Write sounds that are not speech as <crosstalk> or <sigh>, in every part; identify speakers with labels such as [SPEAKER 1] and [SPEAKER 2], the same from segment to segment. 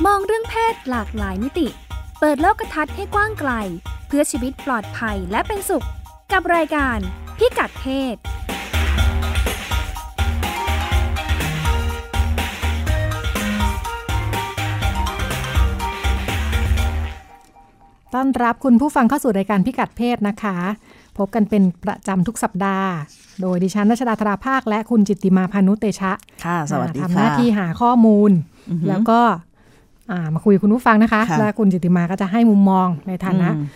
[SPEAKER 1] ศหลากหลายมิติ เปิดโลกทัศน์ให้กว้างไกล เพื่อชีวิตปลอดภัยและเป็นสุข กับรายการพิกัดเพศ
[SPEAKER 2] ต้อนรับคุณผู้ฟังเข้าสู่รายการพิกัดเพศนะคะ พบกันเป็นประจำทุกสัปดาห์ โดยดิฉันรัชดาธราภาค และคุณจิตติมาพานุเตชะ
[SPEAKER 3] ค่ะ สวัสดี
[SPEAKER 2] อ่า
[SPEAKER 3] ค่ะ
[SPEAKER 2] ทำหน้าที่หาข้อมูล
[SPEAKER 3] อือหือ
[SPEAKER 2] แล้วก็อ่ามาคุยกับคุณผู้ฟังนะคะ
[SPEAKER 3] ค่ะ
[SPEAKER 2] และคุณจิตติมาก็จะให้มุมมองในฐานะ
[SPEAKER 3] อืม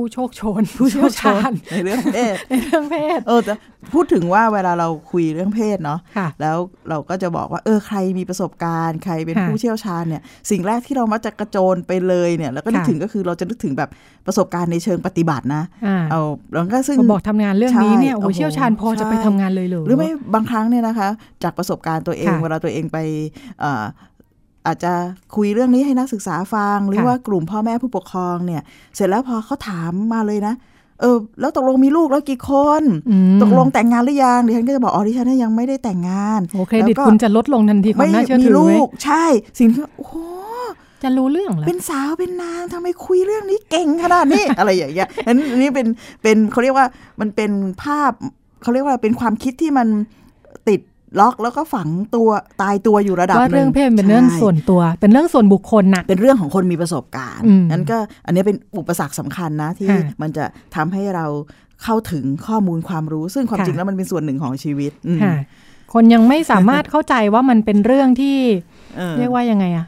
[SPEAKER 2] ผู้โชคโชน ผู้เชี่ยวชาญ
[SPEAKER 3] ในเรื่องเพศ
[SPEAKER 2] ในเรื่องเพศ
[SPEAKER 3] เออแต่พูดถึงว่าเวลาเราคุยเรื่องเพศเนาะ
[SPEAKER 2] ค่ะ
[SPEAKER 3] แล้วเราก็จะบอกว่า เออใครมีประสบการณ์ ใครเป็น
[SPEAKER 2] ค่ะ
[SPEAKER 3] ผู้เชี่ยวชาญเนี่ย สิ่งแรกที่เรามักจะกระโจนไปเลยเนี่ย แล้วก็นึก
[SPEAKER 2] ค่ะ
[SPEAKER 3] ถึงก็คือเราจะนึกถึงแบบประสบการณ์ในเชิงปฏิบัตินะ
[SPEAKER 2] อ่า
[SPEAKER 3] เอาแล้วก็ซึ่ง
[SPEAKER 2] พอบอกทำงานเรื่องนี้เนี่ย
[SPEAKER 3] ใช่
[SPEAKER 2] โอ้โหเชี่ยวชาญพอ
[SPEAKER 3] โอ้โห
[SPEAKER 2] จะไป
[SPEAKER 3] ใช่
[SPEAKER 2] ทำงานเลยเหรอ
[SPEAKER 3] หรือไม่บางครั้งเนี่ยนะคะ จากประสบการณ์ตัวเอง
[SPEAKER 2] ค่ะ
[SPEAKER 3] เวลาตัวเองไปเอ่ออาจจะคุยเรื่องนี้ให้นักศึกษาฟัง หรือ
[SPEAKER 2] ค่ะ
[SPEAKER 3] ว่ากลุ่มพ่อแม่ผู้ปกครองเนี่ย เสร็จแล้วพอเขาถามมาเลยนะ เออ แล้วตกลงมีลูกแล้วกี่คน
[SPEAKER 2] อืม
[SPEAKER 3] ตกลงแต่งงานหรือยังดิฉันก็จะบอกอ๋อดิฉันเนี่ยยังไม่ได้แต่งงาน
[SPEAKER 2] โอเครดิต
[SPEAKER 3] แล้วก็
[SPEAKER 2] คุณจะลดลงทันทีความน่าเชื่อ
[SPEAKER 3] มี
[SPEAKER 2] ถือ
[SPEAKER 3] ลู
[SPEAKER 2] ไหม
[SPEAKER 3] กใช่ สิ่งที่โอ้โห
[SPEAKER 2] จะรู้เรื่องเหรอ
[SPEAKER 3] เป็นสาวเป็นนางทำไมคุยเรื่องนี้เก่งขนาดนี้ <laughs> อะไรอย่างเงี้ยอันอันนี้เป็นเป็นเขาเรียกว่ามันเป็นภาพเขาเรียกว่าเป็นความคิดที่มันติดล็อกแล้วก็ฝังตัวตายตัวอยู่ระดับห
[SPEAKER 2] ว่า
[SPEAKER 3] นึ่ง
[SPEAKER 2] เรื่องเพศเป็นเรื่อง
[SPEAKER 3] ใช่
[SPEAKER 2] ส่วนตัว เป็นเรื่องส่วนบุคคลน่ะ
[SPEAKER 3] เป็นเรื่องของคนมีประสบการณ์
[SPEAKER 2] อืม
[SPEAKER 3] นั้นก็อันนี้เป็นอุปสรรคสำคัญนะ ที่
[SPEAKER 2] ค่ะ
[SPEAKER 3] มันจะทำให้เราเข้าถึงข้อมูลความรู้ ซึ่งความ
[SPEAKER 2] ค่ะ
[SPEAKER 3] จริงแล้วมันเป็นส่วนหนึ่งของชีวิตอืม
[SPEAKER 2] ค่ะ คนยังไม่สามารถเข้าใจว่ามันเป็นเรื่องที่
[SPEAKER 3] ออ
[SPEAKER 2] เรียกว่ายังไงอะ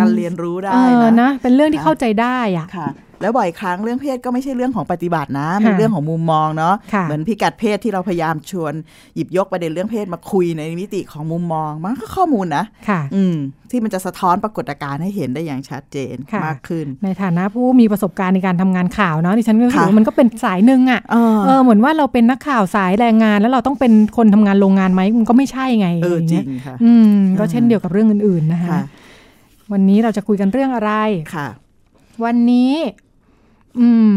[SPEAKER 3] การเรียนรู้ได้
[SPEAKER 2] เออ
[SPEAKER 3] นะ
[SPEAKER 2] นะ เป็นเรื่องที่
[SPEAKER 3] ค่ะ
[SPEAKER 2] เข้าใจได้อ่ะ
[SPEAKER 3] ค่ะ แล้วบ่อยครั้งเรื่องเพศก็ไม่ใช่เรื่องของปฏิบัตินะมัน
[SPEAKER 2] ค่ะ
[SPEAKER 3] เป็นเรื่องของมุมมองเนาะ
[SPEAKER 2] ค่ะ
[SPEAKER 3] เหมือนพิกัดเพศที่เราพยายามชวนหยิบยกประเด็นเรื่องเพศมาคุยในมิติของมุมมองมันก็ข้อมูลนะ
[SPEAKER 2] ค่ะ
[SPEAKER 3] อืม ที่มันจะสะท้อนปรากฏการณ์ให้เห็นได้อย่างชัดเจน
[SPEAKER 2] ค่ะ
[SPEAKER 3] มากขึ้น
[SPEAKER 2] ในฐานะผู้มีประสบการณ์ในการทำงานข่าวเนาะดิฉันก็รู้สึก
[SPEAKER 3] ค่ะ
[SPEAKER 2] ว่ามันก็เป็นสายหนึ่งอ่ะ
[SPEAKER 3] เออ
[SPEAKER 2] เออเหมือนว่าเราเป็นนักข่าวสายแรงงาน แล้วเราต้องเป็นคนทำงานโรงงานไหมมันก็ไม่ใช่ไง
[SPEAKER 3] เออ
[SPEAKER 2] อย่าง
[SPEAKER 3] จริ
[SPEAKER 2] เงี้ย
[SPEAKER 3] งค่ะ
[SPEAKER 2] อืม ก็
[SPEAKER 3] อืม
[SPEAKER 2] เช่นเดียวกับเรื่องอื่นๆนะคะ
[SPEAKER 3] ค่ะ
[SPEAKER 2] วันนี้เราจะคุยกันเรื่องอะไร
[SPEAKER 3] ค่ะ
[SPEAKER 2] วันนี้ อืม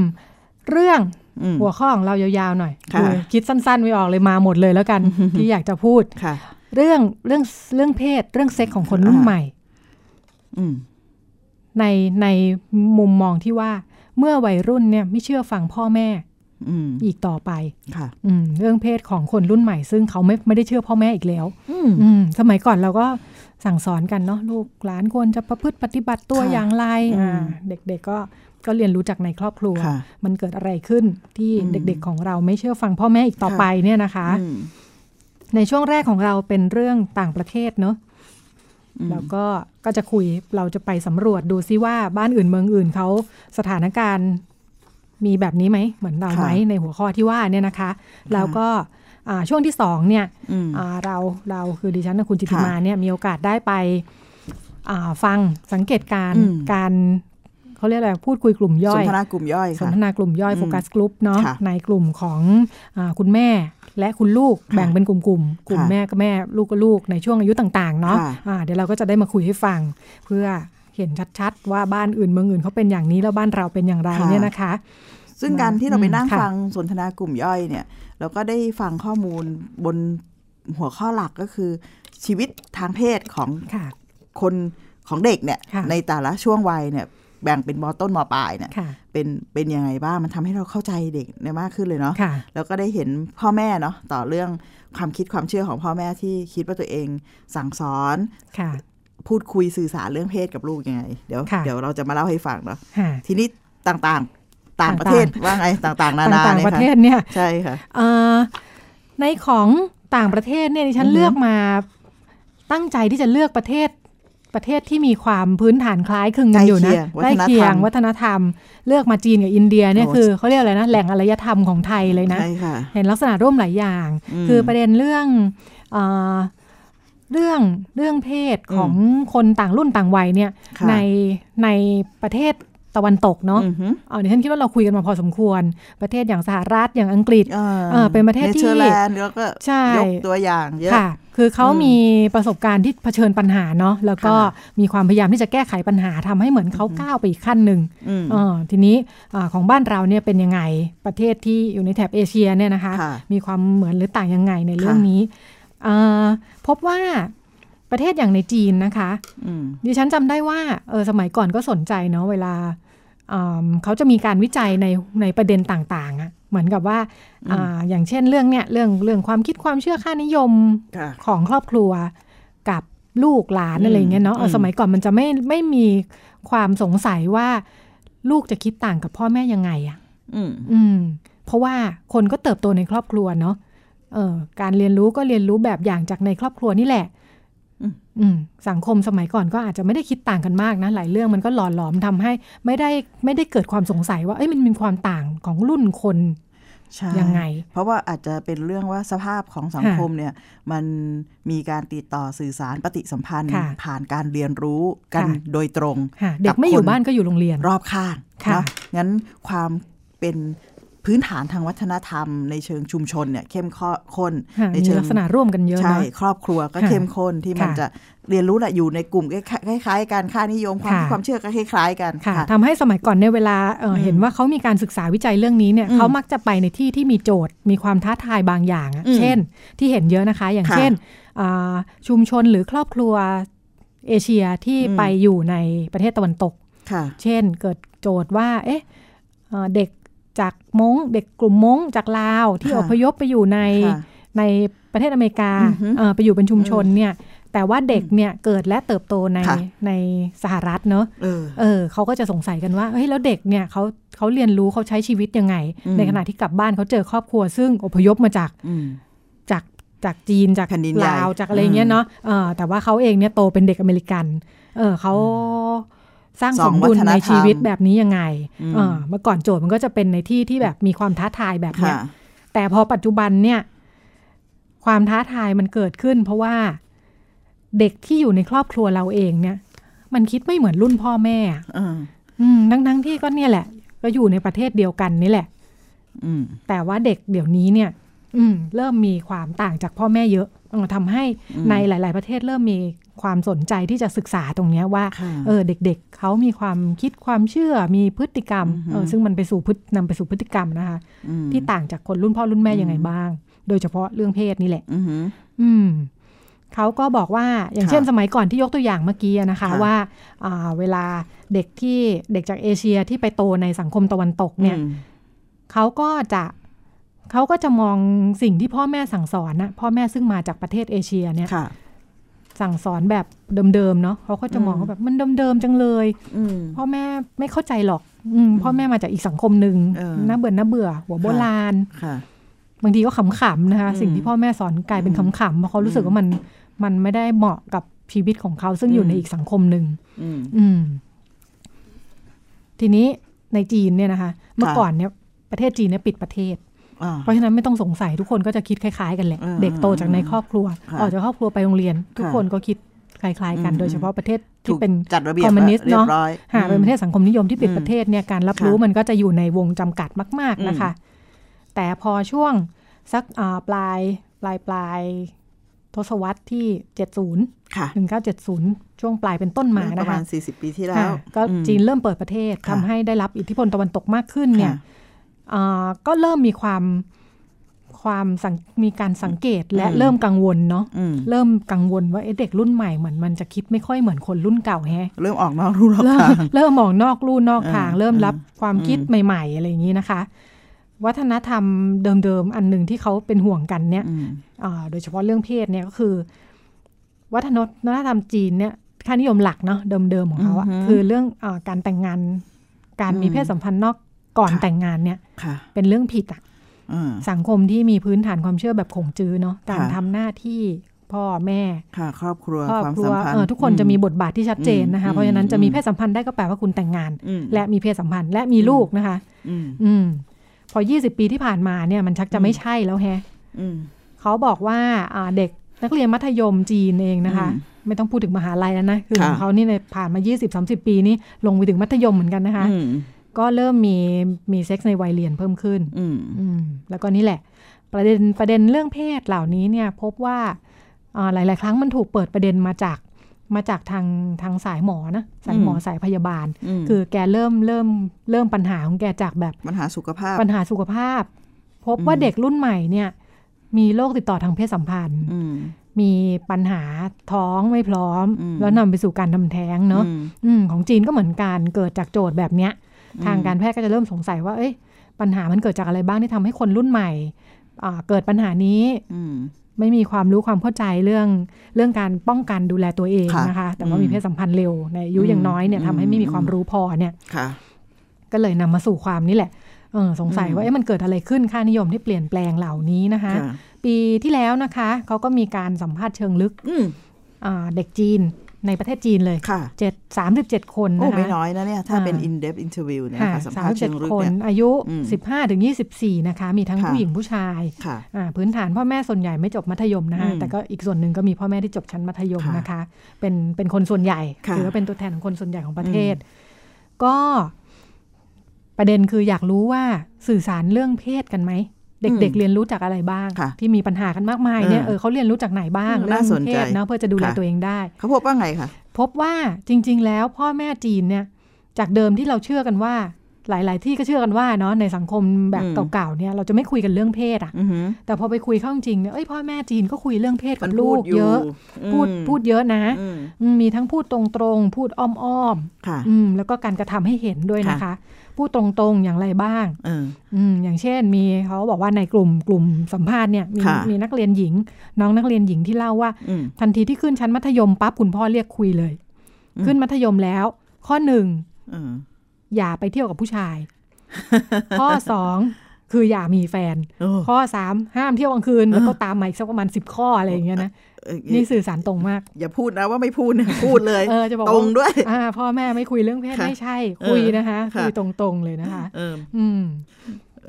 [SPEAKER 2] เรื่อง
[SPEAKER 3] อืม
[SPEAKER 2] หัวข้อของเรายาวๆหน่อย
[SPEAKER 3] ค่ะ
[SPEAKER 2] อคิดสั้นๆ ไม่ออกเลยมาหมดเลยแล้วกัน ที่อยากจะพูด
[SPEAKER 3] ค่ะ
[SPEAKER 2] เรื่องเรื่องเรื่องเพศ เรื่องเซ็กของคนรุ่น
[SPEAKER 3] อ่า
[SPEAKER 2] ใหม่
[SPEAKER 3] อืม
[SPEAKER 2] ในในมุมมองที่ว่า เมื่อวัยรุ่นเนี่ยไม่เชื่อฟังพ่อแม่
[SPEAKER 3] อืม
[SPEAKER 2] อีกต่อไป
[SPEAKER 3] ค่ะ
[SPEAKER 2] อืม เรื่องเพศของคนรุ่นใหม่ ซึ่งเขาไม่ไม่ได้เชื่อพ่อแม่อีกแล้ว
[SPEAKER 3] อืม
[SPEAKER 2] อืม สมัยก่อนเราก็สั่งสอนกันเนาะลูกหลานควรจะประพฤติปฏิบัติตัว
[SPEAKER 3] ค่ะ
[SPEAKER 2] อย่างไรอ่า
[SPEAKER 3] อืม
[SPEAKER 2] เด็กๆก็ก็เรียนรู้จากในครอบครัว
[SPEAKER 3] ค่ะ
[SPEAKER 2] มันเกิดอะไรขึ้นที่
[SPEAKER 3] อืม
[SPEAKER 2] เด็กๆของเราไม่เชื่อฟังพ่อแม่อีกต่อ
[SPEAKER 3] ค่ะ
[SPEAKER 2] ไปเนี่ยนะคะ
[SPEAKER 3] อืม
[SPEAKER 2] ในช่วงแรกของเราเป็นเรื่องต่างประเทศเนอะ
[SPEAKER 3] อืม
[SPEAKER 2] แล้วก็ก็จะคุยเราจะไปสำรวจดูซิว่าบ้านอื่นเมืองอื่นเขาสถานการณ์มีแบบนี้ไหมเหมือนเรา
[SPEAKER 3] ค่ะ
[SPEAKER 2] ไหมในหัวข้อที่ว่าเนี่ยนะคะ แล้วก็อ่าช่วงที่สองเนี่ย
[SPEAKER 3] อืม
[SPEAKER 2] อ่าเราเราคือดิฉันกับคุณจิติมาเนี่ยมีโอกาสได้ไปอ่าฟังสังเกตการณ์
[SPEAKER 3] อืม
[SPEAKER 2] การเขาเรียกอะไรพูดคุยกลุ่มย่
[SPEAKER 3] ส
[SPEAKER 2] อน ย
[SPEAKER 3] ทนากลุ่มย่อย
[SPEAKER 2] สน
[SPEAKER 3] ค่ะ
[SPEAKER 2] ทนากลุ่มย่อย
[SPEAKER 3] อืม
[SPEAKER 2] โฟกัสกลุ่มเนาะ
[SPEAKER 3] ค่ะ
[SPEAKER 2] ในกลุ่มของอาคุณแม่และคุณลูก
[SPEAKER 3] ค่ะ
[SPEAKER 2] แบ่งเป็นกลุ่มๆ กลุ่ม
[SPEAKER 3] ค่ะ
[SPEAKER 2] แม่ก็แม่ลูกก็ลูกในช่วงอายุต่างๆเนาะ
[SPEAKER 3] ค่ะ
[SPEAKER 2] อ่าเดี๋ยวเราก็จะได้มาคุยให้ฟัง เพื่อเห็นชัดๆ ว่าบ้านอื่นเมืองอื่นเขาเป็นอย่างนี้แล้วบ้านเราเป็นอย่างไรเนี่ยนะคะ
[SPEAKER 3] ซึ่งการที่เราไปนั่ง
[SPEAKER 2] อืมค่ะ
[SPEAKER 3] ฟังสนทนากลุ่มย่อยเนี่ย เราก็ได้ฟังข้อมูลบนหัวข้อหลักก็คือ ชีวิตทางเพศของ
[SPEAKER 2] ค่ะ
[SPEAKER 3] คนของเด็กเนี่ย
[SPEAKER 2] ค่ะ
[SPEAKER 3] ในแต่ละช่วงวัยเนี่ย แบ่งเป็นมต้นมปลายเนี่ย
[SPEAKER 2] ค่ะ
[SPEAKER 3] เป็นเป็นยังไงบ้างมันทำให้เราเข้าใจเด็กเนี่ยมากขึ้นเลยเนาะ
[SPEAKER 2] ค่ะ
[SPEAKER 3] แล้วก็ได้เห็นพ่อแม่เนาะต่อเรื่องความคิดความเชื่อของพ่อแม่ที่คิดว่าตัวเองสั่งสอน
[SPEAKER 2] ค่ะ
[SPEAKER 3] พูดคุยสื่อสารเรื่องเพศกับลูกยังไง เดี๋ยว
[SPEAKER 2] ค่ะ
[SPEAKER 3] เดี๋ยวเราจะมาเล่าให้ฟังเนาะ
[SPEAKER 2] ค่ะ
[SPEAKER 3] ทีนี้ต่างๆ ต่าง
[SPEAKER 2] ต่างๆ
[SPEAKER 3] ประเทศว่าไงต่างๆ นานา
[SPEAKER 2] ต่างๆ
[SPEAKER 3] นี่ย
[SPEAKER 2] ประ
[SPEAKER 3] ค่
[SPEAKER 2] เทศเนี่ย
[SPEAKER 3] ใช่ค่ะ
[SPEAKER 2] เอ่อในของต่างประเทศเนี่ยดิฉัน
[SPEAKER 3] อือฮึ
[SPEAKER 2] เลือกมาตั้งใจที่จะเลือกประเทศประเทศที่มีความพื้นฐานคล้ายคลึงกันอยู่นะ
[SPEAKER 3] ใกล้
[SPEAKER 2] ใกล้
[SPEAKER 3] เคี
[SPEAKER 2] เคี
[SPEAKER 3] ย
[SPEAKER 2] ย
[SPEAKER 3] ง
[SPEAKER 2] ง
[SPEAKER 3] วั
[SPEAKER 2] วั
[SPEAKER 3] ฒนธรรม
[SPEAKER 2] ฒนธรรม เลือกมาจีนกับอินเดียเนี่ย
[SPEAKER 3] โอ้
[SPEAKER 2] คือเขาเรียกอะไรนะแหล่งอารยธรรมของไทยเลยนะ
[SPEAKER 3] ใช่ค่ะ
[SPEAKER 2] เห็นลักษณะร่วมหลายอย่าง
[SPEAKER 3] อืม
[SPEAKER 2] คือประเด็นเรื่องเอ่อเรื่องเรื่องเพศของคนต่างรุ่นต่างวัยเนี่ย
[SPEAKER 3] ค่ะ
[SPEAKER 2] ในในประเทศตะวันตกเนาะ
[SPEAKER 3] อือหือ
[SPEAKER 2] เอาดิฉันคิดว่าเราคุยกันมาพอสมควร ประเทศอย่างสหรัฐอย่างอังกฤษ
[SPEAKER 3] อ่า
[SPEAKER 2] เออเป็นประเทศที่
[SPEAKER 3] นเธอร์แลนด์แล้วก็
[SPEAKER 2] ใช่
[SPEAKER 3] ยกตัวอย่างเยอะ
[SPEAKER 2] ค่ะ คือเขา
[SPEAKER 3] อืม
[SPEAKER 2] มีประสบการณ์ที่เผชิญปัญหาเนาะ แล้วก็
[SPEAKER 3] ค่ะ
[SPEAKER 2] มีความพยายามที่จะแก้ไขปัญหาทำให้เหมือนเขาก้าวไปอีกขั้นหนึ่ง
[SPEAKER 3] อืม
[SPEAKER 2] เออทีนี้อาของบ้านเราเนี่ยเป็นยังไง ประเทศที่อยู่ในแถบเอเชียเนี่ยนะคะ
[SPEAKER 3] ค่ะ
[SPEAKER 2] มีความเหมือนหรือต่างยังไงในเรื่อง
[SPEAKER 3] ค่ะ
[SPEAKER 2] นี้อ่าพบว่า ประเทศอย่างในจีนนะคะ
[SPEAKER 3] อืม
[SPEAKER 2] ดิฉันจำได้ว่าเออสมัยก่อนก็สนใจเนาะเวลาอืมเขาจะมีการวิจัยในในประเด็นต่างๆอะเหมือนกับว่า
[SPEAKER 3] อืม
[SPEAKER 2] อาอย่างเช่นเรื่องเนี่ยเรื่องเรื่องความคิดความเชื่อค่านิยม
[SPEAKER 3] ค่ะ
[SPEAKER 2] ของครอบครัวกับลูกหลาน
[SPEAKER 3] อืม
[SPEAKER 2] อะไรอย่างเงี้ยเนาะเอออ
[SPEAKER 3] ม
[SPEAKER 2] สมัยก่อนมันจะไม่ไม่มีความสงสัยว่าลูกจะคิดต่างกับพ่อแม่ยังไงอะ
[SPEAKER 3] อืม
[SPEAKER 2] อืม เพราะว่าคนก็เติบโตในครอบครัวเนาะ เออ การเรียนรู้ก็เรียนรู้แบบอย่างจากในครอบครัวนี่แหละ
[SPEAKER 3] อืม
[SPEAKER 2] อืม สังคมสมัยก่อนก็อาจจะไม่ได้คิดต่างกันมากนะ หลายเรื่องมันก็หล่อหลอมทำให้ ไม่ได้ไม่ได้เกิดความสงสัยว่า เอ้ยมันมีความต่างของรุ่นคน
[SPEAKER 3] ใช่
[SPEAKER 2] ยังไง
[SPEAKER 3] เพราะว่าอาจจะเป็นเรื่องว่าสภาพของสัง
[SPEAKER 2] ค่ะ
[SPEAKER 3] คมเนี่ย มันมีการติดต่อสื่อสารปฏิสัมพันธ์
[SPEAKER 2] ค่ะ
[SPEAKER 3] ผ่านการเรียนรู้กัน
[SPEAKER 2] ค่ะ
[SPEAKER 3] โดยตรง
[SPEAKER 2] ค่ะ เด็
[SPEAKER 3] กั
[SPEAKER 2] ก
[SPEAKER 3] บ
[SPEAKER 2] ไม่อยู่
[SPEAKER 3] คน
[SPEAKER 2] บ้านก็อยู่โรงเรียน
[SPEAKER 3] รอบข้าง
[SPEAKER 2] ค่ะ
[SPEAKER 3] เนอะงั้นความเป็นพื้นฐานทางวัฒนธรรม ในเชิงชุมชนเนี่ยเข้มข้อข้น
[SPEAKER 2] ค่ะ
[SPEAKER 3] ใน
[SPEAKER 2] มี
[SPEAKER 3] เชิง
[SPEAKER 2] ลักษณะร่วมกันเยอะ
[SPEAKER 3] ใช่
[SPEAKER 2] เนาะ
[SPEAKER 3] ครอบครัวก็
[SPEAKER 2] ค่ะ
[SPEAKER 3] เข้มข้นที่มัน
[SPEAKER 2] ค่ะ
[SPEAKER 3] จะเรียนรู้แหละอยู่ในกลุ่มคล้ายๆคล้ายๆกันค่านิยมความ
[SPEAKER 2] ค่ะ
[SPEAKER 3] คิดความเชื่อก็คล้ายๆกัน
[SPEAKER 2] ค่ะ
[SPEAKER 3] ค่ะ
[SPEAKER 2] ทำให้สมัยก่อนเนี่ยเวลาเอออ
[SPEAKER 3] ม
[SPEAKER 2] เห็นว่าเขามีการศึกษาวิจัยเรื่องนี้เนี่ย
[SPEAKER 3] อืม
[SPEAKER 2] เขามักจะไปในที่ที่มีโจทย์มีความท้าทายบางอย่างอะ
[SPEAKER 3] อืม
[SPEAKER 2] เช่นที่เห็นเยอะนะคะ อย่าง
[SPEAKER 3] ค่ะ
[SPEAKER 2] เช่นอ่าชุมชนหรือครอบครัวเอเชียที่
[SPEAKER 3] อืม
[SPEAKER 2] ไปอยู่ในประเทศตะวันตก
[SPEAKER 3] ค่ะ
[SPEAKER 2] เช่น เกิดโจทย์ว่าเอ๊ะเอ่อเด็กจากมงเด็กกลุ่มมงจากลาวที่
[SPEAKER 3] ค่ะ
[SPEAKER 2] อพยพไปอยู่ใน
[SPEAKER 3] ค่ะ
[SPEAKER 2] ในประเทศอเมริกา
[SPEAKER 3] อือฮึ
[SPEAKER 2] เอ่อไปอยู่เป็นชุมชนเนี่ยแต่ว่าเด็กเนี่ยเกิดและเติบโตใน
[SPEAKER 3] ค่ะ
[SPEAKER 2] ในสหรัฐเนอะ
[SPEAKER 3] เออ
[SPEAKER 2] เออเขาก็จะสงสัยกันว่าเฮ้ยแล้วเด็กเนี่ยเขาเขาเรียนรู้เขาใช้ชีวิตยังไง
[SPEAKER 3] อืม
[SPEAKER 2] ในขณะที่กลับบ้านเขาเจอครอบครัว ซึ่งอพยพมาจาก
[SPEAKER 3] อืม
[SPEAKER 2] จากจากจีนจาก
[SPEAKER 3] แผ่นดินใหญ่
[SPEAKER 2] ลาวจากอะไรเงี้ยเนาะเออแต่ว่าเขาเองเนี่ยโตเป็นเด็กอเมริกันเออเขาสร้าง
[SPEAKER 3] ส
[SPEAKER 2] ส
[SPEAKER 3] อง
[SPEAKER 2] มดุล
[SPEAKER 3] วัฒนธรรม
[SPEAKER 2] ในชีวิตแบบนี้ยังไง
[SPEAKER 3] อืม
[SPEAKER 2] เออเมื่อก่อนโจทย์มันก็จะเป็นในที่ที่แบบมีความท้าทายแบบเนี้ย
[SPEAKER 3] ค่ะ
[SPEAKER 2] แต่พอปัจจุบันเนี่ย ความท้าทายมันเกิดขึ้น เพราะว่าเด็กที่อยู่ในครอบครัวเราเองเนี่ย มันคิดไม่เหมือนรุ่นพ่อแม่อะ
[SPEAKER 3] เออ
[SPEAKER 2] อืมทั้งทั้งๆที่ก็เนี่ยแหละ ก็อยู่ในประเทศเดียวกันนี่แหละ
[SPEAKER 3] อืม
[SPEAKER 2] แต่ว่าเด็กเดี๋ยวนี้เนี่ย อืม เริ่มมีความต่างจากพ่อแม่เยอะเออทำให้
[SPEAKER 3] อืม
[SPEAKER 2] ในหลาย ๆ ประเทศเริ่มมีความสนใจที่จะศึกษาตรงเนี้ยว่า
[SPEAKER 3] ค่ะ
[SPEAKER 2] เออ เด็ก ๆเขามีความคิดความเชื่อมีพฤติกรรม
[SPEAKER 3] อือฮึ
[SPEAKER 2] เออซึ่งมันไปสู่พฤตินำไปสู่พฤติกรรมนะคะ
[SPEAKER 3] ม
[SPEAKER 2] ที่ต่างจากคนรุ่นพ่อรุ่นแม่ยังไงบ้าง โดยเฉพาะเรื่องเพศนี่แหละ
[SPEAKER 3] อือหือ
[SPEAKER 2] อืมเขาก็บอกว่าอย่างเช่น
[SPEAKER 3] ค่ะ
[SPEAKER 2] สมัยก่อนที่ยกตัวอย่างเมื่อกี้อะนะคะ
[SPEAKER 3] ค่ะ
[SPEAKER 2] ว่าอ่า เวลาเด็กที่เด็กจากเอเชียที่ไปโตในสังคมตะวันตกเนี่ย
[SPEAKER 3] อืม
[SPEAKER 2] เขาก็จะเขาก็จะมองสิ่งที่พ่อแม่สั่งสอนนะพ่อแม่ซึ่งมาจากประเทศเอเชียเนี่ย
[SPEAKER 3] ค่ะ
[SPEAKER 2] สั่งสอนแบบเดิมๆเนาะเขาก็จะมองว่าแบบมันเดิมๆจังเลย
[SPEAKER 3] อืม
[SPEAKER 2] พ่อแม่ไม่เข้าใจหรอกอืมพ่อแม่มาจากอีกสังคมหนึ่ง
[SPEAKER 3] เออ
[SPEAKER 2] น่าเบื่อน่าเบื่อ หัวโบราณ
[SPEAKER 3] ค่ะ
[SPEAKER 2] บางทีก็ขำๆนะคะ
[SPEAKER 3] อืม
[SPEAKER 2] สิ่งที่พ่อแม่สอนกลายเป็นขำๆเพราะเขารู้สึกว่ามันมันไม่ได้เหมาะกับชีวิตของเขาซึ่งอยู่
[SPEAKER 3] อืม
[SPEAKER 2] ในอีกสังคมหนึ่ง
[SPEAKER 3] อืม
[SPEAKER 2] อืม ทีนี้ในจีนเนี่ยนะคะ เมื่อก่อนเนี่ยประเทศจีนเนี่ยปิดประเทศ
[SPEAKER 3] อ่า
[SPEAKER 2] เพราะฉะนั้นไม่ต้องสงสัยทุกคนก็จะคิดคล้ายๆกันแหละ
[SPEAKER 3] อืม
[SPEAKER 2] เด็กโตจากในครอบครัว
[SPEAKER 3] ค่ะ
[SPEAKER 2] ออกจากครอบครัวไปโรงเรียน ทุก
[SPEAKER 3] ค่ะ
[SPEAKER 2] คนก็คิดคล้ายๆ กัน
[SPEAKER 3] อืม
[SPEAKER 2] โดยเฉพาะประเทศ
[SPEAKER 3] ถู
[SPEAKER 2] ที่
[SPEAKER 3] ก
[SPEAKER 2] เป็น
[SPEAKER 3] จัดระเบียบ
[SPEAKER 2] คอมมิวนิสต์
[SPEAKER 3] แล้
[SPEAKER 2] เน
[SPEAKER 3] วเรีย
[SPEAKER 2] อะ
[SPEAKER 3] บร้อย
[SPEAKER 2] หากเป็น
[SPEAKER 3] อืม
[SPEAKER 2] ประเทศสังคมนิยมที่ปิด
[SPEAKER 3] อืม
[SPEAKER 2] ประเทศเนี่ยการรับ
[SPEAKER 3] ค่ะ
[SPEAKER 2] รู้มันก็จะอยู่ในวงจำกัดมาก
[SPEAKER 3] อืม
[SPEAKER 2] ๆนะคะ แต่พอช่วงสักอ่าปลายปลายปลายทศวรรษที่ 70
[SPEAKER 3] ค่ะ
[SPEAKER 2] 1970 ช่วงปลายเป็นต้นมา
[SPEAKER 3] ประ
[SPEAKER 2] นะ
[SPEAKER 3] มา
[SPEAKER 2] คะ
[SPEAKER 3] ณ 40 ปีที่แล้ว
[SPEAKER 2] ค่ะก็
[SPEAKER 3] อืม
[SPEAKER 2] จีนเริ่มเปิดประเทศ
[SPEAKER 3] ค่ะ
[SPEAKER 2] ทำให้ได้รับอิทธิพลตะวันตกมากขึ้นเนี่ย
[SPEAKER 3] ค่ะ
[SPEAKER 2] อ่าก็เริ่มมีความความสังมีการสังเกตและ
[SPEAKER 3] อืม
[SPEAKER 2] เริ่มกังวลเนาะ
[SPEAKER 3] อืม
[SPEAKER 2] เริ่มกังวลว่าเอ๊ะเด็กรุ่นใหม่เหมือนมันจะคิดไม่ค่อยเหมือนคนรุ่นเก่าแฮะ
[SPEAKER 3] เริ่มออกนอกรูนอก
[SPEAKER 2] เริ่ม
[SPEAKER 3] ทาง
[SPEAKER 2] เริ่มมองนอกลู่นอกทาง
[SPEAKER 3] อ่า
[SPEAKER 2] เริ่มรับความ
[SPEAKER 3] อืม
[SPEAKER 2] คิดใหม่ ๆ อะไรอย่างนี้นะคะ วัฒนธรรมเดิมๆ อันหนึ่งที่เขาเป็นห่วงกันเนี่ย
[SPEAKER 3] อืม
[SPEAKER 2] อ่าโดยเฉพาะเรื่องเพศเนี่ยก็คือ วัฒนธรรมจีนเนี่ยค่านิยมหลักเนาะเดิมๆของเขาอะ
[SPEAKER 3] อือฮึ
[SPEAKER 2] คือเรื่องอาการแต่งงาน การมี
[SPEAKER 3] อืม
[SPEAKER 2] เพศสัมพันธ์นอกก่อน
[SPEAKER 3] ค่ะ
[SPEAKER 2] แต่งงานเนี่ย
[SPEAKER 3] ค่ะ
[SPEAKER 2] เป็นเรื่องผิดอะ
[SPEAKER 3] อืม
[SPEAKER 2] สังคมที่มีพื้นฐานความเชื่อแบบขงจื้อเนาะการ
[SPEAKER 3] ค่ะ
[SPEAKER 2] ทำหน้าที่พ่อแม่
[SPEAKER 3] ค่ะ ครอบครัว
[SPEAKER 2] ครอบ
[SPEAKER 3] ความ
[SPEAKER 2] ครั
[SPEAKER 3] สั
[SPEAKER 2] ว
[SPEAKER 3] มพันธ์
[SPEAKER 2] เออทุกคนจะมีบทบาทที่ชัดเจนนะคะ
[SPEAKER 3] อืม
[SPEAKER 2] เพราะฉะนั้นจะมี
[SPEAKER 3] อืม
[SPEAKER 2] เพศสัมพันธ์ได้ก็แปลว่าคุณแต่งงาน
[SPEAKER 3] อืม
[SPEAKER 2] และมีเพศสัมพันธ์และมีลูกนะคะ
[SPEAKER 3] อืม
[SPEAKER 2] อืม พอ 20 ปีที่ผ่านมาเนี่ยมันชักจะไม่ใช่แล้วแฮะ
[SPEAKER 3] อืม
[SPEAKER 2] เขาบอกว่าอ่าเด็กนักเรียนมัธยมจีนเองนะคะ
[SPEAKER 3] อืม
[SPEAKER 2] ไม่ต้องพูดถึงมหาลัยแล้วนะ คือ
[SPEAKER 3] ค่ะ
[SPEAKER 2] ของเขานี่ในผ่านมา 20-30 ปีนี้ลงไปถึงมัธยมเหมือนกันนะคะ
[SPEAKER 3] อืม
[SPEAKER 2] ก็เริ่มมีมีเซ็กซ์ในวัยเรียนเพิ่มขึ้น
[SPEAKER 3] อืม
[SPEAKER 2] อืมแล้วก็นี่แหละ ประเด็นประเด็นเรื่องเพศเหล่านี้เนี่ยพบว่าอ่าหลาย ๆ ครั้งมันถูกเปิดประเด็นมาจากมาจากทางทางสายหมอนะสายหมอ
[SPEAKER 3] อืม
[SPEAKER 2] สายพยาบาล
[SPEAKER 3] อืม
[SPEAKER 2] คือแกเริ่มเริ่มเริ่มปัญหาของแกจากแบบ
[SPEAKER 3] ปัญหาสุขภาพ
[SPEAKER 2] ปัญหาสุขภาพ พบว่า
[SPEAKER 3] อืม
[SPEAKER 2] เด็กรุ่นใหม่เนี่ยมีโรคติดต่อทางเพศสัมพันธ์
[SPEAKER 3] อืม
[SPEAKER 2] มีปัญหาท้องไม่พร้อม
[SPEAKER 3] อืม
[SPEAKER 2] แล้วนำไปสู่การทำแท้งเนาะ
[SPEAKER 3] อืม
[SPEAKER 2] อืมของจีนก็เหมือนกันเกิดจากโจทย์แบบเนี้ย ทางการแพทย์ก็จะเริ่มสงสัยว่า เอ้ยปัญหามันเกิดจากอะไรบ้างที่ทำให้คนรุ่นใหม่อ่าเกิดปัญหานี้
[SPEAKER 3] อืม
[SPEAKER 2] ไม่มีความรู้ความเข้าใจเรื่องเรื่องการป้องกันดูแลตัวเอง
[SPEAKER 3] ค่ะ
[SPEAKER 2] นะคะ แต่ว่ามี
[SPEAKER 3] อืม
[SPEAKER 2] เพศสัมพันธ์เร็วในอายุยังน้อยเนี่ย
[SPEAKER 3] อืม
[SPEAKER 2] ทำให้ไม่มีความรู้พอเนี่ย
[SPEAKER 3] ค่ะ
[SPEAKER 2] ก็เลยนำมาสู่ความนี่แหละเออสงสัย
[SPEAKER 3] อืม
[SPEAKER 2] ว่าเอ๊ะมันเกิดอะไรขึ้นค่านิยมที่เปลี่ยนแปลงเหล่านี้นะคะ
[SPEAKER 3] ค่ะ
[SPEAKER 2] ปีที่แล้วนะคะเขาก็มีการสัมภาษณ์เชิงลึก
[SPEAKER 3] อืม
[SPEAKER 2] อ่าเด็กจีนในประเทศจีนเลย
[SPEAKER 3] ค่ะ
[SPEAKER 2] เจ็ดสามสิบเจ็ดคน
[SPEAKER 3] โอ้
[SPEAKER 2] นะคะ
[SPEAKER 3] ไม่น้อยนะเนี่ย ถ้าเป็น
[SPEAKER 2] อ่า
[SPEAKER 3] in depth interview เนี่ย
[SPEAKER 2] ค่ะ
[SPEAKER 3] ค่ะสัม
[SPEAKER 2] สามสิ
[SPEAKER 3] ภาษณ์
[SPEAKER 2] บ
[SPEAKER 3] เชิ
[SPEAKER 2] เจ็ด
[SPEAKER 3] งลึก
[SPEAKER 2] คน
[SPEAKER 3] เนี่ย
[SPEAKER 2] อายุ
[SPEAKER 3] อืม
[SPEAKER 2] 15ถึง24 นะคะ มีทั้ง
[SPEAKER 3] ค่ะ
[SPEAKER 2] ผู้หญิงผู้ชาย
[SPEAKER 3] ค่ะ
[SPEAKER 2] อ่าพื้นฐานพ่อแม่ส่วนใหญ่ไม่จบมัธยมนะคะ
[SPEAKER 3] อืม
[SPEAKER 2] แต่ก็อีกส่วนหนึ่งก็มีพ่อแม่ที่จบชั้นมัธยม
[SPEAKER 3] ค่ะ
[SPEAKER 2] นะคะ เป็นเป็นคนส่วนใหญ่
[SPEAKER 3] ค่ะ
[SPEAKER 2] ถือว่าเป็นตัวแทนของคนส่วนใหญ่ของประเทศ ก็ประเด็นคืออยากรู้ว่าสื่อสารเรื่องเพศกันไหม เด็กๆ
[SPEAKER 3] อืม
[SPEAKER 2] เรียนรู้จากอะไรบ้าง
[SPEAKER 3] ค่ะ
[SPEAKER 2] ที่มีปัญหากันมากมายเนี่ย
[SPEAKER 3] เออ
[SPEAKER 2] เออเขาเรียนรู้จากไหนบ้าง
[SPEAKER 3] อืม
[SPEAKER 2] เรื่อ
[SPEAKER 3] น่าง สน
[SPEAKER 2] เพ
[SPEAKER 3] ใจ
[SPEAKER 2] ศเนาะเพื่อจะดูแล
[SPEAKER 3] ค่ะ
[SPEAKER 2] ตัวเองได้
[SPEAKER 3] เขาพบว่าไงคะ
[SPEAKER 2] พบว่าจริง ๆ แล้วพ่อแม่จีนเนี่ยจากเดิมที่เราเชื่อกันว่า หลาย ๆ ที่ก็เชื่อกันว่าเนาะในสังคมแบบ
[SPEAKER 3] อืม
[SPEAKER 2] เก่าๆเนี่ยเราจะไม่คุยกันเรื่องเพศอะ
[SPEAKER 3] อือหือ
[SPEAKER 2] แต่พอไปคุยเข้าจริงๆเนี่ยเอ้ยพ่อแม่จีนก็คุยเรื่องเพศ
[SPEAKER 3] มั
[SPEAKER 2] กัน บ
[SPEAKER 3] พู
[SPEAKER 2] ลู
[SPEAKER 3] ด
[SPEAKER 2] ก
[SPEAKER 3] อยู่
[SPEAKER 2] เยอะ พูด
[SPEAKER 3] อืม
[SPEAKER 2] พูดเยอะนะ
[SPEAKER 3] อืม
[SPEAKER 2] อืมมีทั้งพูดตรงๆ พูดอ้อม
[SPEAKER 3] ค่ะ
[SPEAKER 2] ๆอืมแล้วก็การกระทำให้เห็นด้วยนะคะ พูดตรงๆอย่างไรบ้าง
[SPEAKER 3] เออ
[SPEAKER 2] อืมอย่างเช่นมีเขาบอกว่าในกลุ่มกลุ่มสัมภาษณ์เนี่ยมี
[SPEAKER 3] ค่ะ
[SPEAKER 2] มีนักเรียนหญิง น้องนักเรียนหญิงที่เล่าว่า
[SPEAKER 3] อืม
[SPEAKER 2] ทันทีที่ขึ้นชั้นมัธยมปั๊บคุณพ่อเรียกคุยเลย
[SPEAKER 3] อืม
[SPEAKER 2] ขึ้นมัธยมแล้ว ข้อหนึ่ง
[SPEAKER 3] เออ
[SPEAKER 2] อย่าไปเที่ยวกับผู้ชาย ข้อสองคืออย่ามีแฟน
[SPEAKER 3] โอ้
[SPEAKER 2] <laughs> ข้อสามห้ามเที่ยวกลางคืน
[SPEAKER 3] เออ
[SPEAKER 2] แล้วก็ตามมาอีกสักประมาณสิบข้ออะไรอย่างเงี้ยนะ
[SPEAKER 3] เอ่อ
[SPEAKER 2] นี่สื่อสารตรงมาก
[SPEAKER 3] อย่าพูดนะว่าไม่พู
[SPEAKER 2] <laughs>
[SPEAKER 3] ดนะ พูดเลย
[SPEAKER 2] เออจะบอก
[SPEAKER 3] ต
[SPEAKER 2] ว่า
[SPEAKER 3] รงด้วย
[SPEAKER 2] อ่าพ่อแม่ไม่คุยเรื่องเพศ
[SPEAKER 3] ค่ะ
[SPEAKER 2] ไม่ใช่
[SPEAKER 3] เออ
[SPEAKER 2] คุยนะคะ
[SPEAKER 3] ค่ะ
[SPEAKER 2] คุยตรงๆเลยนะคะ
[SPEAKER 3] เออ
[SPEAKER 2] อืม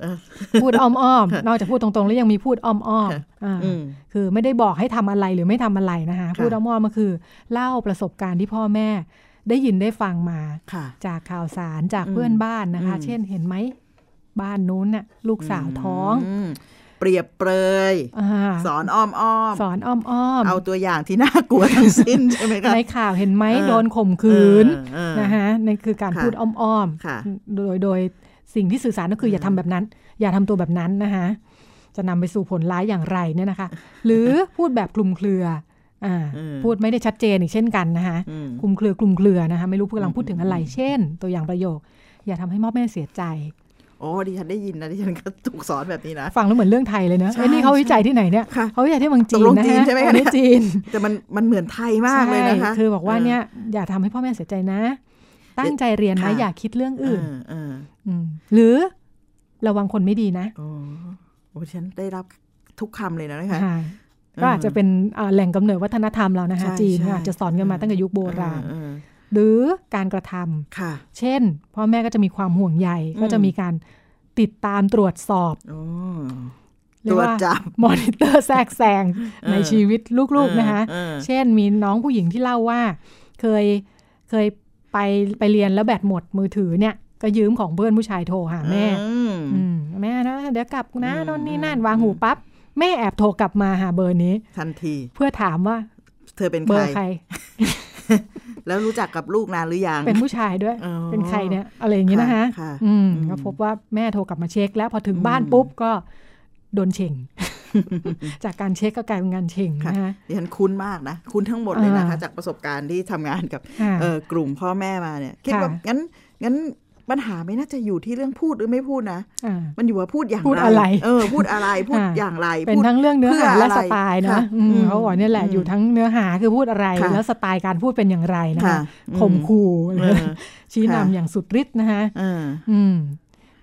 [SPEAKER 3] เออ
[SPEAKER 2] พูดอ้อมๆนอกจากพูดตรงๆแล้วยังมีพูดอ้อม
[SPEAKER 3] ค่ะ
[SPEAKER 2] ๆอ่า
[SPEAKER 3] อืม
[SPEAKER 2] คือไม่ได้บอกให้ทำอะไรหรือไม่ทำอะไรนะคะ
[SPEAKER 3] ค่ะ
[SPEAKER 2] พูดอ้อมๆก็คือ เล่าประสบการณ์ที่พ่อแม่ ได้ยินได้ฟังมา
[SPEAKER 3] ค่ะ
[SPEAKER 2] จากข่าวสารจาก
[SPEAKER 3] อืม
[SPEAKER 2] เพื่อนบ้านนะคะ
[SPEAKER 3] อืม
[SPEAKER 2] เช่นเห็นไหมบ้านนู้นน่ะลูกสาวท้อง
[SPEAKER 3] มเปรียบเปรย
[SPEAKER 2] อา
[SPEAKER 3] สอนอ้อมอ้อม
[SPEAKER 2] สอนอ้อม
[SPEAKER 3] เอาตัวอย่างที่น่ากลัวทั้งสิ้น <laughs> ใช่ไหม
[SPEAKER 2] ๆ
[SPEAKER 3] คะ
[SPEAKER 2] ในข่าวเห็นไหม
[SPEAKER 3] เออ
[SPEAKER 2] โดนข่มขืน
[SPEAKER 3] เออเออ
[SPEAKER 2] นะคะนั่นคือการ
[SPEAKER 3] ค่ะ
[SPEAKER 2] พูดอ้อม
[SPEAKER 3] ค่ะ
[SPEAKER 2] ๆโดยโดยสิ่งที่สื่อสารก็คือออ
[SPEAKER 3] ม
[SPEAKER 2] ย่าทำแบบนั้น อย่าทำตัวแบบนั้นนะคะจะนำไปสู่ผลร้ายอย่างไรเนี่ยนะคะ หรือพูดแบบคลุมเครืออ่าพูดไม่ได้ชัดเจนอีกเช่นกันนะคะ
[SPEAKER 3] อืม
[SPEAKER 2] คลุมเครือกลุมเครือนะคะไม่รู้กำลังพูดถึงอะไร
[SPEAKER 3] อืมอืม
[SPEAKER 2] เช่น ตัวอย่างประโยค อย่าทำให้พ่อแม่เสียใจ
[SPEAKER 3] โอ้ดิฉันได้ยินนะดิฉันก็ถูกสอนแบบนี้นะ
[SPEAKER 2] ฟังแล้วเหมือนเรื่องไทยเลยเนอะ
[SPEAKER 3] ใช่
[SPEAKER 2] เอ้ยนี่เขาวิจัยที่ไหนเนี่ย
[SPEAKER 3] ค่ะ
[SPEAKER 2] เขาวิจัยที่เมืองจีน
[SPEAKER 3] ตกลง
[SPEAKER 2] นะ
[SPEAKER 3] จีนใช่ไหมคะ
[SPEAKER 2] อันนี้
[SPEAKER 3] เนี่ย
[SPEAKER 2] จีน
[SPEAKER 3] แต่มันมันเหมือนไทยมากเลยนะคะ
[SPEAKER 2] ใช่คือบอกว่าเนี่ยอย่าทำให้พ่อแม่เสียใจนะ ตั้งใจเรียนนะ
[SPEAKER 3] ค่ะ
[SPEAKER 2] อย่าคิดเรื่อง
[SPEAKER 3] เอ
[SPEAKER 2] อื่น
[SPEAKER 3] อเออ
[SPEAKER 2] มหรือระวังคนไม่ดีนะ
[SPEAKER 3] โอ้โอ้ฉันได้รับทุกคำเลยนะนะคะ
[SPEAKER 2] ค่ะก็อาจจะเป็นอ่าแหล่งกำเนิดวัฒนธรรมเรานะคะ
[SPEAKER 3] ใช่
[SPEAKER 2] จีน
[SPEAKER 3] ใช่
[SPEAKER 2] อาจจะสอนกันมาตั้งแต่ยุคโบราณ
[SPEAKER 3] เออเออ
[SPEAKER 2] หรือการกระทำ
[SPEAKER 3] ค่ะ
[SPEAKER 2] เช่น พ่อแม่ก็จะมีความห่วงใย
[SPEAKER 3] อืม
[SPEAKER 2] ก็จะมีการติดตามตรวจสอบ
[SPEAKER 3] โอ้
[SPEAKER 2] เรี
[SPEAKER 3] ต
[SPEAKER 2] ย
[SPEAKER 3] ร
[SPEAKER 2] ก
[SPEAKER 3] วจ
[SPEAKER 2] ว่า
[SPEAKER 3] จับ
[SPEAKER 2] มอนิเตอร์แทรกแซง
[SPEAKER 3] เออ
[SPEAKER 2] ในชีวิตลูกๆนะคะ
[SPEAKER 3] เออเออ
[SPEAKER 2] เช่นมีน้องผู้หญิงที่เล่าว่า เคยเคยไปไปเรียนแล้วแบตหมดมือถือเนี่ย ก็ยืมของเพื่อนผู้ชายโทรหาแม่
[SPEAKER 3] อืม
[SPEAKER 2] อืมแม่นะเดี๋ยวกลับนะ
[SPEAKER 3] อืม
[SPEAKER 2] นอนนี่นั่น
[SPEAKER 3] อืม
[SPEAKER 2] วางหูปั๊บ แม่แอบโทรกลับมาหาเบอร์นี้
[SPEAKER 3] ทันที
[SPEAKER 2] เพื่อถามว่า
[SPEAKER 3] เธอเป็น
[SPEAKER 2] เบ
[SPEAKER 3] ใค
[SPEAKER 2] อ
[SPEAKER 3] ร
[SPEAKER 2] ร์ใคร
[SPEAKER 3] แล้วรู้จักกับลูกนานหรือยัง
[SPEAKER 2] เป็นผู้ชายด้วย
[SPEAKER 3] อ๋อ
[SPEAKER 2] เป็นใครเนี่ยอะไรอย่างนี้นะคะ
[SPEAKER 3] ค่ะ
[SPEAKER 2] อืม
[SPEAKER 3] อืม
[SPEAKER 2] ก็พบว่าแม่โทรกลับมาเช็ค แล้วพอถึง
[SPEAKER 3] อืม
[SPEAKER 2] บ้านปุ๊บก็โดนเช่ง
[SPEAKER 3] <laughs>
[SPEAKER 2] จากการเช็คก็กลายเป็นงานเช่งนะคะ
[SPEAKER 3] ดิฉันคุ้นมากนะ คุ้นทั้งหมดเลยนะคะ
[SPEAKER 2] อ่า
[SPEAKER 3] จากประสบการณ์ที่ทำงานกับ
[SPEAKER 2] อ่า
[SPEAKER 3] เออกลุ่มพ่อแม่มาเนี่ยคิด
[SPEAKER 2] ค่ะ
[SPEAKER 3] ว่างั้นงั้นปัญหาไม่น่าจะอยู่ที่เรื่องพูดหรือไม่พูดนะ
[SPEAKER 2] อ่า
[SPEAKER 3] มันอยู่ว่าพูดอย่าง
[SPEAKER 2] พูดอะไร
[SPEAKER 3] เออ พูด
[SPEAKER 2] <laughs>
[SPEAKER 3] อะไรพูด
[SPEAKER 2] อ่า
[SPEAKER 3] อย่างไร
[SPEAKER 2] เป็น
[SPEAKER 3] พูด
[SPEAKER 2] ทั้งเรื่องเนื้อหา
[SPEAKER 3] เพื่อ
[SPEAKER 2] และ
[SPEAKER 3] อะไร
[SPEAKER 2] สไตล์
[SPEAKER 3] ค่ะ
[SPEAKER 2] นะอืม
[SPEAKER 3] อืม
[SPEAKER 2] เขาบอกเนี่ยแหละ
[SPEAKER 3] อืม
[SPEAKER 2] อยู่ทั้งเนื้อหาคือพูดอะไร
[SPEAKER 3] ค่ะ
[SPEAKER 2] แล้วสไตล์การพูดเป็นอย่างไรนะ
[SPEAKER 3] ค่ะ
[SPEAKER 2] คะ
[SPEAKER 3] อืม
[SPEAKER 2] ข่มขู่ห
[SPEAKER 3] เอ
[SPEAKER 2] รือ
[SPEAKER 3] อ
[SPEAKER 2] ชี้นำ
[SPEAKER 3] ค่ะ
[SPEAKER 2] อย่างสุดฤทธิ์นะคะ
[SPEAKER 3] เออ
[SPEAKER 2] อืม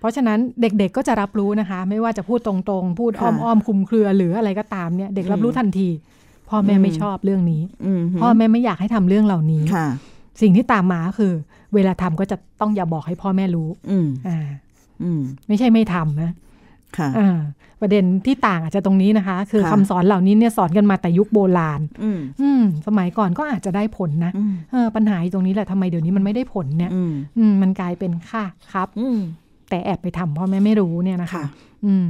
[SPEAKER 2] เพราะฉะนั้นเด็กๆก็จะรับรู้นะคะ ไม่ว่าจะพูดตรงๆ พูด
[SPEAKER 3] ค่ะ
[SPEAKER 2] อ้อมๆคลุมเครือหรืออะไรก็ตามเนี่ยเด็กรับรู้ทันทีพ่อแม่
[SPEAKER 3] อืม
[SPEAKER 2] ไม่ชอบเรื่องนี้
[SPEAKER 3] อืม
[SPEAKER 2] พ่อแม่ไม่อยากให้ทำเรื่องเหล่านี้
[SPEAKER 3] ค่ะ
[SPEAKER 2] สิ่งที่ตามมาก็คือ เวลาทำก็จะต้องอย่าบอกให้พ่อแม่รู้
[SPEAKER 3] อืม
[SPEAKER 2] อ่า
[SPEAKER 3] อืม
[SPEAKER 2] ไม่ใช่ไม่ทำนะ
[SPEAKER 3] ค่ะ
[SPEAKER 2] อ่าประเด็นที่ต่างอาจจะตรงนี้นะคะ คือ
[SPEAKER 3] ค่ะ
[SPEAKER 2] คำสอนเหล่านี้เนี่ยสอนกันมาแต่ยุคโบราณ
[SPEAKER 3] อืม
[SPEAKER 2] อืม สมัยก่อนก็อาจจะได้ผลนะ
[SPEAKER 3] อืม
[SPEAKER 2] เออปัญหาอยู่ตรงนี้แหละทำไมเดี๋ยวนี้มันไม่ได้ผลเนี่ย
[SPEAKER 3] อืม
[SPEAKER 2] อืม มันกลายเป็นค่ะครับ
[SPEAKER 3] อืม
[SPEAKER 2] แต่แอบไปทำพ่อแม่ไม่รู้เนี่ยนะคะ
[SPEAKER 3] ค่ะ
[SPEAKER 2] อืม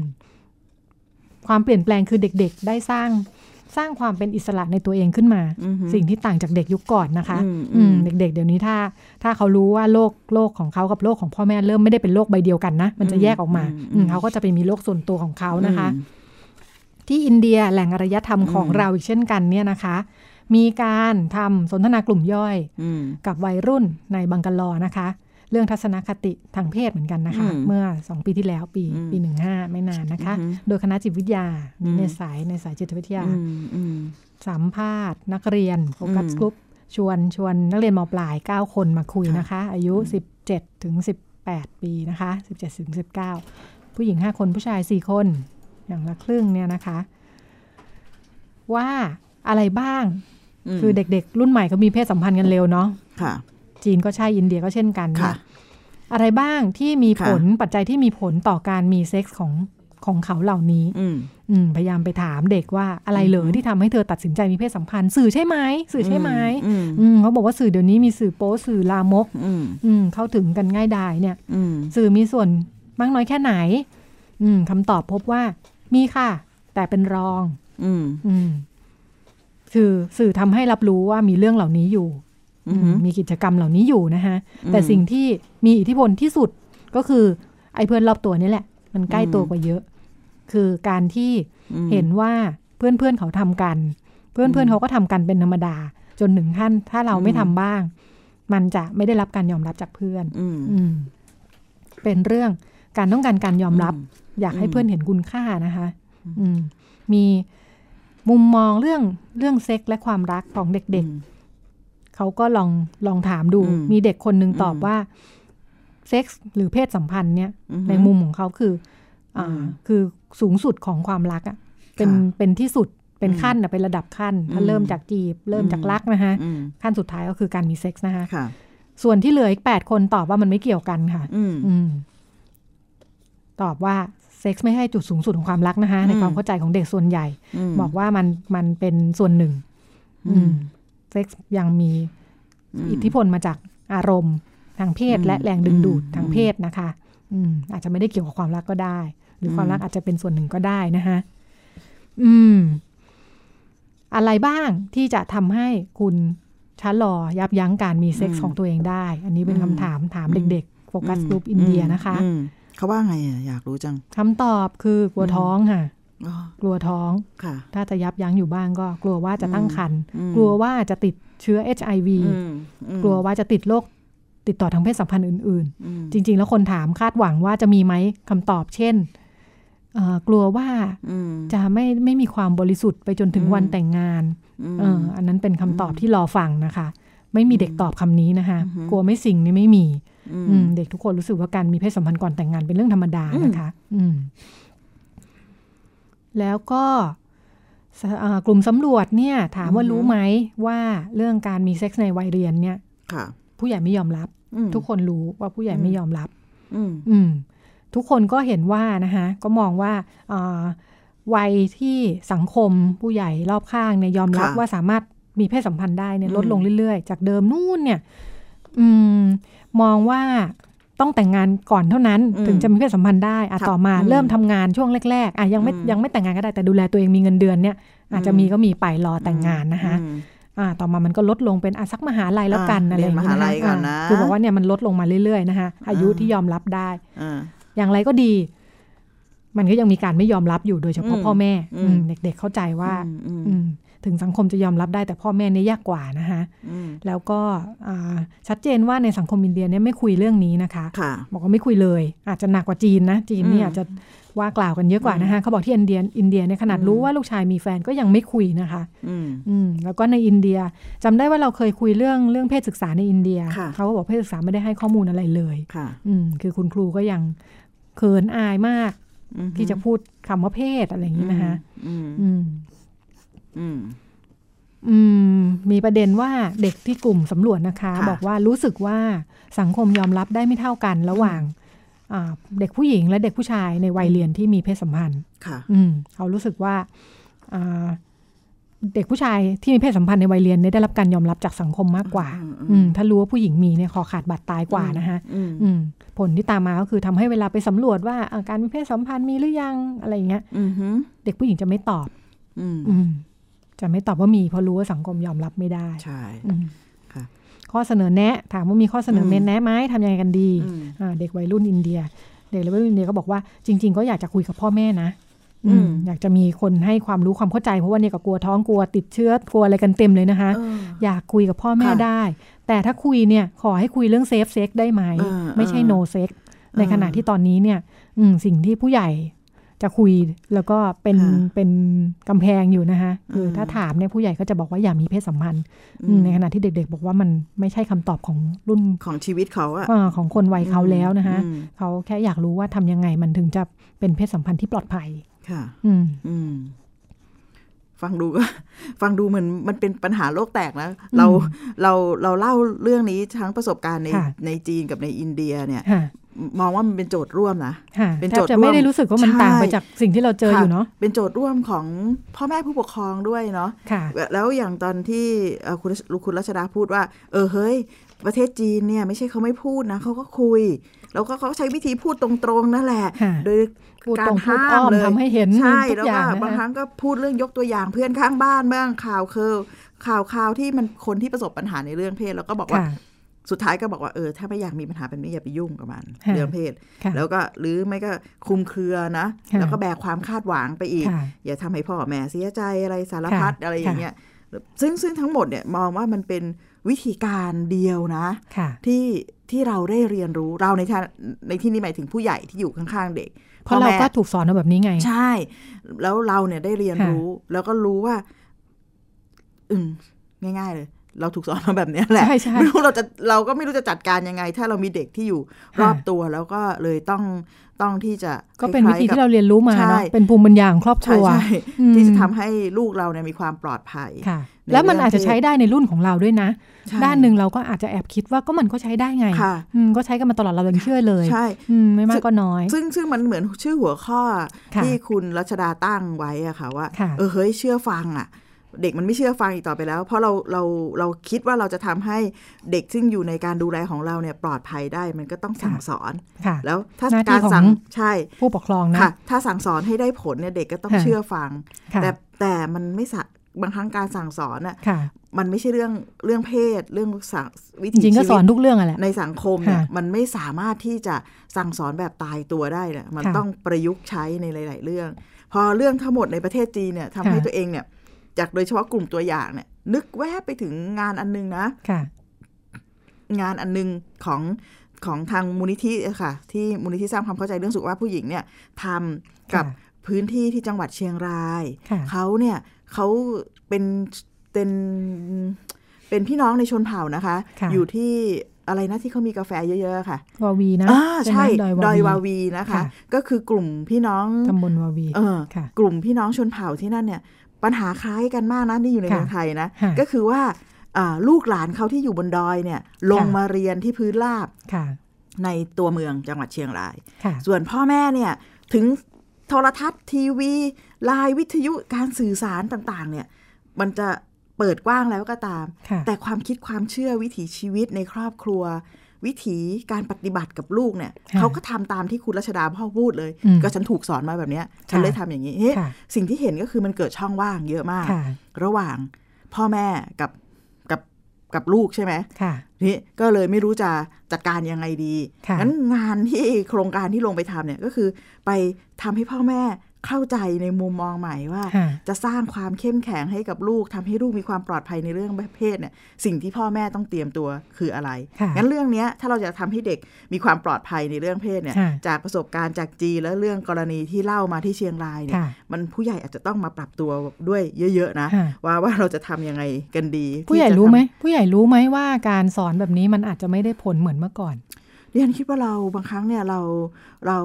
[SPEAKER 2] ความเปลี่ยนแปลงคือเด็ก ๆ ได้สร้างสร้างความเป็นอิสระในตัวเองขึ้นมา
[SPEAKER 3] อือหือ
[SPEAKER 2] สิ่งที่ต่างจากเด็กยุคก่อนนะคะ
[SPEAKER 3] อืม
[SPEAKER 2] อืม
[SPEAKER 3] อืม
[SPEAKER 2] เด็ก ๆ เดี๋ยวนี้ถ้า ถ้าเขารู้ว่าโลกโลกของเขากับโลกของพ่อแม่เริ่มไม่ได้เป็นโลกใบเดียวกันนะ มันจะแยกออกมา
[SPEAKER 3] อืมอืม
[SPEAKER 2] อืมเขาก็จะไปมีโลกส่วนตัวของเขานะคะ
[SPEAKER 3] อืม
[SPEAKER 2] ที่อินเดียแหล่งอารยธรรมของ
[SPEAKER 3] อืม
[SPEAKER 2] เราอีกเช่นกันเนี่ยนะคะ มีการทำสนทนากลุ่มย่อย
[SPEAKER 3] อืม
[SPEAKER 2] กับวัยรุ่นในบังกะลอนะคะ เรื่องทัศนคติทางเพศเหมือนกันนะคะ
[SPEAKER 3] อืม
[SPEAKER 2] เมื่อ 2 ปีที่แล้วปี
[SPEAKER 3] อืม
[SPEAKER 2] ปี 15 ไม่นานนะคะ
[SPEAKER 3] อือหือ
[SPEAKER 2] โดยคณะจิตวิทยา
[SPEAKER 3] อืม
[SPEAKER 2] ในสายในสายจิตวิทยา
[SPEAKER 3] อืมอืม
[SPEAKER 2] สัมภาษณ์ นักเรียนโฟกัส
[SPEAKER 3] อืม
[SPEAKER 2] กลุ่มชวนชวนนักเรียนมปลาย 9 คนมาคุยนะคะ อายุ 17 ถึง 18 ปีนะคะ 17 ถึง 19 ผู้หญิง 5 คนผู้ชาย 4 คน อย่างละครึ่งเนี่ยนะคะ ว่าอะไรบ้าง คือเด็กๆ รุ่นใหม่เขามีเพศสัมพันธ์กันเร็วเนาะ
[SPEAKER 3] ค่ะ
[SPEAKER 2] จีนก็ใช่ อินเดียก็เช่นกันเนี่
[SPEAKER 3] ค่ะ
[SPEAKER 2] ยอะไรบ้างที่มี
[SPEAKER 3] ค่ะ
[SPEAKER 2] ผลปัจจัยที่มีผลต่อการมีเซ็กส์ของของเขาเหล่านี้
[SPEAKER 3] อืม
[SPEAKER 2] อืมพยายามไปถามเด็กว่าอะไรเหรอ
[SPEAKER 3] อือฮึ
[SPEAKER 2] ที่ทำให้เธอตัดสินใจมีเพศสัมพันธ์ สื่อใช่ไหมสื่อใช่ไหม
[SPEAKER 3] อืม
[SPEAKER 2] อืมเขาบอกว่าสื่อเดี๋ยวนี้มีสื่อโป๊สื่อลามก
[SPEAKER 3] อืม
[SPEAKER 2] อืมเข้าถึงกันง่ายดายเนี่ย
[SPEAKER 3] อืม
[SPEAKER 2] สื่อมีส่วนมากน้อยแค่ไหน อืมคำตอบพบว่ามีค่ะ แต่เป็นรอง
[SPEAKER 3] อืม
[SPEAKER 2] อืมสื่อสื่อทำให้รับรู้ว่ามีเรื่องเหล่านี้อยู่
[SPEAKER 3] อืม
[SPEAKER 2] มีกิจกรรมเหล่านี้อยู่นะคะ
[SPEAKER 3] อืม
[SPEAKER 2] แต่สิ่งที่มีอิทธิพลที่สุดก็คือ ไอ้เพื่อนรอบตัวนี่แหละ มันใกล้
[SPEAKER 3] อืม
[SPEAKER 2] ตัวกว่าเยอะ คือการที่
[SPEAKER 3] อืม
[SPEAKER 2] เห็นว่าเพื่อนเพื่อนๆเขาทำกัน เพื่อนเพื่อน
[SPEAKER 3] อืม
[SPEAKER 2] เขาก็ทำกันเป็นธรรมดา จนหนึ่งท่านถ้าเรา
[SPEAKER 3] อืม
[SPEAKER 2] ไม่ทำบ้าง มันจะไม่ได้รับการยอมรับจากเพื่อน
[SPEAKER 3] อืม
[SPEAKER 2] อืม เป็นเรื่องการต้องการการยอมรับ
[SPEAKER 3] อื
[SPEAKER 2] อยากให้
[SPEAKER 3] อืม
[SPEAKER 2] เพื่อนเห็นคุณค่านะคะ
[SPEAKER 3] อืม
[SPEAKER 2] อืมมีมุมมองเรื่องเรื่องเซ็กและความรักของเด็ก ๆ
[SPEAKER 3] อืม
[SPEAKER 2] เขาก็ลองลองถามดู
[SPEAKER 3] อืม
[SPEAKER 2] มีเด็กคนหนึ่งตอบ
[SPEAKER 3] อืม
[SPEAKER 2] ว่าเซ็กส์หรือเพศสัมพันธ์เนี่ย
[SPEAKER 3] อื
[SPEAKER 2] ในมุมของเขาคืออ่า
[SPEAKER 3] อืม
[SPEAKER 2] คือสูงสุดของความรักอะ่ะ เป็น
[SPEAKER 3] ค่ะ
[SPEAKER 2] เป็นที่สุด เป็น
[SPEAKER 3] อืม
[SPEAKER 2] ขั้นนะเป็นระดับขั้น ถ้า
[SPEAKER 3] อืม
[SPEAKER 2] เริ่มจากจีบ เริ่ม
[SPEAKER 3] อืม
[SPEAKER 2] จากรักนะคะ
[SPEAKER 3] อืม
[SPEAKER 2] ขั้นสุดท้ายก็คือการมีเซ็กส์นะคะ
[SPEAKER 3] ค่ะ
[SPEAKER 2] ส่วนที่เหลืออีก 8 คนตอบว่ามันไม่เกี่ยวกันค่ะ
[SPEAKER 3] อืม
[SPEAKER 2] อืม ตอบว่าเซ็กส์ไม่ให้จุดสูงสุดของความรักนะคะ ใน
[SPEAKER 3] อืม
[SPEAKER 2] ความเข้าใจของเด็กส่วนใหญ่
[SPEAKER 3] ม
[SPEAKER 2] บอกว่ามันมันเป็นส่วนหนึ่ง
[SPEAKER 3] อืม
[SPEAKER 2] อืมเซ็กส์ยังมี
[SPEAKER 3] ม
[SPEAKER 2] อิทธิพลมาจากอารมณ์ทางเพศ
[SPEAKER 3] อืม
[SPEAKER 2] และแรงดึงดูด
[SPEAKER 3] อืม
[SPEAKER 2] ทางเพศนะคะ อืม อาจจะไม่ได้เกี่ยวกับความรักก็ได้ หรืออ
[SPEAKER 3] ม
[SPEAKER 2] ความรักอาจจะเป็นส่วนหนึ่งก็ได้นะคะอืม อะไรบ้างที่จะทำให้คุณชะลอยับยั้งการมีเซ็กส์ของตัวเองได้ อันนี้เป็นคำถามถามเด็กๆโฟกัสกลุ่มอินเดียนะคะ
[SPEAKER 3] อืมเขาว่าไงอะอยากรู้จัง
[SPEAKER 2] คำตอบคือกลัวท้องค่ะ
[SPEAKER 3] อ๋อก
[SPEAKER 2] ลัวท้อง
[SPEAKER 3] ค่ะ
[SPEAKER 2] ถ้าจะยับยั้งอยู่บ้างก็ กลัวว่าจะตั้งครรภ์
[SPEAKER 3] อืม
[SPEAKER 2] กลัวว่าจะติดเชื้อ HIV
[SPEAKER 3] อืมอืม
[SPEAKER 2] กลัวว่าจะติดโรคติดต่อทางเพศสัมพันธ์อื่น ๆ
[SPEAKER 3] อืม
[SPEAKER 2] จริง ๆ แล้วคนถามคาดหวังว่าจะมีไหมคำตอบเช่นเอ่อกลัวว่า
[SPEAKER 3] อืม
[SPEAKER 2] จะไม่ไม่มีความบริสุทธิ์ไปจนถึง
[SPEAKER 3] อืม
[SPEAKER 2] วันแต่งงาน
[SPEAKER 3] อืม
[SPEAKER 2] เอออันนั้นเป็นคำตอบที่รอฟังนะคะ ไม่มีเด็กตอบคำนี้นะคะ
[SPEAKER 3] อือฮึ
[SPEAKER 2] กลัวไม่สิ่งนี่ไม่มี
[SPEAKER 3] อื
[SPEAKER 2] อื
[SPEAKER 3] ม
[SPEAKER 2] มเด็กทุกคนรู้สึกว่าการมีเพศสัมพันธ์ก่อนแต่งงานเป็นเรื่องธรรมดานะคะ อืม แล้วก็สเอ่อกลุ่มสำรวจเนี่ย ถามว่า
[SPEAKER 3] อือฮึ
[SPEAKER 2] รู้ไหมว่าเรื่องการมีเซ็กส์ในวัยเรียนเนี่ย
[SPEAKER 3] ค่ะ
[SPEAKER 2] ผู้ใหญ่ไม่ยอมรับ
[SPEAKER 3] อืม
[SPEAKER 2] ทุกคนรู้ว่าผู้ใหญ่
[SPEAKER 3] อืม
[SPEAKER 2] ไม่ยอมรับ
[SPEAKER 3] อืม
[SPEAKER 2] อืมทุกคนก็เห็นว่านะคะก็มองว่าอ่าวัยที่สังคมผู้ใหญ่รอบข้างเนี่ยยอมรับ
[SPEAKER 3] ค่ะ
[SPEAKER 2] ว่าสามารถมีเพศสัมพันธ์ได้เนี่ย
[SPEAKER 3] อืม
[SPEAKER 2] ลดลงเรื่อยๆ จากเดิมนู่นเนี่ย อืม มองว่าต้องแต่งงานก่อนเท่านั้น ถึงจะมีเพศสัมพันธ์ได้อ่ะ
[SPEAKER 3] ครับ
[SPEAKER 2] ต่อมา
[SPEAKER 3] อืม
[SPEAKER 2] เริ่มทำงานช่วงแรกๆอ่ะยังไม่
[SPEAKER 3] อืม
[SPEAKER 2] ยังไม่แต่งงานก็ได้แต่ดูแลตัวเองมีเงินเดือนเนี่ย อาจจะ
[SPEAKER 3] อืม
[SPEAKER 2] มีก็มีไปรอแต่งงานนะคะ
[SPEAKER 3] อืม
[SPEAKER 2] อ่า ต่อมามันก็ลดลงเป็นอาสักมหาลัยแล้วกัน
[SPEAKER 3] อ่า
[SPEAKER 2] อะไรอย่างเงี้ย
[SPEAKER 3] เรียนมหาลั
[SPEAKER 2] นะ
[SPEAKER 3] ยก่
[SPEAKER 2] คะ
[SPEAKER 3] อนนะ
[SPEAKER 2] อ่าคือบอกว่าเนี่ยมันลดลงมาเรื่อยๆนะคะอายุ
[SPEAKER 3] อ่า
[SPEAKER 2] ที่ยอมรับได้
[SPEAKER 3] อ่า
[SPEAKER 2] อย่างไรก็ดี มันก็ยังมีการไม่ยอมรับอยู่โดยเฉพาะ
[SPEAKER 3] อืม
[SPEAKER 2] พ่อแม่
[SPEAKER 3] อืม
[SPEAKER 2] อืมเด็กๆเข้าใจว่า
[SPEAKER 3] อืม
[SPEAKER 2] อืม ถึงสังคมจะยอมรับได้แต่พ่อแม่เนี่ยยากกว่านะคะ
[SPEAKER 3] อืม
[SPEAKER 2] แล้วก็อ่าชัดเจนว่าในสังคมอินเดียเนี่ยไม่คุยเรื่องนี้นะคะ
[SPEAKER 3] ค่ะ
[SPEAKER 2] บอกว่าไม่คุยเลย อาจจะหนักกว่าจีนนะ จีนเนี่
[SPEAKER 3] อื
[SPEAKER 2] ย
[SPEAKER 3] ม
[SPEAKER 2] อาจจะว่ากล่าวกันเยอะกว่านะคะเขาบอกที่อินเดียอินเดียเนี่ยขนาด
[SPEAKER 3] อืม
[SPEAKER 2] รู้ว่าลูกชายมีแฟนก็ยังไม่คุยนะคะ
[SPEAKER 3] อืม
[SPEAKER 2] อืมแล้วก็ในอินเดียจำได้ว่าเราเคยคุยเรื่องเรื่องเพศศึกษาในอินเดีย
[SPEAKER 3] ค่ะ
[SPEAKER 2] เขาก็บอกเพศศึกษาไม่ได้ให้ข้อมูลอะไรเลย
[SPEAKER 3] ค่ะ
[SPEAKER 2] อืมคือคุณครูก็ยังเขินอายมาก
[SPEAKER 3] อืม
[SPEAKER 2] ที่จะพูดคำว่าเพศอะไรอย่างนี้นะคะ
[SPEAKER 3] อืม
[SPEAKER 2] อืม
[SPEAKER 3] อืม
[SPEAKER 2] อืม มีประเด็นว่าเด็กที่กลุ่มสำรวจนะคะ
[SPEAKER 3] ค่ะ
[SPEAKER 2] บอกว่ารู้สึกว่าสังคมยอมรับได้ไม่เท่ากันระหว่างอ่าเด็กผู้หญิงและเด็กผู้ชายในวัยเรียนที่มีเพศสัมพันธ์
[SPEAKER 3] ค่ะ
[SPEAKER 2] อืมเขารู้สึกว่าอ่าเด็กผู้ชายที่มีเพศสัมพันธ์ในวัยเรียนเนี่ยได้รับการยอมรับจากสังคมมากกว่า
[SPEAKER 3] อืมอืม
[SPEAKER 2] อืม ถ้ารู้ว่าผู้หญิงมีเนี่ยคอขาดบาดตายกว่านะคะ
[SPEAKER 3] อืม
[SPEAKER 2] อืมผลที่ตามมาก็คือทำให้เวลาไปสำรวจว่าเอ่อการมีเพศสัมพันธ์มีหรือยังอะไรอย่างเงี้ย
[SPEAKER 3] อืมอืม
[SPEAKER 2] เด็กผู้หญิงจะไม่ตอบ
[SPEAKER 3] อืม
[SPEAKER 2] อืม จะไม่ตอบว่ามีเพราะรู้ว่าสังคมยอมรับไม่ได้
[SPEAKER 3] ใช่
[SPEAKER 2] อืม
[SPEAKER 3] ค่ะ
[SPEAKER 2] ข้อเสนอแนะ ถามว่ามีข้อเสนอ
[SPEAKER 3] ม
[SPEAKER 2] เมนแนะไหมทำยังไงกันดี
[SPEAKER 3] อืม
[SPEAKER 2] อ่าเด็กวัยรุ่นอินเดีย เด็กวัยรุ่นอินเดียก็บอกว่าจริง ๆ ก็อยากจะคุยกับพ่อแม่นะ อืม
[SPEAKER 3] อืม
[SPEAKER 2] อยากจะมีคนให้ความรู้ความเข้าใจเพราะว่าเนี่ยก็กลัวท้องกลัวติดเชื้อกลัวอะไรกันเต็มเลยนะคะ
[SPEAKER 3] เออ
[SPEAKER 2] อยากคุยกับพ่อแม่
[SPEAKER 3] ค่ะ
[SPEAKER 2] ได้ แต่ถ้าคุยเนี่ยขอให้คุยเรื่องเซฟเซ็กได้ไหม
[SPEAKER 3] เออ
[SPEAKER 2] ไม่ใช่
[SPEAKER 3] เออ
[SPEAKER 2] โนเซ็ก
[SPEAKER 3] อ
[SPEAKER 2] ในขณะที่ตอนนี้เนี่ยอืมสิ่งที่ผู้ใหญ่จะคุยแล้วก็เป็น
[SPEAKER 3] ค่ะ
[SPEAKER 2] เป็นกำแพงอยู่นะคะคือ
[SPEAKER 3] ม
[SPEAKER 2] ถ้าถามเนี่ยผู้ใหญ่ก็จะบอกว่าอย่ามีเพศสัมพันธ์อื
[SPEAKER 3] อื
[SPEAKER 2] ม
[SPEAKER 3] ม
[SPEAKER 2] ในขณะที่เด็ก ๆ บอกว่ามันไม่ใช่คำตอบของรุ่น
[SPEAKER 3] ของชีวิตเขาอะ
[SPEAKER 2] เอ่อของคนวัยเขาแล้วนะคะ
[SPEAKER 3] อืม
[SPEAKER 2] เขาแค่อยากรู้ว่าทำยังไงมันถึงจะเป็นเพศสัมพันธ์ที่ปลอดภัย
[SPEAKER 3] ค่ะ
[SPEAKER 2] อืม
[SPEAKER 3] อืม ฟังดูก็ <laughs> ฟังดูเหมือนมันเป็นปัญหาโลกแตกนะ เราเราเราเล่าเรื่องนี้ทั้งประสบการณ์ใน
[SPEAKER 2] ค่ะ
[SPEAKER 3] ในจีนกับในอินเดียเนี่ย
[SPEAKER 2] ค่ะ
[SPEAKER 3] มองว่ามันเป็นโจทย์ร่วมนะ
[SPEAKER 2] ค่ะ
[SPEAKER 3] เป็น
[SPEAKER 2] แท
[SPEAKER 3] โจ
[SPEAKER 2] บ
[SPEAKER 3] ทย์
[SPEAKER 2] จะ
[SPEAKER 3] ร่วม
[SPEAKER 2] ไม่ได้รู้สึกว่ามัน
[SPEAKER 3] ใช่
[SPEAKER 2] ต่างไปจากสิ่งที่เราเจออยู่เนาะ
[SPEAKER 3] เป็นโจทย์ร่วมของพ่อแม่ผู้ปกครองด้วยเนาะ
[SPEAKER 2] ค่ะ
[SPEAKER 3] แล้วอย่างตอนที่เอ่อคุณคุณรัชดาพูดว่า เออเฮ้ย ประเทศจีนเนี่ยไม่ใช่เขาไม่พูดนะเขาก็คุย แล้วก็เขาใช้วิธีพูดตรงๆนั่นแหละ
[SPEAKER 2] ค่ะ
[SPEAKER 3] โดย
[SPEAKER 2] พูด
[SPEAKER 3] กา
[SPEAKER 2] ตร
[SPEAKER 3] รง
[SPEAKER 2] พูดอ้
[SPEAKER 3] ห้าม
[SPEAKER 2] อม
[SPEAKER 3] เลย
[SPEAKER 2] ทำให้เห็น
[SPEAKER 3] ใช่
[SPEAKER 2] ทุก
[SPEAKER 3] แล้ว
[SPEAKER 2] อ
[SPEAKER 3] ก็
[SPEAKER 2] ย่าง
[SPEAKER 3] บาง
[SPEAKER 2] นะ
[SPEAKER 3] ค
[SPEAKER 2] คะ
[SPEAKER 3] รั้งก็พูดเรื่องยกตัวอย่างเพื่อนข้างบ้านบ้างข่าวคือข่าวข่าวที่มันคนที่ประสบปัญหาในเรื่องเพศแล้วก็บอกว่า
[SPEAKER 2] ค่ะ
[SPEAKER 3] สุดท้ายก็บอกว่าเออถ้าไม่อยากมีปัญหาแบบนี้อย่าไปยุ่งกับมัน
[SPEAKER 2] ค่ะ
[SPEAKER 3] เรื่องเพศ
[SPEAKER 2] ค่ะ
[SPEAKER 3] แล้วก็หรือไม่ก็คลุมเครือนะ
[SPEAKER 2] ค่ะ
[SPEAKER 3] แล้วก็แบกความคาดหวังไปอีก
[SPEAKER 2] ค่ะ
[SPEAKER 3] อย่าทำให้พ่อแม่เสียใจอะไรสารพัด
[SPEAKER 2] ค่ะ
[SPEAKER 3] อะไรอย่าง
[SPEAKER 2] ค่ะ
[SPEAKER 3] เงี้ยซึ่งซึ่งทั้งหมดเนี่ยมองว่ามันเป็นวิธีการเดียวนะ
[SPEAKER 2] ค่ะ
[SPEAKER 3] ที่ที่เราได้เรียนรู้เราในทางในที่นี้หมายถึงผู้ใหญ่ที่อยู่ข้างๆเด็ก
[SPEAKER 2] เพราะ
[SPEAKER 3] พ่อ
[SPEAKER 2] เรา
[SPEAKER 3] แม่
[SPEAKER 2] ก็ถูกสอนมาแบบนี้ไง
[SPEAKER 3] ใช่ แล้วเราเนี่ยได้เรียน
[SPEAKER 2] ค่ะ
[SPEAKER 3] รู้ แล้วก็รู้ว่า อืมง่าย ๆ เลย เราถูกสอนมาแบบเนี้ยแหละ
[SPEAKER 2] ใช่ใช่
[SPEAKER 3] ไม่รู้เราจะเราก็ไม่รู้จะจัดการยังไง ถ้าเรามีเด็กที่อยู่รอบ
[SPEAKER 2] ค่ะ
[SPEAKER 3] ตัวแล้วก็เลยต้องต้องที่จะ
[SPEAKER 2] ก็เป็น
[SPEAKER 3] ค
[SPEAKER 2] วิ
[SPEAKER 3] ล้ยๆ
[SPEAKER 2] ธี
[SPEAKER 3] กับ
[SPEAKER 2] ที่เราเรียนรู้มา
[SPEAKER 3] ใช่
[SPEAKER 2] เนาะเป็นภูมิปัญญาของครอบค
[SPEAKER 3] ใช่
[SPEAKER 2] รัว
[SPEAKER 3] ใช่
[SPEAKER 2] อืม
[SPEAKER 3] ที่จะทำให้ลูกเราเนี่ยมีความปลอดภัย
[SPEAKER 2] ค่ะ
[SPEAKER 3] ใน
[SPEAKER 2] แล้วมันอาจจะใช้ได้ในรุ่นของเราด้วยนะ
[SPEAKER 3] ใช่
[SPEAKER 2] ด้านหนึ่งเราก็อาจจะแอบคิดว่าก็มันก็ใช้ได้ไง
[SPEAKER 3] ค่ะ
[SPEAKER 2] อืมก็ใช้กันมาตลอดเรายังเชื่อเลย
[SPEAKER 3] ใช่
[SPEAKER 2] อืมไม่มากก็น้อย
[SPEAKER 3] ซึ่งซึ่งมันเหมือนชื่อหัวข้อ
[SPEAKER 2] ค่ะ
[SPEAKER 3] ที่คุณรัชดาตั้งไว้อะค่ะว่า
[SPEAKER 2] ค่ะ
[SPEAKER 3] เออเฮ้ยเชื่อฟังอะเด็กมันไม่เชื่อฟังอีกต่อไปแล้ว เพราะเราเราเราคิดว่าเราจะทำให้เด็กซึ่งอยู่ในการดูแลของเราเนี่ยปลอดภัยได้มันก็ต้องสั่งสอน
[SPEAKER 2] ค่ะ
[SPEAKER 3] แล้วถ้า
[SPEAKER 2] หน้าที่
[SPEAKER 3] การสั่ง
[SPEAKER 2] ของ
[SPEAKER 3] ใช่
[SPEAKER 2] ผู้ปกครองนะ
[SPEAKER 3] ค่ะ ถ้าสั่งสอนให้ได้ผลเนี่ยเด็กก็ต้อง
[SPEAKER 2] ค่ะ
[SPEAKER 3] เชื่อฟัง
[SPEAKER 2] ค่ะ
[SPEAKER 3] แต่แต่มันไม่สะบางครั้งการสั่งสอนน่ะ
[SPEAKER 2] ค่ะ
[SPEAKER 3] มันไม่ใช่เรื่องเรื่องเพศ เรื่องสังวิ
[SPEAKER 2] จ
[SPEAKER 3] ถี
[SPEAKER 2] ริงๆก็
[SPEAKER 3] ชี
[SPEAKER 2] สอ
[SPEAKER 3] วิ
[SPEAKER 2] น
[SPEAKER 3] ต
[SPEAKER 2] ทุกเรื่องอะแหละ
[SPEAKER 3] ในสังคมเนี่ย
[SPEAKER 2] ค่ะ
[SPEAKER 3] มันไม่สามารถที่จะสั่งสอนแบบตายตัวได้เนี่ยมัน
[SPEAKER 2] ค่ะ
[SPEAKER 3] ต้องประยุกต์ใช้ในหลาย ๆ เรื่อง พอเรื่องทั้งหมดในประเทศจีนเนี่ยทำให้
[SPEAKER 2] ค่ะ
[SPEAKER 3] ตัวเองเนี่ยจากโดยเฉพาะกลุ่มตัวอย่างเนี่ยนึกแวบไปถึงงานอันนึงนะ
[SPEAKER 2] ค่ะ
[SPEAKER 3] งานอันนึงของของทางมูลนิธิอะค่ะ ที่มูลนิธิสร้างความเข้าใจเรื่องสุขภาพผู้หญิงเนี่ยทำกับ
[SPEAKER 2] ค่ะ
[SPEAKER 3] พื้นที่ที่จังหวัดเชียงราย
[SPEAKER 2] ค่ะ
[SPEAKER 3] เขาเนี่ยเขาเป็นเป็นเป็นพี่น้องในชนเผ่านะคะ
[SPEAKER 2] ค่ะ
[SPEAKER 3] อยู่ที่อะไรนะที่เขามีกาแฟเยอะๆค่ะ
[SPEAKER 2] วาวีนะ
[SPEAKER 3] อ่า
[SPEAKER 2] ไหม
[SPEAKER 3] ใช่ดอยวา
[SPEAKER 2] วี
[SPEAKER 3] วีนะคะ
[SPEAKER 2] ค่ะ
[SPEAKER 3] ก็คือกลุ่มพี่น้อง
[SPEAKER 2] ตำบลวาวี
[SPEAKER 3] เออ
[SPEAKER 2] ค่ะ
[SPEAKER 3] กลุ่มพี่น้องชนเผ่าที่นั่นเนี่ย ปัญหาคล้ายกันมากนะนี่อยู่ใน
[SPEAKER 2] ค่ะ
[SPEAKER 3] เมืองไทยนะ
[SPEAKER 2] ค่ะ
[SPEAKER 3] ก็คือว่าอ่าลูกหลานเขาที่อยู่บนดอยเนี่ย ลง
[SPEAKER 2] ค่ะ
[SPEAKER 3] มาเรียนที่พื้นราบ
[SPEAKER 2] ค่ะ
[SPEAKER 3] ในตัวเมืองจังหวัดเชียงราย
[SPEAKER 2] ค่ะ
[SPEAKER 3] ส่วนพ่อแม่เนี่ยถึงโทรทัศน์ทีวีไลน์วิทยุการสื่อสารต่างๆ เนี่ย มันจะเปิดกว้างแล้วก็ตาม
[SPEAKER 2] ค่ะ
[SPEAKER 3] แต่ความคิดความเชื่อวิถีชีวิตในครอบครัว วิถีการปฏิบัติกับลูกเนี่ย
[SPEAKER 2] ค่ะ
[SPEAKER 3] เขาก็ทำตามที่คุณรัชดาพ่อพูดเลย
[SPEAKER 2] อืม
[SPEAKER 3] ก็ฉันถูกสอนมาแบบเนี้ยฉัน
[SPEAKER 2] ค่ะ
[SPEAKER 3] เลยทำอย่างนี้เฮ้ย
[SPEAKER 2] ค่ะ
[SPEAKER 3] สิ่งที่เห็นก็คือมันเกิดช่องว่างเยอะมาก
[SPEAKER 2] ค่ะ
[SPEAKER 3] ระหว่างพ่อแม่กับกับกับลูกใช่ไหม
[SPEAKER 2] ค่ะ
[SPEAKER 3] ทีนี่ก็เลยไม่รู้จะจัดการยังไงดี
[SPEAKER 2] ค่ะ
[SPEAKER 3] งั้นงานที่โครงการที่ลงไปทำเนี่ยก็คือไปทำให้พ่อแม่เข้าใจในมุมมองใหม่ว่า
[SPEAKER 2] ค่ะ
[SPEAKER 3] จะสร้างความเข้มแข็งให้กับลูกทำให้ลูกมีความปลอดภัยในเรื่องเพศเนี่ยสิ่งที่พ่อแม่ต้องเตรียมตัวคืออะไร
[SPEAKER 2] ค่ะ
[SPEAKER 3] งั้นเรื่องเนี้ยถ้าเราจะทำให้เด็กมีความปลอดภัยในเรื่องเพศเนี่ย
[SPEAKER 2] ค่ะ
[SPEAKER 3] จากประสบการณ์จากจีนและเรื่องกรณีที่เล่ามาที่เชียงรายเนี่ย
[SPEAKER 2] ค่ะ
[SPEAKER 3] มันผู้ใหญ่อาจจะต้องมาปรับตัวด้วยเยอะๆนะ
[SPEAKER 2] ค่ะ
[SPEAKER 3] ว่าว่าเราจะทำยังไงกันดีที่
[SPEAKER 2] ผู้ใหญ่
[SPEAKER 3] จะ
[SPEAKER 2] รู้
[SPEAKER 3] ทำ
[SPEAKER 2] ไหมผู้ใหญ่รู้ไหมว่าการสอนแบบนี้มันอาจจะไม่ได้ผลเหมือนเมื่อก่อน
[SPEAKER 3] ดิฉันคิดว่าเราบางครั้งเนี่ยเราเรา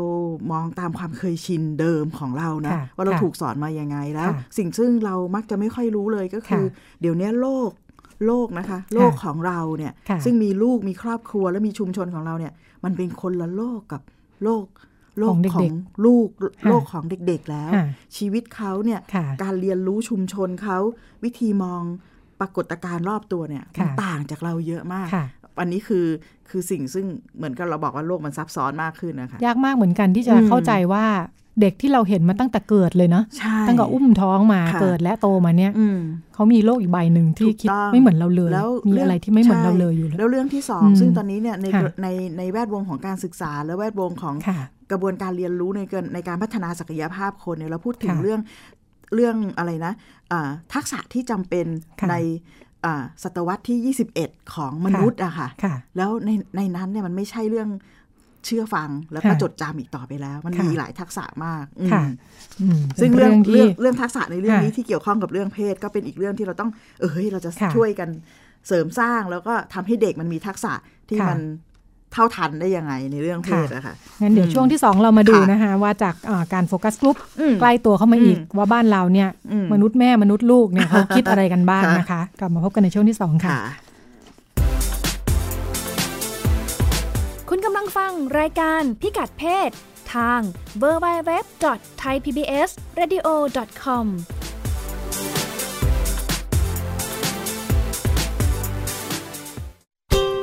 [SPEAKER 3] มองตามความเคยชินเดิมของเรานะ
[SPEAKER 2] ค่ะ
[SPEAKER 3] ว่าเรา
[SPEAKER 2] ค่ะ
[SPEAKER 3] ถูกสอนมายังไงแล้ว
[SPEAKER 2] ค่ะ
[SPEAKER 3] สิ่งซึ่งเรามักจะไม่ค่อยรู้เลยก็คือ เดี๋ยวเนี้ยโลกโลกนะคะ โลกของเราเนี่ย
[SPEAKER 2] ค่ะ
[SPEAKER 3] ซึ่งมีลูกมีครอบครัวและมีชุมชนของเราเนี่ย มันเป็นคนละโลกกับโลกโลกของลูกโลกของเด็กๆแล้ว
[SPEAKER 2] ค่ะ
[SPEAKER 3] ชีวิตเขาเนี่ย
[SPEAKER 2] ค่ะ
[SPEAKER 3] การเรียนรู้ชุมชนเขาวิธีมองปรากฏการณ์รอบตัวเนี่ยมัน
[SPEAKER 2] ค่ะ
[SPEAKER 3] ต่างจากเราเยอะมาก
[SPEAKER 2] ค่ะ
[SPEAKER 3] อันนี้คือคือสิ่งซึ่งเหมือนกับเราบอกว่าโลกมันซับซ้อนมากขึ้นนะคะ
[SPEAKER 2] ยากมากเหมือนกันที่จะ
[SPEAKER 3] อืม
[SPEAKER 2] เข้าใจว่า เด็กที่เราเห็นมาตั้งแต่เกิดเลยเนาะ
[SPEAKER 3] ใช่
[SPEAKER 2] ตั้งแต่อุ้มท้องมา
[SPEAKER 3] ค่ะ
[SPEAKER 2] เกิดและโตมาเนี่ย
[SPEAKER 3] อืม
[SPEAKER 2] เขามีโรคอีกใบหนึ่งที่
[SPEAKER 3] ถูก
[SPEAKER 2] คิด
[SPEAKER 3] ต้อง
[SPEAKER 2] ไม่เหมือนเราเลย
[SPEAKER 3] แล้ว
[SPEAKER 2] มี
[SPEAKER 3] เรื่อง
[SPEAKER 2] อะไรที่ไม่เหมือน
[SPEAKER 3] ใช่
[SPEAKER 2] เราเลยอยู่เลย
[SPEAKER 3] แล้วเรื่องที่สอง
[SPEAKER 2] อืม
[SPEAKER 3] ซึ่งตอนนี้เนี่ยใน
[SPEAKER 2] ค่ะ
[SPEAKER 3] ในในแวดวงของการศึกษา และแวดวงของ
[SPEAKER 2] ค่ะ
[SPEAKER 3] กระบวนการเรียนรู้ในเกินในการพัฒนาศักยภาพคนเนี่ยเราพูดถึง
[SPEAKER 2] ค่ะ
[SPEAKER 3] เรื่องเรื่องอะไรนะอ่าทักษะที่จำเป็น
[SPEAKER 2] ค่ะ
[SPEAKER 3] ในอ่าศตวรรษที่ 21 ของม
[SPEAKER 2] ค่ะ
[SPEAKER 3] นุษย์อะค่ะ
[SPEAKER 2] ค่ะ
[SPEAKER 3] แล้วในในนั้นเนี่ยมันไม่ใช่เรื่องเชื่อฟังแล้วก็
[SPEAKER 2] ค่ะ
[SPEAKER 3] จดจำอีกต่อไปแล้ว มัน
[SPEAKER 2] ค่ะ
[SPEAKER 3] มีหลายทักษะมากอืม
[SPEAKER 2] ค่ะอืม
[SPEAKER 3] ซึ่ง
[SPEAKER 2] ป็น
[SPEAKER 3] เรื่องเรื่
[SPEAKER 2] ที่
[SPEAKER 3] องเรื่องทักษะในเรื่อง
[SPEAKER 2] ค่ะ
[SPEAKER 3] นี้ที่เกี่ยวข้องกับเรื่องเพศก็เป็นอีกเรื่องที่เราต้องเออเฮ้ยเราจะ
[SPEAKER 2] ค่ะ
[SPEAKER 3] ช่วยกันเสริมสร้างแล้วก็ทำให้เด็กมันมีทักษะที่
[SPEAKER 2] ค่ะ
[SPEAKER 3] มันเท่าทันได้ยังไงในเรื่องเพศอะค่ะ
[SPEAKER 2] งั้นเดี๋ยว
[SPEAKER 3] อืม
[SPEAKER 2] ช่วงที่ 2 เรามาดู
[SPEAKER 3] ค่ะ
[SPEAKER 2] นะคะว่าจากอ่าการโฟกัสกลุ่ม
[SPEAKER 3] อืม
[SPEAKER 2] ใกล้ตัวเข้ามา
[SPEAKER 3] อืม
[SPEAKER 2] อีกว่าบ้านเราเนี่ย
[SPEAKER 3] อืม
[SPEAKER 2] มนุษย์แม่มนุษย์ลูกเนี่ยเขาคิดอะไรกันบ้าง
[SPEAKER 3] ค่ะ
[SPEAKER 2] นะคะ กลับมาพบกันในช่วงที่ 2 ค่ะ
[SPEAKER 3] ค่ะ
[SPEAKER 1] คุณกำลังฟังรายการพิกัดเพศ ทาง www.thaipbsradio.com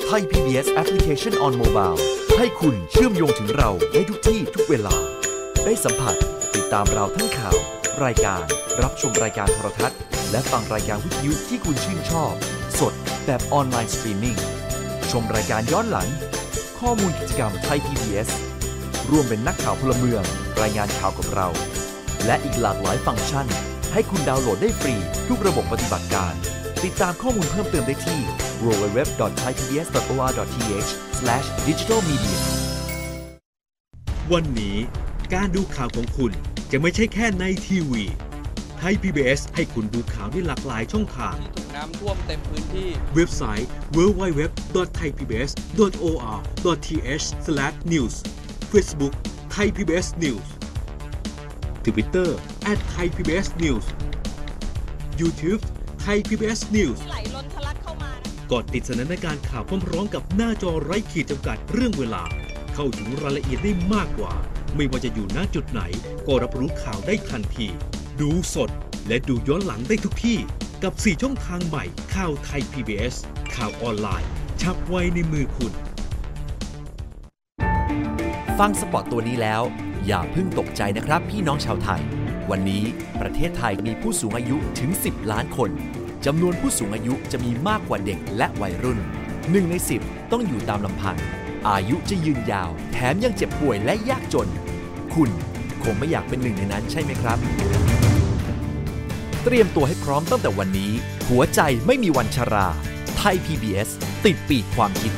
[SPEAKER 4] ไทย PBS Application on Mobile ให้คุณเชื่อมโยงถึงเราได้ทุกที่ทุกเวลา ได้สัมผัสติดตามเราทั้งข่าว รายการรับชมรายการโทรทัศน์ และฟังรายการวิทยุที่คุณชื่นชอบ สดแบบออนไลน์สตรีมมิ่งชมรายการย้อนหลัง ข้อมูลกิจกรรมไทย PBS ร่วมเป็นนักข่าวพลเมือง รายงานข่าวกับเรา และอีกหลากหลายฟังก์ชัน ให้คุณดาวน์โหลดได้ฟรี ทุกระบบปฏิบัติการ ติดตามข้อมูลเพิ่มเติมได้ที่ www.thaipbs.or.th/digitalmedia
[SPEAKER 5] วันนี้การดูข่าวของคุณจะไม่ใช่แค่ในทีวีไทย PBS ให้คุณดูข่าวได้หลากหลายช่องทาง
[SPEAKER 6] ที่ถูกน้ำท่วมเต็มพื้นที่
[SPEAKER 5] เว็บไซต์ www.thaipbs.or.th/news Facebook Thai PBS News Twitter @thaipbsnews YouTube Thai PBS News
[SPEAKER 7] ไหลล้นทะลักเข้ามา
[SPEAKER 5] ก่อนติดสนันการข่าวพร้อมร้องกับหน้าจอไร้ขีดจำกัดเรื่องเวลา เข้าถึงรายละเอียดได้มากกว่า ไม่ว่าจะอยู่ณจุดไหน ก็รับรู้ข่าวได้ทันที ดูสดและดูย้อนหลังได้ทุกที่ กับ 4 ช่องทางใหม่ ข่าวไทย PBS ข่าวออนไลน์ ชับไว้ในมือคุณ
[SPEAKER 4] ฟังสปอตตัวนี้แล้ว อย่าเพิ่งตกใจนะครับพี่น้องชาวไทย วันนี้ประเทศไทยมีผู้สูงอายุถึง 10 ล้านคนจำนวนผู้สูงอายุจะมีมากกว่าเด็กและวัยรุ่น 1 ใน 10 ต้องอยู่ตามลำพัง อายุจะยืนยาว แถมยังเจ็บป่วยและยากจน คุณคงไม่อยากเป็นหนึ่งในนั้นใช่ไหมครับ เตรียมตัวให้พร้อมตั้งแต่วันนี้ หัวใจไม่มีวันชรา ไทย PBS ติดปีกความคิด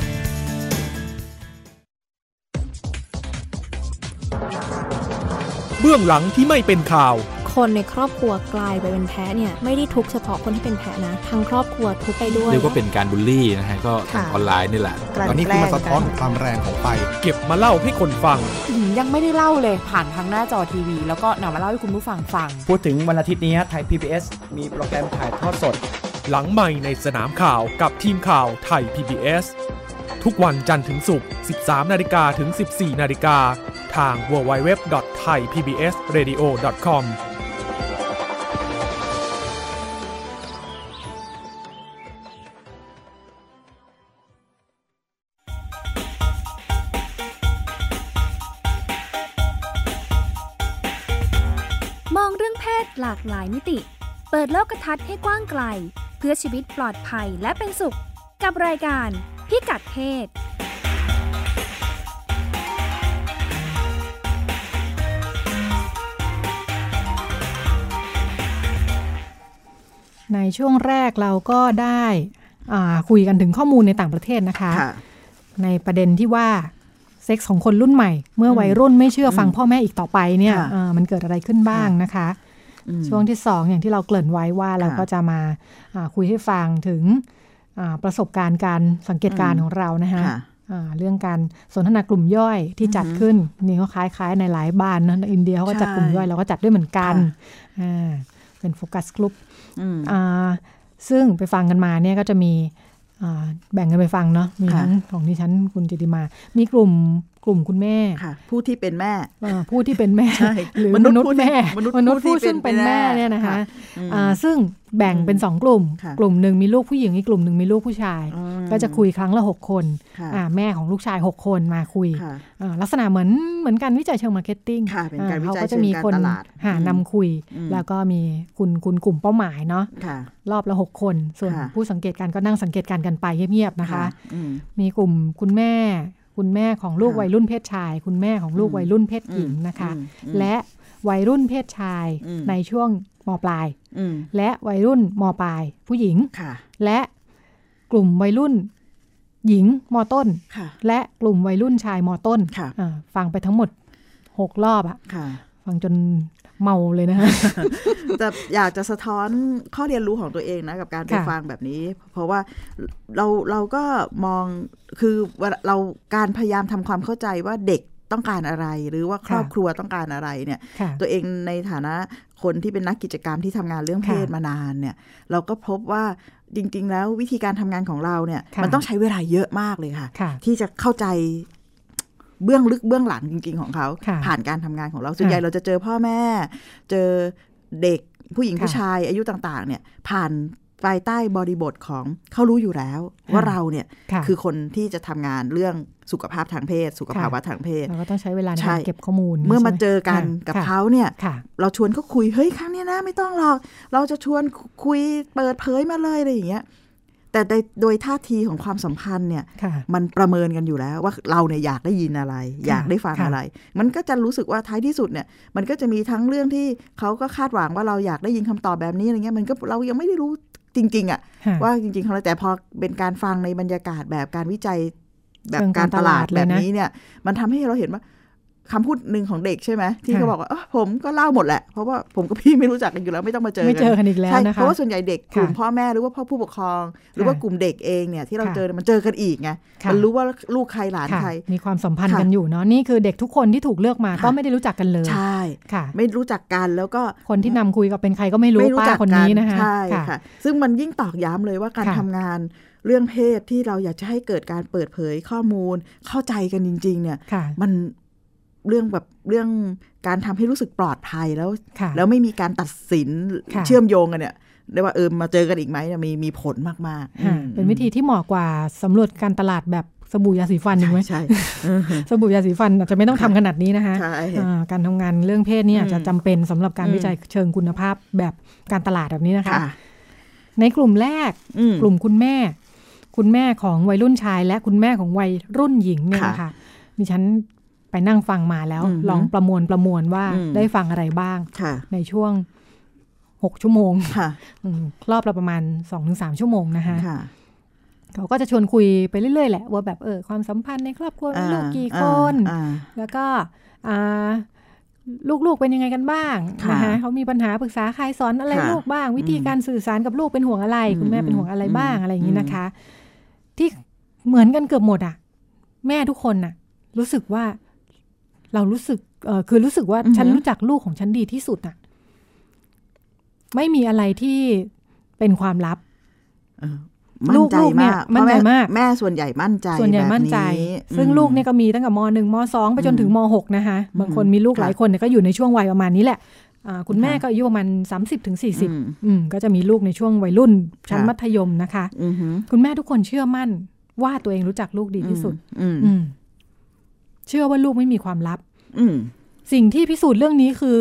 [SPEAKER 8] เบื้องหลังที่ไม่เป็นข่าว
[SPEAKER 9] คนในครอบครัวกลายไปเป็นแพ้เนี่ยไม่ได้ทุกข์เฉพาะคนที่เป็นแพ้นะทั้งครอบครัวทุกข์ไปด้วย
[SPEAKER 10] เรียกว่าเป็นการบูลลี่นะฮะ ก็ทาง
[SPEAKER 9] ค่ะ
[SPEAKER 10] ออนไลน์นี่แหละ
[SPEAKER 3] กลั่น
[SPEAKER 11] ตอนนี้
[SPEAKER 3] แก
[SPEAKER 11] คือมั
[SPEAKER 3] ล้ง
[SPEAKER 11] นสะท้อนของความแรงของไฟ
[SPEAKER 8] เก็บมาเล่าให้คนฟัง
[SPEAKER 7] ยังไม่ได้เล่าเลยผ่านทางหน้าจอทีวี แล้วก็นำมาเล่าให้คุณผู้ฟังฟัง
[SPEAKER 11] พูดถึงวันอาทิตย์นี้ไทย PBS มีโปรแกรมถ่ายทอดสด
[SPEAKER 8] หลังใหม่ในสนามข่าวกับทีมข่าวไทย PBS ทุกวันจันทร์ถึงศุกร์ 13 นาฬิกาถึง 14 นาฬิกา ทาง www.thaipbsradio.com
[SPEAKER 1] มองเรื่องเพศหลากหลายมิติ เปิดโลกทัศน์ให้กว้างไกล เพื่อชีวิตปลอดภัยและเป็นสุข กับรายการพิกัดเพศ
[SPEAKER 2] ในช่วงแรกเราก็ได้อ่าคุยกันถึงข้อมูลในต่างประเทศนะคะ
[SPEAKER 3] ค่ะ
[SPEAKER 2] ในประเด็นที่ว่าเซ็กส์ของคนรุ่นใหม่ เมื่ออ
[SPEAKER 3] ม
[SPEAKER 2] วัยรุ่นไม่เชื่อฟังพ่อแม่อีกต่อไปเนี่ย
[SPEAKER 3] ค่ะ
[SPEAKER 2] เอ่อมันเกิดอะไรขึ้นบ้างนะคะ
[SPEAKER 3] อืม
[SPEAKER 2] ช่วงที่ 2 อย่างที่เราเกริ่นไว้ว่าเรา
[SPEAKER 3] ค่ะ
[SPEAKER 2] ก็จะมาอ่าคุยให้ฟังถึงอ่าประสบการณ์การสังเกตการณ์
[SPEAKER 3] อืม
[SPEAKER 2] ของเรานะคะ
[SPEAKER 3] ค่ะ
[SPEAKER 2] อ่าเรื่องการสนทนากลุ่มย่อยที่จัดขึ้น นี่ก็คล้ายๆ ในหลายบ้านนะในอินเดียเขาก็จัดกลุ่มย่อย
[SPEAKER 3] ใช่
[SPEAKER 2] เราก็จัดด้วยเหมือนกัน
[SPEAKER 3] ค่ะ
[SPEAKER 2] อ่าเป็นโฟกัสกลุ่ม
[SPEAKER 3] อืม
[SPEAKER 2] อ่าซึ่งไปฟังกันมาเนี่ยก็จะมีอ่าแบ่งกันไปฟังเนาะมี
[SPEAKER 3] ค่ะ
[SPEAKER 2] ทั้งของดิฉันคุณจิติมา มีกลุ่ม กลุ่มคุณแม่
[SPEAKER 3] ผู้ที่เป็นแม่
[SPEAKER 2] เอ่อผู้ที่เป็นแม่
[SPEAKER 3] ใช่
[SPEAKER 2] หรือ
[SPEAKER 3] ม
[SPEAKER 2] ม
[SPEAKER 3] นุ
[SPEAKER 2] นุ
[SPEAKER 3] ษ
[SPEAKER 2] ษ
[SPEAKER 3] ย์
[SPEAKER 2] ย์แม่
[SPEAKER 3] ผู้ที่
[SPEAKER 2] มนุษย์ผู้ซึ่งเป็นแม่
[SPEAKER 3] ผู้ที่เป็นแม่
[SPEAKER 2] เนี่ยนะคะ
[SPEAKER 3] ค่ะ
[SPEAKER 2] อ่าซึ่งแบ่งเป็นสองกลุ่ม
[SPEAKER 3] ค่ะ
[SPEAKER 2] กลุ่มหนึ่งมีลูกผู้หญิงอีกกลุ่มหนึ่งมีลูกผู้ชาย ก็จะคุยครั้งละหกคน
[SPEAKER 3] ค่ะ
[SPEAKER 2] อ่าแม่ของลูกชายหกคนมาคุย
[SPEAKER 3] ค่ะ
[SPEAKER 2] อ่าลักษณะเหมือนเหมือนการวิจัยเชิงมาร์เก็ตติ้ง
[SPEAKER 3] ค่ะเป็นการ
[SPEAKER 2] อ่
[SPEAKER 3] วิจัย
[SPEAKER 2] ขจะมีคน
[SPEAKER 3] เชิงการตลาด
[SPEAKER 2] หานำคุย
[SPEAKER 3] อืม
[SPEAKER 2] แล้วก็มีคุณคุณกลุ่มเป้าหมายเนาะ
[SPEAKER 3] ค่ะ
[SPEAKER 2] รอบละหกคน ส่วน
[SPEAKER 3] ค่ะ
[SPEAKER 2] ผู้สังเกตการณ์ก็นั่งสังเกตการณ์กันไปเงียบๆนะคะ
[SPEAKER 3] อืม
[SPEAKER 2] มีกลุ่มคุณแม่ คุณแม่ของลูกวัยรุ่นเพศชาย คุณแม่ของลูก
[SPEAKER 3] อืม
[SPEAKER 2] วัยรุ่นเพศหญิงนะคะ
[SPEAKER 3] อืมอืม
[SPEAKER 2] และวัยรุ่นเพศชาย
[SPEAKER 3] อืม
[SPEAKER 2] ในช่วงมปลาย
[SPEAKER 3] อืม
[SPEAKER 2] และวัยรุ่นมปลาย ผู้หญิง
[SPEAKER 3] ค่ะ
[SPEAKER 2] และกลุ่มวัยรุ่นหญิงมต้น
[SPEAKER 3] ค่ะ
[SPEAKER 2] และกลุ่มวัยรุ่นชายมต้น
[SPEAKER 3] ค่ะ
[SPEAKER 2] อ่าฟังไปทั้งหมดหกรอบอะ
[SPEAKER 3] ค่ะ
[SPEAKER 2] ฟังจนเมาเลยนะคะ
[SPEAKER 3] แต่อยากจะสะท้อนข้อเรียนรู้ของตัวเองนะ กับการไป
[SPEAKER 2] ค่ะ
[SPEAKER 3] ฟังแบบนี้ เพราะว่าเราเราก็มองคือเวลาเราการพยายามทำความเข้าใจว่าเด็กต้องการอะไร หรือว่าครอบ
[SPEAKER 2] ค่ะ
[SPEAKER 3] ครัวต้องการอะไรเนี่ย
[SPEAKER 2] ค่ะ
[SPEAKER 3] ตัวเองในฐานะคนที่เป็นนักกิจกรรมที่ทำงานเรื่องเพศ
[SPEAKER 2] ค่ะ
[SPEAKER 3] มานานเนี่ย เราก็พบว่าจริง ๆ แล้ววิธีการทำงานของเราเนี่ย
[SPEAKER 2] ค่ะ
[SPEAKER 3] มันต้องใช้เวลาเยอะมากเลยค่ะ
[SPEAKER 2] ค่ะ
[SPEAKER 3] ที่จะเข้าใจเบื้องลึกเบื้องหลังจริง ๆ ของเขา
[SPEAKER 2] ค่ะ
[SPEAKER 3] ผ่านการทำงานของเราส่วนใหญ่
[SPEAKER 2] ค่ะ
[SPEAKER 3] เราจะเจอพ่อแม่ เจอเด็กผู้หญิง
[SPEAKER 2] ค่ะ
[SPEAKER 3] ผู้ชายอายุต่างๆ เนี่ย ผ่านภายใต้บริบทของเขารู้อยู่แล้ว ว่าเราเนี่ย
[SPEAKER 2] ค่ะ
[SPEAKER 3] คือคนที่จะทำงานเรื่องสุขภาพทางเพศ สุขภาวะ
[SPEAKER 2] ค่ะ
[SPEAKER 3] ทางเพศ
[SPEAKER 2] เราก็ต้องใช้เวลาใน
[SPEAKER 3] ใช่
[SPEAKER 2] การเก็บข้อมูล
[SPEAKER 3] เมื่อมา
[SPEAKER 2] ใช่ไห
[SPEAKER 3] เจอกัน
[SPEAKER 2] ค่ะ
[SPEAKER 3] กับ
[SPEAKER 2] ค่ะ
[SPEAKER 3] เขาเนี่ย
[SPEAKER 2] ค่ะ
[SPEAKER 3] เราชวนเขาคุย เฮ้ย ครั้งเนี้ยนะ ไม่ต้องหรอก เราจะชวนคุยเปิดเผยมาเลยอะไรอย่างเงี้ย แต่ในโดยท่าทีของความสัมพันธ์เนี่ย
[SPEAKER 2] ค่ะ
[SPEAKER 3] มันประเมินกันอยู่แล้วว่าเราเนี่ยอยากได้ยินอะไร อยากได้ฟัง
[SPEAKER 2] ค่ะ
[SPEAKER 3] อะไร มันก็จะรู้สึกว่าท้ายที่สุดเนี่ย มันก็จะมีทั้งเรื่องที่เขาก็คาดหวังว่าเราอยากได้ยินคำตอบแบบนี้อะไรเงี้ยมันก็เรายังไม่ได้รู้จริง ๆอะ
[SPEAKER 2] ค่ะ
[SPEAKER 3] ว่าจริงๆเขาแต่พอเป็นการฟังในบรรยากาศแบบการวิจัย แบบการตลาดแบบนี้เนี่ย มันทำให้เราเห็นว่าคำพูดหนึ่งของเด็กใช่ไหมที่
[SPEAKER 2] ค่ะ
[SPEAKER 3] เขาบอกว่าเอ้อผมก็เล่าหมดแหละ เพราะว่าผมกับพี่ไม่รู้จักกันอยู่แล้ว ไม่ต้องมาเจอกัน
[SPEAKER 2] ไม่เจอกันอีกแล้ว
[SPEAKER 3] ใช่
[SPEAKER 2] นะคะ
[SPEAKER 3] เพราะว่าส่วนใหญ่เด็กกลุ่ม
[SPEAKER 2] ค่ะ
[SPEAKER 3] พ่อแม่หรือว่าพ่อผู้ปกครอง หรือว่ากลุ่มเด็กเองเนี่ยที่เรา
[SPEAKER 2] ค่ะ
[SPEAKER 3] เจอเนี่ยมันเจอกันอีกไง
[SPEAKER 2] ค่ะ
[SPEAKER 3] มันรู้ว่าลูกใครหลาน
[SPEAKER 2] ค่ะ
[SPEAKER 3] ใคร
[SPEAKER 2] มีความสัมพันธ์
[SPEAKER 3] ค่ะ
[SPEAKER 2] กันอยู่เนาะนี่คือเด็กทุกคนที่ถูกเลือกมา
[SPEAKER 3] ค่ะ
[SPEAKER 2] ก็ไม่ได้รู้จักกันเลย
[SPEAKER 3] ใช่
[SPEAKER 2] ค่ะ
[SPEAKER 3] ไม่รู้จักกันแล้วก็
[SPEAKER 2] คนที่นำคุยก็เป็นใครก็ไม่รู้
[SPEAKER 3] ไม่
[SPEAKER 2] ป้าคนนี้นะคะ
[SPEAKER 3] ใช่ค่ะ ซึ่งมันยิ่งตอกย้ำเลยว่าการ
[SPEAKER 2] ค่ะ
[SPEAKER 3] ทำงานเรื่องเพศที่เราอยากจะให้เกิดการเปิดเผยข้อมูล เข้าใจกันจริง ๆ เนี่ย
[SPEAKER 2] ค่ะ
[SPEAKER 3] มันเรื่องแบบเรื่องการทำให้รู้สึกปลอดภัยแล้ว
[SPEAKER 2] ค่ะ
[SPEAKER 3] แล้วไม่มีการตัดสิน
[SPEAKER 2] ค่ะ
[SPEAKER 3] เชื่อมโยงกันเนี่ยได้ว่าเออมาเจอกันอีกไหมเนี่ยมีมีผลมากๆอื
[SPEAKER 2] ค่ะ
[SPEAKER 3] ม
[SPEAKER 2] เป็นวิธีที่เหมาะกว่าสำรวจการตลาดแบบสบู่ยาสีฟันถูกไหม
[SPEAKER 3] ใช่
[SPEAKER 2] สบู่ยาสีฟันอาจจะไม่ต้องทำขนาดนี้นะคะ
[SPEAKER 3] ใช่
[SPEAKER 2] อ่าการทำงานเรื่องเพศเนี่ยอาจจะจำเป็นสำหรับการ
[SPEAKER 3] อืม
[SPEAKER 2] วิจัยเชิงคุณภาพแบบการตลาดแบบนี้นะคะ
[SPEAKER 3] ค่ะ
[SPEAKER 2] ในกลุ่มแรก
[SPEAKER 3] อืม
[SPEAKER 2] กลุ่มคุณแม่ คุณแม่ของวัยรุ่นชาย และคุณแม่ของวัยรุ่นหญิงเนี่ย
[SPEAKER 3] ค่ะ
[SPEAKER 2] นะคะดิฉันไปนั่งฟังมาแล้ว
[SPEAKER 3] อือหือ
[SPEAKER 2] ลองประมวลประมวลว่า
[SPEAKER 3] อืม
[SPEAKER 2] ได้ฟังอะไรบ้าง
[SPEAKER 3] ค่ะ
[SPEAKER 2] ในช่วงหกชั่วโมง
[SPEAKER 3] ค่ะ
[SPEAKER 2] อืมรอบละประมาณสองถึงสามชั่วโมงนะคะ
[SPEAKER 3] ค่ะ
[SPEAKER 2] เขาก็จะชวนคุยไปเรื่อยๆแหละว่าแบบเออความสัมพันธ์ในครอบครัวมีลูกกี่คน
[SPEAKER 3] อ่าอ่า
[SPEAKER 2] แล้วก็อ่าลูกๆเป็นยังไงกันบ้าง
[SPEAKER 3] ค่ะ
[SPEAKER 2] นะคะเขามีปัญหาปรึกษาใครสอนอะไร
[SPEAKER 3] ค่ะ
[SPEAKER 2] ลูกบ้าง วิธีการสื่อสารกับลูกเป็นห่วงอะไร คุณแม่
[SPEAKER 3] อืม
[SPEAKER 2] เป็นห่วงอะไร
[SPEAKER 3] อืม
[SPEAKER 2] บ้างอะไรอย่าง
[SPEAKER 3] อื
[SPEAKER 2] นี้
[SPEAKER 3] ม
[SPEAKER 2] นะคะ ที่เหมือนกันเกือบหมดอ่ะ แม่ทุกคนน่ะ รู้สึกว่าเรารู้สึกเอ่อคือรู้สึกว่าฉันรู้จักลูกของฉันดีที่สุดอ่ะ ไม่มีอะไรที่เป็นความลับ
[SPEAKER 3] เออมั่นใจ
[SPEAKER 2] ลูกๆเนี่ย
[SPEAKER 3] มาก
[SPEAKER 2] มั่นใจมาก
[SPEAKER 3] เพระแแม่ส่วนใหญ่มั่นใจ
[SPEAKER 2] ส่วนใหญ่มั่นใจ
[SPEAKER 3] แบบ
[SPEAKER 2] ซึ่ง
[SPEAKER 3] อืม
[SPEAKER 2] ลูกเนี่ยก็มีตั้งแต่มหนึ่งมสองไปจนถึงมหกนะคะ บางคนมีลูก
[SPEAKER 3] ค่ะ
[SPEAKER 2] หลายคนเนี่ยก็อยู่ในช่วงวัยประมาณนี้แหละอ่าคุณแม่
[SPEAKER 3] ค่ะ
[SPEAKER 2] ก็อายุประมาณ 30-40ถึง
[SPEAKER 3] อืม
[SPEAKER 2] 40อืมก็จะมีลูกในช่วงวัยรุ่น ชั้น
[SPEAKER 3] ค่ะ
[SPEAKER 2] มัธยมนะคะ
[SPEAKER 3] อือหือ
[SPEAKER 2] คุณแม่ทุกคนเชื่อมั่นว่าตัวเองรู้จักลูกดีที่สุด
[SPEAKER 3] อืม
[SPEAKER 2] อืมเชื่อว่าลูกไม่มีความลับ
[SPEAKER 3] อืม
[SPEAKER 2] สิ่งที่พิสูจน์เรื่องนี้คือ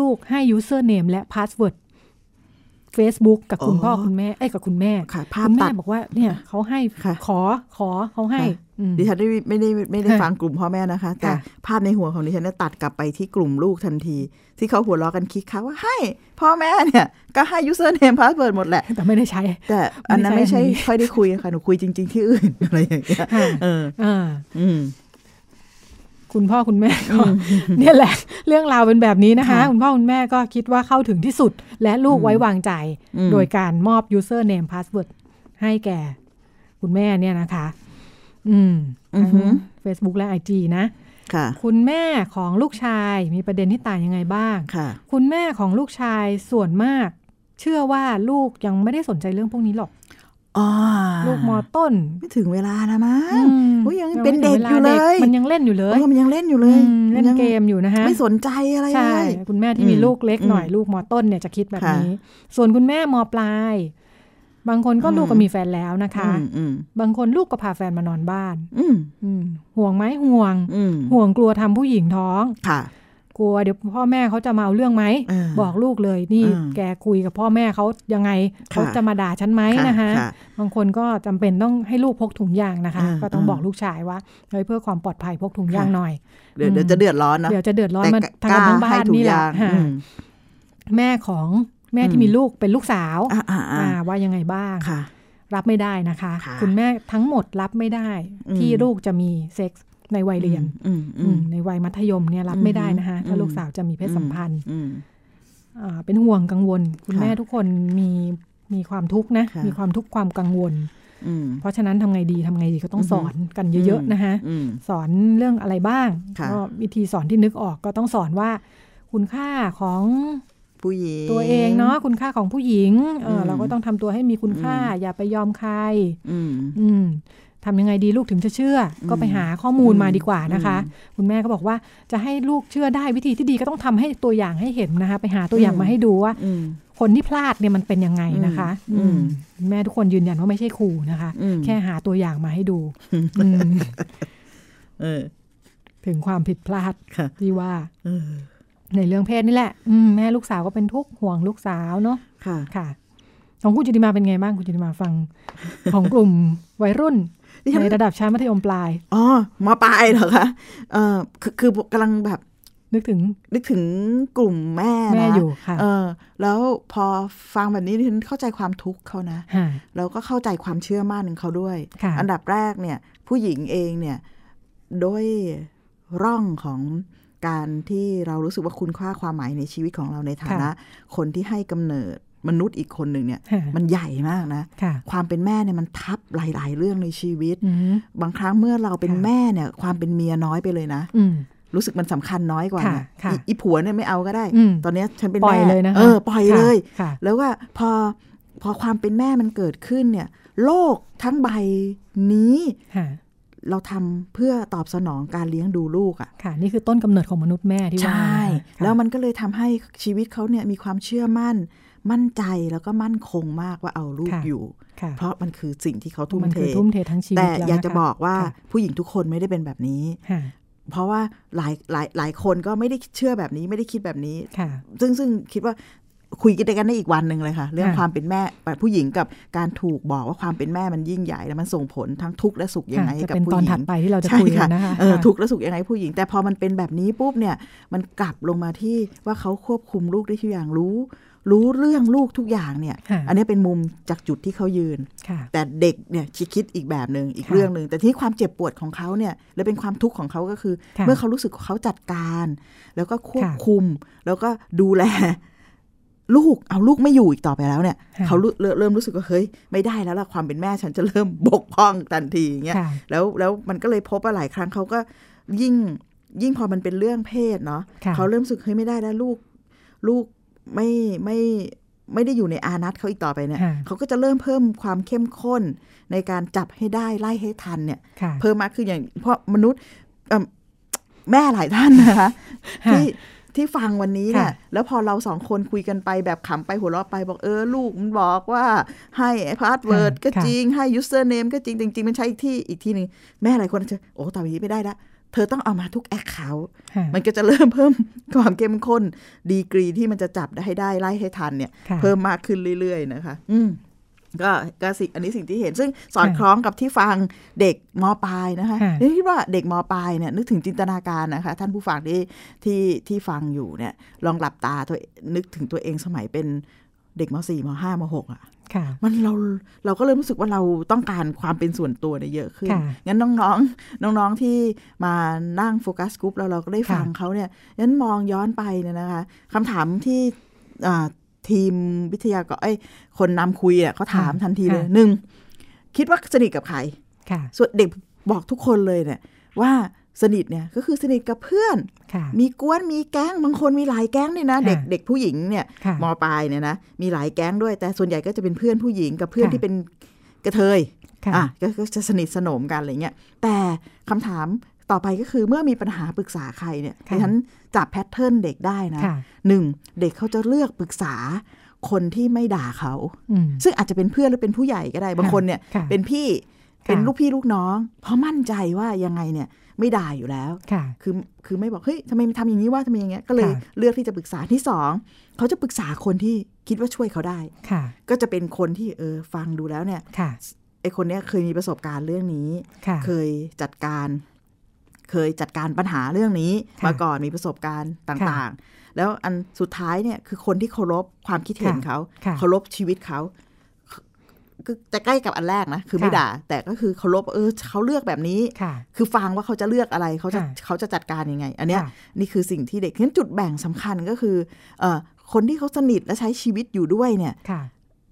[SPEAKER 2] ลูกๆให้ username และ password Facebook กับคุณพ่อคุณแม่เอ้ยกับคุณแม่
[SPEAKER 3] ค่ะ ภาพ
[SPEAKER 2] คุณแม่
[SPEAKER 3] ตัด
[SPEAKER 2] บอกว่า เนี่ยเขาให้
[SPEAKER 3] ค่ะ
[SPEAKER 2] ขอขอเขาให้
[SPEAKER 3] ค่ะ
[SPEAKER 2] อืม
[SPEAKER 3] ดิฉันไม่ไม่ได้ไม่ได้
[SPEAKER 2] ค่ะ
[SPEAKER 3] ฟังกลุ่มพ่อแม่นะคะ แต่
[SPEAKER 2] ค่ะ
[SPEAKER 3] ภาพในหัวของดิฉันเนี่ยตัดกลับไปที่กลุ่มลูกทันที ที่เขาหัวเราะกันคิกค่ะว่าให้พ่อแม่เนี่ย ก็ให้ username password หมดแหละ
[SPEAKER 2] แต่ไม่ได้ใช้
[SPEAKER 3] แต่อันนั้น
[SPEAKER 2] ไม่
[SPEAKER 3] ไม่
[SPEAKER 2] ใช่อั
[SPEAKER 3] ใช่
[SPEAKER 2] นนี้
[SPEAKER 3] ค่อยได้คุยค่ะหนูคุยจริง ๆ ที่อื่น อะไรอย่างเงี้ยเออ
[SPEAKER 2] อ่า
[SPEAKER 3] อืม
[SPEAKER 2] คุณพ่อคุณแม่ก็
[SPEAKER 3] <laughs>
[SPEAKER 2] เนี่ยแหละ เรื่องราวเป็นแบบนี้นะคะ
[SPEAKER 3] ค่ะ
[SPEAKER 2] คุณพ่อคุณแม่ก็คิดว่าเข้าถึงที่สุด และลูกไว้วางใจ
[SPEAKER 3] อืม
[SPEAKER 2] โดยการมอบ user name password ให้แก่คุณแม่เนี่ยนะคะ อืม
[SPEAKER 3] อือหือ
[SPEAKER 2] Facebook และ IG นะ
[SPEAKER 3] ค่ะ
[SPEAKER 2] คุณแม่ของลูกชายมีประเด็นที่ต่างยังไงบ้าง
[SPEAKER 3] ค่ะ
[SPEAKER 2] คุณแม่ของลูกชายส่วนมาก เชื่อว่าลูกยังไม่ได้สนใจเรื่องพวกนี้หรอก
[SPEAKER 3] อ๋อ
[SPEAKER 2] ลูกมอต้น
[SPEAKER 3] ไม่ถึงเวลาแล้วมั้งโอ้ยยัง
[SPEAKER 2] ยังไม่
[SPEAKER 3] เป็นเด็ก
[SPEAKER 2] ถึงเวลา
[SPEAKER 3] อยู่เล
[SPEAKER 2] เด็
[SPEAKER 3] ย
[SPEAKER 2] กมันยังเล่นอยู่เลย
[SPEAKER 3] โมันยังเล่นอยู่เลย
[SPEAKER 2] อืมเล่น
[SPEAKER 3] ยัง
[SPEAKER 2] เกมอยู่นะฮะ
[SPEAKER 3] ไม่สนใจอะไร
[SPEAKER 2] ใช่
[SPEAKER 3] เลย
[SPEAKER 2] คุณแม่ที่มี
[SPEAKER 3] อื
[SPEAKER 2] ลูกเล็กหน่อย
[SPEAKER 3] ม
[SPEAKER 2] ลูกมอต้นเนี่ยจะคิดแบบ
[SPEAKER 3] ค่ะ
[SPEAKER 2] นี้ ส่วนคุณแม่มอปลาย บางคนก็
[SPEAKER 3] อืม
[SPEAKER 2] ลูกก็มีแฟนแล้วนะคะ
[SPEAKER 3] อืมอืม
[SPEAKER 2] บางคนลูกก็พาแฟนมานอนบ้าน
[SPEAKER 3] อืม
[SPEAKER 2] อืมห่วงไหมห่วง
[SPEAKER 3] อืม
[SPEAKER 2] ห่วงกลัวทำผู้หญิงท้อง
[SPEAKER 3] ค่ะ
[SPEAKER 2] กลัวเดี๋ยวพ่อแม่เขาจะมาเอาเรื่องไหม
[SPEAKER 3] เออ
[SPEAKER 2] บอกลูกเลยนี่
[SPEAKER 3] อืม
[SPEAKER 2] แกคุยกับพ่อแม่เขายังไงเขาจะมาด่าฉันไหม
[SPEAKER 3] ค่ะ
[SPEAKER 2] นะคะ
[SPEAKER 3] ค่ะ
[SPEAKER 2] บางคนก็จำเป็นต้องให้ลูกพกถุงยางนะคะ
[SPEAKER 3] อืม
[SPEAKER 2] ก็ต้อง
[SPEAKER 3] อืม
[SPEAKER 2] บอกลูกชายว่าเฮ้ยเพื่อความปลอดภัยพกถุงยางหน่อย
[SPEAKER 3] เดี๋ยวเดี๋ยวจะเดือดร้อนนะ
[SPEAKER 2] เดี๋ยวจะเดือดร้อน
[SPEAKER 3] แต่
[SPEAKER 2] มัน
[SPEAKER 3] กะ
[SPEAKER 2] ทั้งทั้ง
[SPEAKER 3] ให้
[SPEAKER 2] บ้าน
[SPEAKER 3] ถุ
[SPEAKER 2] นี่แหละ
[SPEAKER 3] ยาง
[SPEAKER 2] ฮะ
[SPEAKER 3] อืม
[SPEAKER 2] แม่ของแม่
[SPEAKER 3] อืม
[SPEAKER 2] ที่มีลูกเป็นลูกสาว
[SPEAKER 3] อ่าอ่าอ่า
[SPEAKER 2] อ่าว่ายังไงบ้าง
[SPEAKER 3] ค่ะ
[SPEAKER 2] รับไม่ได้นะคะ
[SPEAKER 3] ค่ะ
[SPEAKER 2] คุณแม่ทั้งหมดรับไม่ได้
[SPEAKER 3] อืม
[SPEAKER 2] ที่ลูกจะมีเซ็กส์ในวัยเรียน
[SPEAKER 3] อืมอื
[SPEAKER 2] อื
[SPEAKER 3] ม
[SPEAKER 2] มในวัยมัธยมเนี่ยรับไม่ได้นะคะ
[SPEAKER 3] อืม
[SPEAKER 2] ถ้าลูกสาวจะมีเพศ
[SPEAKER 3] อืม
[SPEAKER 2] สัมพันธ์
[SPEAKER 3] อืม
[SPEAKER 2] อ่าเป็นห่วงกังวล คุณ
[SPEAKER 3] ค่ะ
[SPEAKER 2] แม่ทุกคนมีมีความทุกข์นะ
[SPEAKER 3] ค่ะ
[SPEAKER 2] มีความทุกข์ความกังวล
[SPEAKER 3] อืม
[SPEAKER 2] เพราะฉะนั้นทำไงดีทำไงดีก็ต้อง
[SPEAKER 3] อือฮึ
[SPEAKER 2] สอนกันเยอะ
[SPEAKER 3] อืม
[SPEAKER 2] ๆนะคะ
[SPEAKER 3] อืม
[SPEAKER 2] สอนเรื่องอะไรบ้าง
[SPEAKER 3] ค่ะ
[SPEAKER 2] ก็วิธีสอนที่นึกออกก็ต้องสอนว่า คุณค่าของ
[SPEAKER 3] ผู้หญิง
[SPEAKER 2] ตัวเองเนาะคุณค่าของผู้หญิงเอออ
[SPEAKER 3] ม
[SPEAKER 2] เราก็ต้องทำตัวให้มีคุณค่า อย่าไปยอมใคร
[SPEAKER 3] อืม
[SPEAKER 2] อืมทำยังไงดีลูกถึงจะเชื่ออก็ไปหาข้อมูลมาดีกว่านะคะ คุณแม่ก็บอกว่าจะให้ลูกเชื่อได้วิธีที่ดีก็ต้องทำให้ตัวอย่างให้เห็นนะคะ ไปหาตัวอย่างมาให้ดูว่า
[SPEAKER 3] อืม
[SPEAKER 2] คนที่พลาดเนี่ยมันเป็นยังไงนะคะ
[SPEAKER 3] อื
[SPEAKER 2] อื
[SPEAKER 3] ม
[SPEAKER 2] มคุณแม่ทุกคนยืนยันว่าไม่ใช่ครูนะคะ
[SPEAKER 3] อืม
[SPEAKER 2] แค่หาตัวอย่างมาให้ดูอืม
[SPEAKER 3] เออ
[SPEAKER 2] ถึงความผิดพลาด
[SPEAKER 3] ค่ะ
[SPEAKER 2] ที่ว่า
[SPEAKER 3] เออ
[SPEAKER 2] ในเรื่องเพศนี่แหละอืมแม่ลูกสาวก็เป็นทุกข์ห่วงลูกสาวเนาะ
[SPEAKER 3] ค่ะ
[SPEAKER 2] ค่ะ ของคุณจิติมาเป็นไงบ้างคุณจิติมาฟัง <laughs> ของกลุ่มวัยรุ่น
[SPEAKER 3] ดิฉัน
[SPEAKER 2] ในระดับชั้นมัธยมปลาย
[SPEAKER 3] อ๋อมาปลายเหรอคะเออคือคือกำลังแบบ
[SPEAKER 2] นึกถึง
[SPEAKER 3] นึกถึงกลุ่มแม่นะ
[SPEAKER 2] แม่อยู่ค่ะ
[SPEAKER 3] เออ แล้วพอฟังแบบนี้ดิฉันเข้าใจความทุกข์เขานะ
[SPEAKER 2] ฮะ
[SPEAKER 3] แล้วก็เข้าใจความเชื่อมั่นของเขาด้วย
[SPEAKER 2] ค่ะ
[SPEAKER 3] อันดับแรกเนี่ย ผู้หญิงเองเนี่ยด้วยร่องของการที่เรารู้สึกว่าคุณค่าความหมายในชีวิตของเราในฐานะ คนที่ให้กำเนิดมนุษย์อีกคนหนึ่งเนี่ย
[SPEAKER 2] ค่ะ
[SPEAKER 3] มันใหญ่มากนะ
[SPEAKER 2] ค่ะ
[SPEAKER 3] ความเป็นแม่เนี่ยมันทับหลาย ๆ เรื่องในชีวิต
[SPEAKER 2] อืม
[SPEAKER 3] บางครั้งเมื่อเราเป็น
[SPEAKER 2] ค่ะ
[SPEAKER 3] แม่เนี่ย ความเป็นเมียน้อยไปเลยนะ
[SPEAKER 2] อืม
[SPEAKER 3] รู้สึกมันสำคัญน้อยกว่า
[SPEAKER 2] ค่ะ
[SPEAKER 3] นะ
[SPEAKER 2] ค่ะ
[SPEAKER 3] อีอีผัวเนี่ยไม่เอาก็ได้
[SPEAKER 2] อืม
[SPEAKER 3] ตอนเนี้ยฉันเป็น
[SPEAKER 2] ปล่อย
[SPEAKER 3] แม่
[SPEAKER 2] เลยนะคะ
[SPEAKER 3] เออปล่อย
[SPEAKER 2] ค่ะ
[SPEAKER 3] เลย
[SPEAKER 2] ค่ะ
[SPEAKER 3] แล้วว่าพอพอความเป็นแม่มันเกิดขึ้นเนี่ย โลกทั้งใบนี้
[SPEAKER 2] ค่ะ
[SPEAKER 3] เราทำเพื่อตอบสนองการเลี้ยงดูลูกอะ่ะ
[SPEAKER 2] ค่ะ นี่คือต้นกำเนิดของมนุษย์แม่ที่
[SPEAKER 3] ใช
[SPEAKER 2] ว่า
[SPEAKER 3] ่
[SPEAKER 2] นะคะ
[SPEAKER 3] แล้วมันก็เลยทำให้ชีวิตเขาเนี่ยมีความเชื่อมั่น มั่นใจแล้วก็มั่นคงมากว่าเอาลูก
[SPEAKER 2] ค่ะ
[SPEAKER 3] อยู่
[SPEAKER 2] ค่ะ
[SPEAKER 3] เพราะมันคือสิ่งที่เขาทุ่ม
[SPEAKER 2] มัน
[SPEAKER 3] เท
[SPEAKER 2] คือทุ่มเททั้งชีวิต
[SPEAKER 3] แต่
[SPEAKER 2] แล้ว
[SPEAKER 3] อยาก
[SPEAKER 2] นค
[SPEAKER 3] จะบอกว่า
[SPEAKER 2] ค่ะ
[SPEAKER 3] ผู้หญิงทุกคนไม่ได้เป็นแบบนี้
[SPEAKER 2] ค่ะ
[SPEAKER 3] เพราะว่าหลายหลายหลายคนก็ไม่ได้เชื่อแบบนี้ไม่ได้คิดแบบนี้
[SPEAKER 2] ค่ะ
[SPEAKER 3] ซึ่งซึ่งคิดว่าคุยกันได้กันได้อีกวันหนึ่งเลยค่ะ เรื่อง
[SPEAKER 2] ค่ะ
[SPEAKER 3] ความเป็นแม่ผู้หญิงกับการถูกบอกว่าความเป็นแม่มันยิ่งใหญ่แล้วมันส่งผลทั้งทุกข์และสุขยังไง
[SPEAKER 2] ค่ะจะ
[SPEAKER 3] กับ
[SPEAKER 2] เป็น
[SPEAKER 3] ผู้
[SPEAKER 2] ตอน
[SPEAKER 3] หญิง
[SPEAKER 2] ถัดไปที่เราจะคุยกันนะคะ
[SPEAKER 3] ใช่เออ
[SPEAKER 2] ค่ะ
[SPEAKER 3] ทุกข์และสุขยังไงผู้หญิง แต่พอมันเป็นแบบนี้ปุ๊บเนี่ยมันกลับลงมาที่ว่าเขาควบคุมลูกได้ทุกอย่างรู้ รู้เรื่องลูกทุกอย่างเนี่ย
[SPEAKER 2] ค่ะ
[SPEAKER 3] อันนี้เป็นมุมจากจุดที่เขายืน
[SPEAKER 2] ค่ะ
[SPEAKER 3] แต่เด็กเนี่ยคิดอีกแบบหนึ่งอีก
[SPEAKER 2] ค่ะ
[SPEAKER 3] เรื่องหนึ่งแต่ที่ความเจ็บปวดของเขาเนี่ยและเป็นความทุกข์ของเขาก็คือ
[SPEAKER 2] ค่ะ
[SPEAKER 3] เมื่อเขารู้สึกเขาจัดการ แล้วก็ควบ
[SPEAKER 2] ค่ะ
[SPEAKER 3] คุม แล้วก็ดูแล ลูกเอาลูกไม่อยู่อีกต่อไปแล้วเนี่ย
[SPEAKER 2] ค่ะ
[SPEAKER 3] เขารู้เริ่มเริ่มรู้สึกว่าเฮ้ยไม่ได้แล้วล่ะความเป็นแม่ฉันจะเริ่ม <laughs> บกพร่องทันทีอย่างเงี้ย
[SPEAKER 2] ค่ะ
[SPEAKER 3] แล้วแล้วมันก็เลยพบว่าหลายครั้งเขาก็ยิ่งยิ่งพอมันเป็นเรื่องเพศเนาะ
[SPEAKER 2] ค่ะ
[SPEAKER 3] เขาเริ่มรู้สึกเฮ้ยไม่ได้แล้วลูก ลูกไม่ไม่ไม่ได้อยู่ในอานัตเขาอีกต่อไปเนี่ย
[SPEAKER 2] ค่ะ
[SPEAKER 3] เขาก็จะเริ่มเพิ่มความเข้มข้นในการจับให้ได้ไล่ให้ทันเนี่ย
[SPEAKER 2] ค่ะ
[SPEAKER 3] เพิ่มมากขึ้นอย่างเพราะมนุษย์เอิ่มแม่หลายท่านนะคะ
[SPEAKER 2] <laughs> ค่ะ
[SPEAKER 3] ที่ที่ฟังวันนี้เนี่ย
[SPEAKER 2] ค่ะ
[SPEAKER 3] แล้วพอเราสองคนคุยกันไปแบบขำไปหัวเราะไปบอกเออลูกมันบอกว่าให้พาสเวิร์ด
[SPEAKER 2] ค่ะ
[SPEAKER 3] ก็
[SPEAKER 2] ค่ะ
[SPEAKER 3] จริง ให้ยูสเซอร์เนมก็จริง จริง ๆ มันใช้อีกที่อีกที่หนึ่งแม่หลายคนอาจจะโอ้ต่อไปนี้ไม่ได้ละเธอต้องเอามาทุกแอคเคาท์
[SPEAKER 2] ค่ะ
[SPEAKER 3] มันก็จะเริ่มเพิ่ม ความเข้มข้น ดีกรีที่มันจะจับได้ให้ได้ไล่ให้ทันเนี่ย
[SPEAKER 2] ค่ะ
[SPEAKER 3] เพิ่มมากขึ้นเรื่อยๆนะคะ อืม ก็ก็สิอันนี้สิ่งที่เห็นซึ่งสอดคล้องกับที่ฟังเด็กมปลายนะคะ
[SPEAKER 2] ค่ะ
[SPEAKER 3] ดิฉันี่คิดว่าเด็กมปลายเนี่ยนึกถึงจินตนาการนะคะ ท่านผู้ฟังที่ที่ที่ฟังอยู่เนี่ย ลองหลับตาตัวนึกถึงตัวเองสมัยเป็นเด็กมสี่มห้ามหกอ่ะ
[SPEAKER 2] ค่ะ
[SPEAKER 3] มันเราเราก็เริ่มรู้สึกว่าเราต้องการความเป็นส่วนตัวเนี่ยเยอะขึ้น
[SPEAKER 2] ค่ะ
[SPEAKER 3] งั้นน้องๆ น้องๆที่มานั่งโฟกัสกรุ๊ปแล้วเราก็ได้
[SPEAKER 2] ค่ะ
[SPEAKER 3] ฟังเขาเนี่ยงั้นมองย้อนไปเนี่ยนะคะคำถามที่อ่าทีมวิทยากรเอ้ยคนนำคุยอ่ะเขาถาม
[SPEAKER 2] ค่ะ
[SPEAKER 3] ทันทีเลย
[SPEAKER 2] ค่ะ
[SPEAKER 3] หนึ่งคิดว่าสนิทกับใคร
[SPEAKER 2] ค่ะ
[SPEAKER 3] ส่วนเด็กบอกทุกคนเลยเนี่ยว่าสนิทเนี่ยก็คือสนิทกับเพื่อน
[SPEAKER 2] ค่ะ
[SPEAKER 3] มีกวนมีแก๊งบางคนมีหลายแก๊งเนี่ยนะ เด็ก
[SPEAKER 2] ค่ะ
[SPEAKER 3] เด็กผู้หญิงเนี่ย
[SPEAKER 2] ค่ะ
[SPEAKER 3] มปลายเนี่ยนะมีหลายแก๊งด้วยแต่ส่วนใหญ่ก็จะเป็นเพื่อนผู้หญิงกับเพื่อน
[SPEAKER 2] ค่ะ
[SPEAKER 3] ที่เป็น กระเทย
[SPEAKER 2] ค่ะ
[SPEAKER 3] อ่ะก็ก็จะสนิทสนมกันอะไรเงี้ยแต่คำถามต่อไปก็คือเมื่อมีปัญหาปรึกษาใครเนี่ย
[SPEAKER 2] ค่ะ
[SPEAKER 3] ดิฉันจับแพทเทิร์นเด็กได้นะ
[SPEAKER 2] ค่ะ
[SPEAKER 3] หนึ่งเด็กเขาจะเลือกปรึกษาคนที่ไม่ด่าเขา
[SPEAKER 2] อืม
[SPEAKER 3] ซึ่งอาจจะเป็นเพื่อนหรือเป็นผู้ใหญ่ก็ได้บางคนเนี่ย
[SPEAKER 2] ค่ะ
[SPEAKER 3] เป็นพี่
[SPEAKER 2] ค่ะ
[SPEAKER 3] เป็นลูกพี่ลูกน้อง เพราะมั่นใจว่ายังไงเนี่ยไม่ด่าอยู่แล้ว
[SPEAKER 2] ค่ะ
[SPEAKER 3] คือคือไม่บอกเฮ้ยทำไมทำอย่างนี้ว่าทำไมอย่างเงี้ยก็เลย
[SPEAKER 2] ค่ะ
[SPEAKER 3] เลือกที่จะปรึกษาที่สองเขาจะปรึกษาคนที่คิดว่าช่วยเขาได้
[SPEAKER 2] ค่ะ
[SPEAKER 3] ก็จะเป็นคนที่เออฟังดูแล้วเนี่ย
[SPEAKER 2] ค่ะ
[SPEAKER 3] ไอคนเนี้ยเคยมีประสบการณ์เรื่องนี้
[SPEAKER 2] ค่ะ
[SPEAKER 3] เคยจัดการ เคยจัดการปัญหาเรื่องนี้
[SPEAKER 2] ค่ะ
[SPEAKER 3] มาก่อนมีประสบการณ์ต่างๆ แล้วอันสุดท้ายเนี่ยคือคนที่เคารพความคิดเห็น
[SPEAKER 2] ค่ะ
[SPEAKER 3] เขา
[SPEAKER 2] ค่ะ
[SPEAKER 3] เคารพชีวิตเขาคือจะใกล้กับอันแรกนะคือไม่
[SPEAKER 2] ค่ะ
[SPEAKER 3] ด่า แต่ก็คือเคารพเออเขาเลือกแบบนี้
[SPEAKER 2] ค่ะ
[SPEAKER 3] คือฟังว่าเขาจะเลือกอะไรเขาจะ
[SPEAKER 2] ค่ะ
[SPEAKER 3] เขาจะจัดการยังไง อันเนี้ย
[SPEAKER 2] ค่ะ
[SPEAKER 3] นี่คือสิ่งที่เด็กฉะนั้นจุดแบ่งสำคัญก็คือเอ่อคนที่เขาสนิทและใช้ชีวิตอยู่ด้วยเนี่ย
[SPEAKER 2] ค่ะ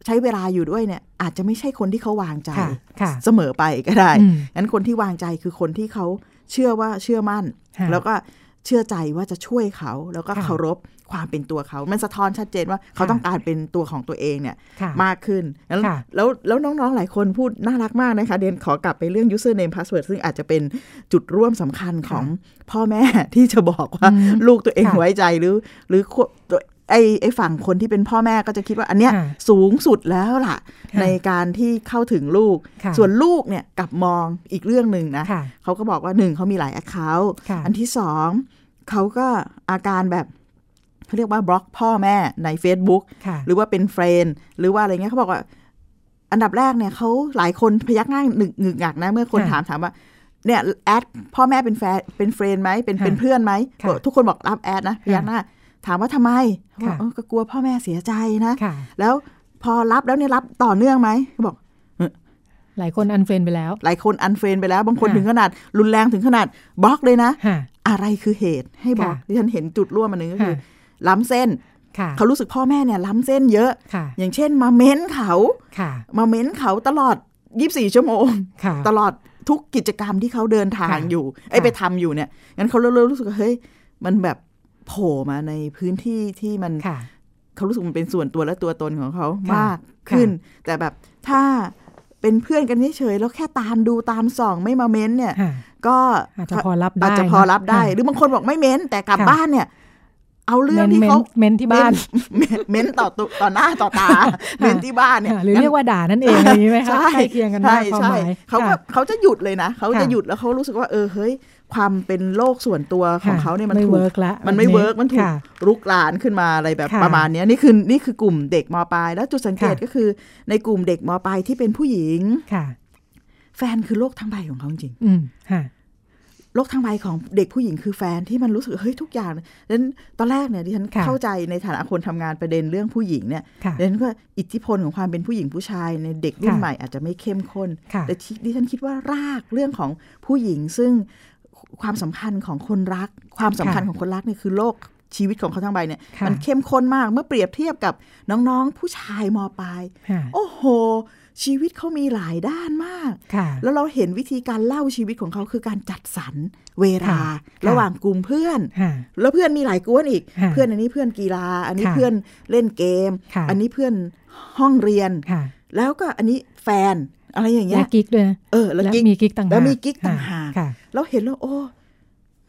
[SPEAKER 3] ใช้เวลาอยู่ด้วยเนี่ย อาจจะไม่ใช่คนที่เขาวางใจ
[SPEAKER 2] ค่ะค่ะ
[SPEAKER 3] เสมอไปก็ได้
[SPEAKER 2] อืม
[SPEAKER 3] งั้นคนที่วางใจคือคนที่เขาเชื่อว่าเชื่อมั่น
[SPEAKER 2] ค่ะ
[SPEAKER 3] แล้วก็เชื่อใจว่าจะช่วยเขา แล้วก็
[SPEAKER 2] ค่ะ
[SPEAKER 3] เคารพความเป็นตัวเขา มันสะท้อนชัดเจนว่าเขา
[SPEAKER 2] ค่ะ
[SPEAKER 3] ต้องการเป็นตัวของตัวเองเนี่ย
[SPEAKER 2] ค่ะ
[SPEAKER 3] มากขึ้น แล้ว
[SPEAKER 2] ค่ะ
[SPEAKER 3] แล้วแล้วน้องๆ หลายคนพูดน่ารักมากนะคะ เดียนขอกลับไปเรื่อง username password ซึ่งอาจจะเป็นจุดร่วมสำคัญของพ่อแม่ ที่จะบอกว่า
[SPEAKER 2] อืม
[SPEAKER 3] ลูกตัวเอง
[SPEAKER 2] ค่ะ
[SPEAKER 3] ไว้ใจหรือ หรือควบตัวไอ้ไอ้ฝั่งคนที่เป็นพ่อแม่ก็จะคิดว่าอันเนี้ย
[SPEAKER 2] ค่ะ
[SPEAKER 3] สูงสุดแล้วล่ะ
[SPEAKER 2] ค่ะ
[SPEAKER 3] ในการที่เข้าถึงลูก
[SPEAKER 2] ค่ะ
[SPEAKER 3] ส่วนลูกเนี่ยกลับมองอีกเรื่องหนึ่งนะ
[SPEAKER 2] ค่ะ
[SPEAKER 3] เขาก็บอกว่าหนึ่งเขามีหลาย account
[SPEAKER 2] ค่ะ
[SPEAKER 3] อันที่สองเขาก็อาการแบบเขาเรียกว่าบล็อกพ่อแม่ใน Facebook
[SPEAKER 2] ค่ะ
[SPEAKER 3] หรือว่าเป็นเฟรนด์หรือว่าอะไรเงี้ยเขาบอกว่า อันดับแรกเนี่ยเขาหลายคนพยักหน้าหนึกหงึกงักนะเมื่อคน
[SPEAKER 2] ค่ะ
[SPEAKER 3] ถามถามว่า เนี่ยแอดพ่อแม่เป็นแฟนเป็นเฟรนด์ไหมเป็น
[SPEAKER 2] ค่ะ
[SPEAKER 3] เป็นเพื่อนไหม
[SPEAKER 2] ค่ะ
[SPEAKER 3] บอกทุกคนบอกรับแอดนะพยักหน้า ถามว่าทำไมเขาบอก
[SPEAKER 2] ค่ะ
[SPEAKER 3] เออก็กลัวพ่อแม่เสียใจนะ
[SPEAKER 2] ค่ะ
[SPEAKER 3] แล้วพอรับแล้วเนี่ยรับต่อเนื่องไหมเขาบอก
[SPEAKER 2] หลายคนอันเฟรนไปแล้ว
[SPEAKER 3] หลายคนอันเฟรนไปแล้ว บางคน
[SPEAKER 2] ค่ะ
[SPEAKER 3] ถึงขนาด รุนแรงถึงขนาดบล็อกเลยนะ
[SPEAKER 2] ค่ะ
[SPEAKER 3] อะไรคือเหตุให้บล็อก
[SPEAKER 2] ค่ะ
[SPEAKER 3] ดิฉันเห็นจุดร่วมอันหนึงก็คือ
[SPEAKER 2] ค่ะ
[SPEAKER 3] ล้ำเส้น
[SPEAKER 2] ค่ะ
[SPEAKER 3] เขารู้สึกพ่อแม่เนี่ยล้ำเส้นเยอะ
[SPEAKER 2] ค่ะ
[SPEAKER 3] อย่างเช่นมาเม้นเขา
[SPEAKER 2] ค่ะ
[SPEAKER 3] มาเม้นเขาตลอด 24 ชั่วโมง
[SPEAKER 2] ค่ะ
[SPEAKER 3] ตลอดทุกกิจกรรมที่เขาเดินทาง
[SPEAKER 2] ค่ะ
[SPEAKER 3] อยู่ เอ้ย
[SPEAKER 2] ค่ะ
[SPEAKER 3] ไปทำอยู่เนี่ย งั้นเขาเริ่มรู้สึกว่าเฮ้ย มันแบบโผล่มาในพื้นที่ที่มัน
[SPEAKER 2] ค่ะ
[SPEAKER 3] เขารู้สึกมันเป็นส่วนตัวและตัวตนของเขา
[SPEAKER 2] ค่ะ
[SPEAKER 3] มากขึ้น แต่แบบถ้าเป็นเพื่อนกันเฉยๆแล้วแค่ตามดูตามส่องไม่มาเม้นเนี่ย
[SPEAKER 2] ค่ะ
[SPEAKER 3] ก็
[SPEAKER 2] อาจจะพอรับได้
[SPEAKER 3] อาจจะพอรับได้
[SPEAKER 2] ค่ะ
[SPEAKER 3] หรือบางคนบอกไม่เม้น แต่กลับ
[SPEAKER 2] ค่ะ
[SPEAKER 3] บ้านเนี่ย เอาเรื่องที่
[SPEAKER 2] เม้น
[SPEAKER 3] เขา
[SPEAKER 2] เม้นที่บ้าน
[SPEAKER 3] เม้นเม้นต่อตัวต่อหน้าต่อตาเม้นที่บ้านเนี่ย
[SPEAKER 2] ค่ะหรือเรียกว่าด่านั่นเองอะไรอย่างนี้ไหมคะ
[SPEAKER 3] ใช่
[SPEAKER 2] ใกล้เคียงกันมากความหมาย
[SPEAKER 3] ใช่เขาก็เขาจะหยุดเลยนะเขาจะ
[SPEAKER 2] ค่ะ
[SPEAKER 3] หยุดแล้วเขารู้สึกว่าเออเฮ้ย ความเป็นโลกส่วนตัวของ
[SPEAKER 2] ค่ะ
[SPEAKER 3] เขาเนี่ยมัน
[SPEAKER 2] ไม่
[SPEAKER 3] ถูก
[SPEAKER 2] work ละ
[SPEAKER 3] มันไม่
[SPEAKER 2] แบบนี้
[SPEAKER 3] เวิร์กมันถูก
[SPEAKER 2] ค่ะ
[SPEAKER 3] รุกรานขึ้นมาอะไรแบบ
[SPEAKER 2] ค่ะ
[SPEAKER 3] ประมาณเนี้ยนี่คือนี่คือกลุ่มเด็กมปลายแล้วจุดสังเกต
[SPEAKER 2] ค่ะ
[SPEAKER 3] ก็คือในกลุ่มเด็กมปลายที่เป็นผู้หญิง
[SPEAKER 2] ค่ะ
[SPEAKER 3] แฟนคือโลกทั้งใบของเขาจริง
[SPEAKER 2] อืมค่ะ
[SPEAKER 3] โลกทั้งใบของเด็กผู้หญิงคือแฟนที่มันรู้สึกเฮ้ยทุกอย่างดังนั้นตอนแรกเนี่ยดิฉัน
[SPEAKER 2] ค่ะ
[SPEAKER 3] เข้าใจในฐานะคนทำงานประเด็นเรื่องผู้หญิงเนี่ย
[SPEAKER 2] ค่ะ
[SPEAKER 3] ดังนั้นก็อิทธิพลของความเป็นผู้หญิงผู้ชายในเด็กรุ่น
[SPEAKER 2] ค่ะ
[SPEAKER 3] ใหม่อาจจะไม่เข้มข้น
[SPEAKER 2] ค่ะ
[SPEAKER 3] แต่ที่ดิฉันคิดว่ารากเรื่องของผู้หญิงซึ่งความสัมพันธ์ของคนรัก ความสัมพันธ์
[SPEAKER 2] ค่ะ
[SPEAKER 3] ของคนรักเนี่ยคือโลกชีวิตของเขาทั้งใบเนี่ย
[SPEAKER 2] ค่ะ
[SPEAKER 3] มันเข้มข้นมากเมื่อเปรียบเทียบกับน้องๆผู้ชายมปลาย
[SPEAKER 2] ค่ะ
[SPEAKER 3] โอ้โห ชีวิตเขามีหลายด้านมาก
[SPEAKER 2] ค่ะ
[SPEAKER 3] แล้วเราเห็นวิธีการเล่าชีวิตของเขาคือการจัดสรรเวลา
[SPEAKER 2] ค่ะค่ะ
[SPEAKER 3] ระหว่างกลุ่มเพื่อน
[SPEAKER 2] ค่ะ
[SPEAKER 3] แล้วเพื่อนมีหลายกวนอีก
[SPEAKER 2] ค่ะ
[SPEAKER 3] เพื่อนอันนี้เพื่อนกีฬา อันนี้
[SPEAKER 2] ค่ะ
[SPEAKER 3] เพื่อนเล่นเกม
[SPEAKER 2] ค่ะ
[SPEAKER 3] อันนี้เพื่อนห้องเรียน
[SPEAKER 2] ค่ะ
[SPEAKER 3] แล้วก็อันนี้แฟนอะไรอย่างเงี้
[SPEAKER 2] และ
[SPEAKER 3] ย
[SPEAKER 2] กิ๊กด้วยนะ
[SPEAKER 3] เออแล้ว
[SPEAKER 2] และ
[SPEAKER 3] กิ๊ก
[SPEAKER 2] มีกิ๊กต่างหาก
[SPEAKER 3] แล้วมีกิ๊กต่างหาก
[SPEAKER 2] ค่ะ
[SPEAKER 3] เราเห็นแล้วโอ้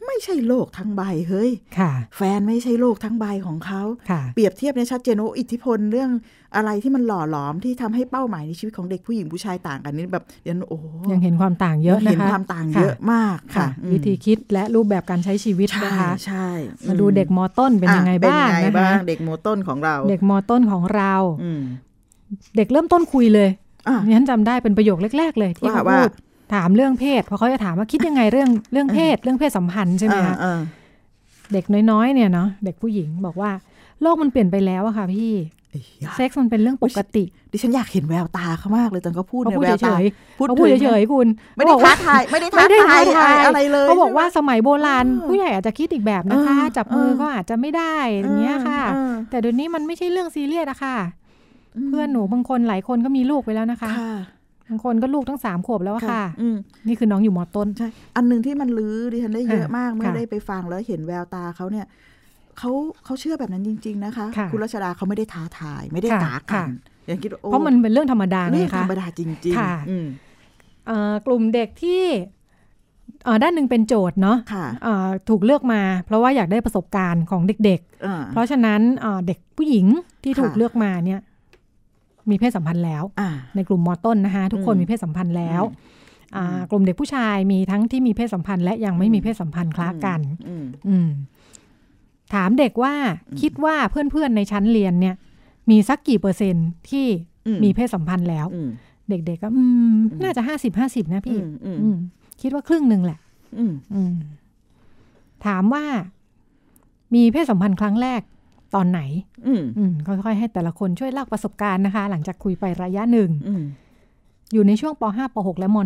[SPEAKER 3] ไม่ใช่โลกทั้งใบเฮ้ย
[SPEAKER 2] ค่ะ
[SPEAKER 3] แฟนไม่ใช่โลกทั้งใบของเขา
[SPEAKER 2] ค่ะ
[SPEAKER 3] เปรียบเทียบเนี่ยชัดเจนว่าอิทธิพลเรื่องอะไรที่มันหล่อหลอมที่ทำให้เป้าหมายในชีวิตของเด็กผู้หญิงผู้ชายต่างกันนี่แบบเดี๋ยวโอ้
[SPEAKER 2] ยังเห็นความต่างเยอะนะคะ
[SPEAKER 3] เห็นความต่างเยอะมาก
[SPEAKER 2] ค่ะ
[SPEAKER 3] ค่ะอืม
[SPEAKER 2] วิธีคิดและรูปแบบการใช้ชีวิต
[SPEAKER 3] ใช่
[SPEAKER 2] นะคะ
[SPEAKER 3] ใช่
[SPEAKER 2] มาดูเด็กมอต้นเป็นยังไง
[SPEAKER 3] อ่ะ
[SPEAKER 2] บ้าง
[SPEAKER 3] เป็นยั
[SPEAKER 2] นะ
[SPEAKER 3] ไบ้า
[SPEAKER 2] คะ
[SPEAKER 3] งเด็กโมต้นของเรา
[SPEAKER 2] เด็กมอต้นของเรา
[SPEAKER 3] อืม
[SPEAKER 2] เด็กเริ่มต้นคุยเลย
[SPEAKER 3] อ่ะ
[SPEAKER 2] นี่ฉันจำได้เป็นประโยคแรก ๆ เลยที่เขา
[SPEAKER 3] ว่าว่า
[SPEAKER 2] พูดถามเรื่องเพศเพราะเขาจะถามว่าคิดยังไงเรื่องเรื่องเพศเรื่องเพศสัมพันธ์ใช่ไหมคะ
[SPEAKER 3] อ่าอ่า
[SPEAKER 2] เด็กน้อยๆ เนี่ยเนาะเด็กผู้หญิงบอกว่าโลกมันเปลี่ยนไปแล้วอะค่ะพี่
[SPEAKER 3] ไอ้ยะ
[SPEAKER 2] เซ็กซ์มันเป็นเรื่องปกติ
[SPEAKER 3] ดิฉันอยากเห็นแววตาเขามากเลยตอนเขาพูด
[SPEAKER 2] เขา
[SPEAKER 3] เนี่ย
[SPEAKER 2] พูด
[SPEAKER 3] แวว
[SPEAKER 2] เฉ
[SPEAKER 3] ตาย
[SPEAKER 2] ๆ
[SPEAKER 3] พูด
[SPEAKER 2] เขาพูด
[SPEAKER 3] ถึง
[SPEAKER 2] เฉยๆคุณ
[SPEAKER 3] ไม่ได้
[SPEAKER 2] เขบอก
[SPEAKER 3] ท้า
[SPEAKER 2] ว่
[SPEAKER 3] ทายไม่ได้
[SPEAKER 2] ไม่
[SPEAKER 3] ท้า
[SPEAKER 2] ได้
[SPEAKER 3] ทาย
[SPEAKER 2] ท้าทาย
[SPEAKER 3] อะไรเลย
[SPEAKER 2] เขาบอกว่าสมัยโบราณ
[SPEAKER 3] เออ
[SPEAKER 2] ผู้ใหญ่อาจจะคิดอีกแบบนะคะ
[SPEAKER 3] เออ
[SPEAKER 2] จับมือ
[SPEAKER 3] เออ
[SPEAKER 2] ก็อาจจะไม่ได้อย่างเงี้ยค่ะ
[SPEAKER 3] อืม
[SPEAKER 2] แต่เดี๋ยวนี้มันไม่ใช่เรื่องซีเรียสอะค่ะ
[SPEAKER 3] ม
[SPEAKER 2] เพื่อนหนูบางคนหลายคนก็มีลูกไปแล้วนะคะ
[SPEAKER 3] ค่ะ
[SPEAKER 2] บางคนก็ลูกทั้งสามขวบแล้วอะค่ะ
[SPEAKER 3] อืม
[SPEAKER 2] นี่คือน้องอยู่มอต้น
[SPEAKER 3] ใช่อันหนึ่งที่มันลื้อดิฉันได้เยอะ
[SPEAKER 2] ค่ะ
[SPEAKER 3] มากเมื่อ
[SPEAKER 2] ค่ะ
[SPEAKER 3] ได้ไปฟังแล้วเห็นแววตาเขาเนี่ยเขาเขาเชื่อแบบนั้นจริง ๆ นะคะ
[SPEAKER 2] ค่ะ
[SPEAKER 3] ณรัชดาเขาไม่ได้ท้าทายไม่ได้
[SPEAKER 2] ค่ะ
[SPEAKER 3] กากั
[SPEAKER 2] ค่ะ
[SPEAKER 3] น ยังคิดว่าโอ้
[SPEAKER 2] เพราะมันเป็นเรื่องธรรมดา
[SPEAKER 3] เรื่
[SPEAKER 2] ไง
[SPEAKER 3] อง
[SPEAKER 2] คะ
[SPEAKER 3] ธรรมดาจริง
[SPEAKER 2] ค่ะ
[SPEAKER 3] ๆอืม
[SPEAKER 2] เอ่อกลุ่มเด็กที่เอ่อด้านหนึ่งเป็นโจทย์เนาะเอ่อถูกเลือกมา เพราะว่าอยากได้ประสบการณ์ของเด็ก
[SPEAKER 3] อ่า
[SPEAKER 2] เพราะฉะนั้นเอ่อเด็กผู้หญิงที่ถูก
[SPEAKER 3] ค่ะ
[SPEAKER 2] เลือกมาเนี่ยมีเพศสัมพันธ์แล้วในกลุ่มมอต้นนะคะทุกคนมีเพศสัมพันธ์แล้วอ่ากลุ่มเด็กผู้ชายมีทั้งที่มีเพศสัมพันธ์ และยังไม่มีเพศสัมพันธ์คล้ากัน
[SPEAKER 3] อืม
[SPEAKER 2] อืมถามเด็กว่าคิดว่าเพื่อนๆในชั้นเรียนเนี่ย มีสักกี่เปอร์เซ็นต์ที่
[SPEAKER 3] อืม
[SPEAKER 2] มีเพศสัมพันธ์แล้ว เด็กๆก็อืมน่าจะห้าสิบห้าสิบนะพี่
[SPEAKER 3] อืมอืม
[SPEAKER 2] อืมคิดว่าครึ่งหนึ่งแหละ
[SPEAKER 3] อืม
[SPEAKER 2] อืมถามว่ามีเพศสัมพันธ์ครั้งแรกตอนไหน
[SPEAKER 3] อืม
[SPEAKER 2] อืมค่อยๆให้แต่ละคนช่วยเล่าประสบการณ์นะคะ หลังจากคุยไประยะหนึ่ง
[SPEAKER 3] อืม
[SPEAKER 2] อยู่ในช่วงป .5 ป .6 และม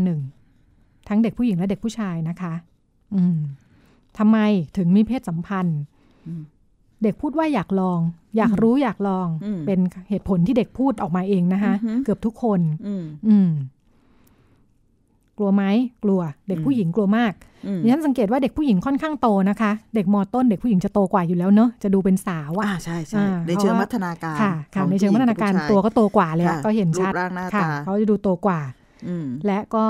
[SPEAKER 2] .1 ทั้งเด็กผู้หญิงและเด็กผู้ชายนะคะ อืมทำไมถึงมีเพศสัมพันธ์
[SPEAKER 3] อืม
[SPEAKER 2] เด็กพูดว่าอยากลอง อยากรู้อยากลอง
[SPEAKER 3] อืม
[SPEAKER 2] เป็นเหตุผลที่เด็กพูดออกมาเองนะคะ
[SPEAKER 3] อือหือ
[SPEAKER 2] เกือบทุกคน
[SPEAKER 3] อืม
[SPEAKER 2] อืม กลัวไหมกลัว เด็กผู้หญิงกลัวมาก
[SPEAKER 3] อืม
[SPEAKER 2] ดิฉันสังเกตว่าเด็กผู้หญิงค่อนข้างโตนะคะ เด็กมอต้น เด็กผู้หญิงจะโตกว่าอยู่แล้วเนอะจะดูเป็นสาวอ่ะ
[SPEAKER 3] ใช่ใช่
[SPEAKER 2] อ่า
[SPEAKER 3] ในเชิง
[SPEAKER 2] พะว่
[SPEAKER 3] พัฒนาการ
[SPEAKER 2] ค่ะค่ะ
[SPEAKER 3] ของ
[SPEAKER 2] ในเชิงพัฒนาการ
[SPEAKER 3] ผู้ชย
[SPEAKER 2] ตัวก็โตกว่าเลยอะ
[SPEAKER 3] ค่ะ
[SPEAKER 2] ก็เห็นชัด
[SPEAKER 3] รูปร่างหน้า
[SPEAKER 2] ค่ะ
[SPEAKER 3] ตา
[SPEAKER 2] เขาจะดูโตกว่า
[SPEAKER 3] อืม
[SPEAKER 2] และก็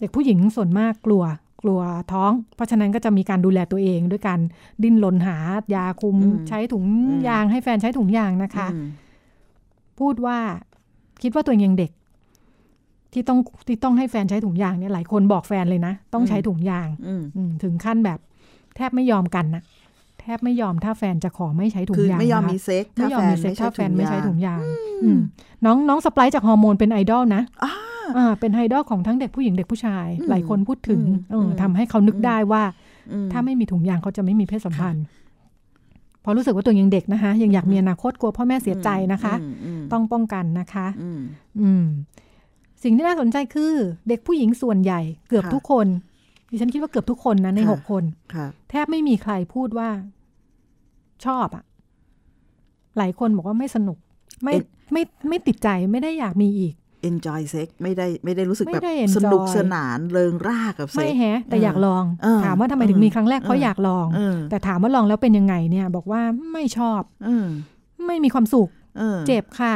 [SPEAKER 2] เด็กผู้หญิงส่วนมากกลัว กลัวท้อง เพราะฉะนั้นก็จะมีการดูแลตัวเองด้วยการดิ้นรนหายาคุม
[SPEAKER 3] อืม
[SPEAKER 2] ใช้ถุง
[SPEAKER 3] อืม
[SPEAKER 2] ยางให้แฟนใช้ถุงยางนะคะ
[SPEAKER 3] อืม
[SPEAKER 2] พูดว่าคิดว่าตัวเองยังเด็ก ที่ต้องที่ต้องให้แฟนใช้ถุงยางเนี่ยหลายคนบอกแฟนเลยนะ ต้องใช้ถุงยาง
[SPEAKER 3] อืม
[SPEAKER 2] อืมถึงขั้นแบบ แทบไม่ยอมกันนะแทบไม่ยอมถ้าแฟนจะขอไม่ใช้ถุ
[SPEAKER 3] คือย
[SPEAKER 2] งาง
[SPEAKER 3] ไม่ยอม
[SPEAKER 2] นะคะ
[SPEAKER 3] มีเซ็ก
[SPEAKER 2] ไม่ยอมมีเซ็กถ้า
[SPEAKER 3] ถ้า
[SPEAKER 2] แฟ
[SPEAKER 3] แฟ
[SPEAKER 2] น
[SPEAKER 3] น
[SPEAKER 2] ไม่
[SPEAKER 3] ไม่
[SPEAKER 2] ใช้
[SPEAKER 3] ใช้
[SPEAKER 2] ถุ
[SPEAKER 3] ถุ
[SPEAKER 2] ง
[SPEAKER 3] ง
[SPEAKER 2] ยาง
[SPEAKER 3] ยาง
[SPEAKER 2] อืมน้องน้องสไปร์จากฮอร์โมนเป็นไอดอลนะอ่าเป็นไอดอลของทั้งเด็กผู้หญิงเด็กผู้ชาย
[SPEAKER 3] อืม
[SPEAKER 2] หลายคนพูดถึง
[SPEAKER 3] อืม
[SPEAKER 2] เออทำให้เขานึกได้ว่า
[SPEAKER 3] อืม
[SPEAKER 2] ถ้าไม่มีถุงยางเขาจะไม่มีเพศสัมพันธ์เพอรู้สึกว่าตัวเองยังเด็กนะคะ ยังอยากมีอนาคตกลัวพ่อแม่เสียใจนะคะ
[SPEAKER 3] ต้
[SPEAKER 2] ต้อ
[SPEAKER 3] อ
[SPEAKER 2] ง งป้องกันนะคะ อืม สิ่งที่น่าสนใจคือเด็กผู้หญิงส่วนใหญ่ เกือบ
[SPEAKER 3] ค่ะ
[SPEAKER 2] ทุกคน ดิฉันคิดว่าเกือบทุกคนนะใน
[SPEAKER 3] ค่ะ
[SPEAKER 2] หกคน
[SPEAKER 3] ค่ะ
[SPEAKER 2] แทบไม่มีใครพูดว่าชอบอะหลายคนบอกว่าไม่สนุก ไม่
[SPEAKER 3] เอ็น
[SPEAKER 2] ไม่ไม่ติดใจไม่ได้อยากมีอีก
[SPEAKER 3] enjoy sex ไม่ได้ไม่ได้รู้สึก
[SPEAKER 2] ไม่
[SPEAKER 3] แบบ
[SPEAKER 2] ได้ enjoy
[SPEAKER 3] สนุกสนานเริงร่ากับเซ็
[SPEAKER 2] ไม่
[SPEAKER 3] ก
[SPEAKER 2] แฮะ แต่อยากลอง
[SPEAKER 3] เออ
[SPEAKER 2] ถามว่าทำไมถึงมีครั้งแรกเพราะ
[SPEAKER 3] เออ
[SPEAKER 2] อ
[SPEAKER 3] อ
[SPEAKER 2] ยากลอง
[SPEAKER 3] เออ
[SPEAKER 2] แต่ถามว่าลองแล้วเป็นยังไงเนี่ย บอกว่าไม่ชอบ
[SPEAKER 3] เออ
[SPEAKER 2] ไม่มีความสุข
[SPEAKER 3] ออ
[SPEAKER 2] เจ็บค่ะ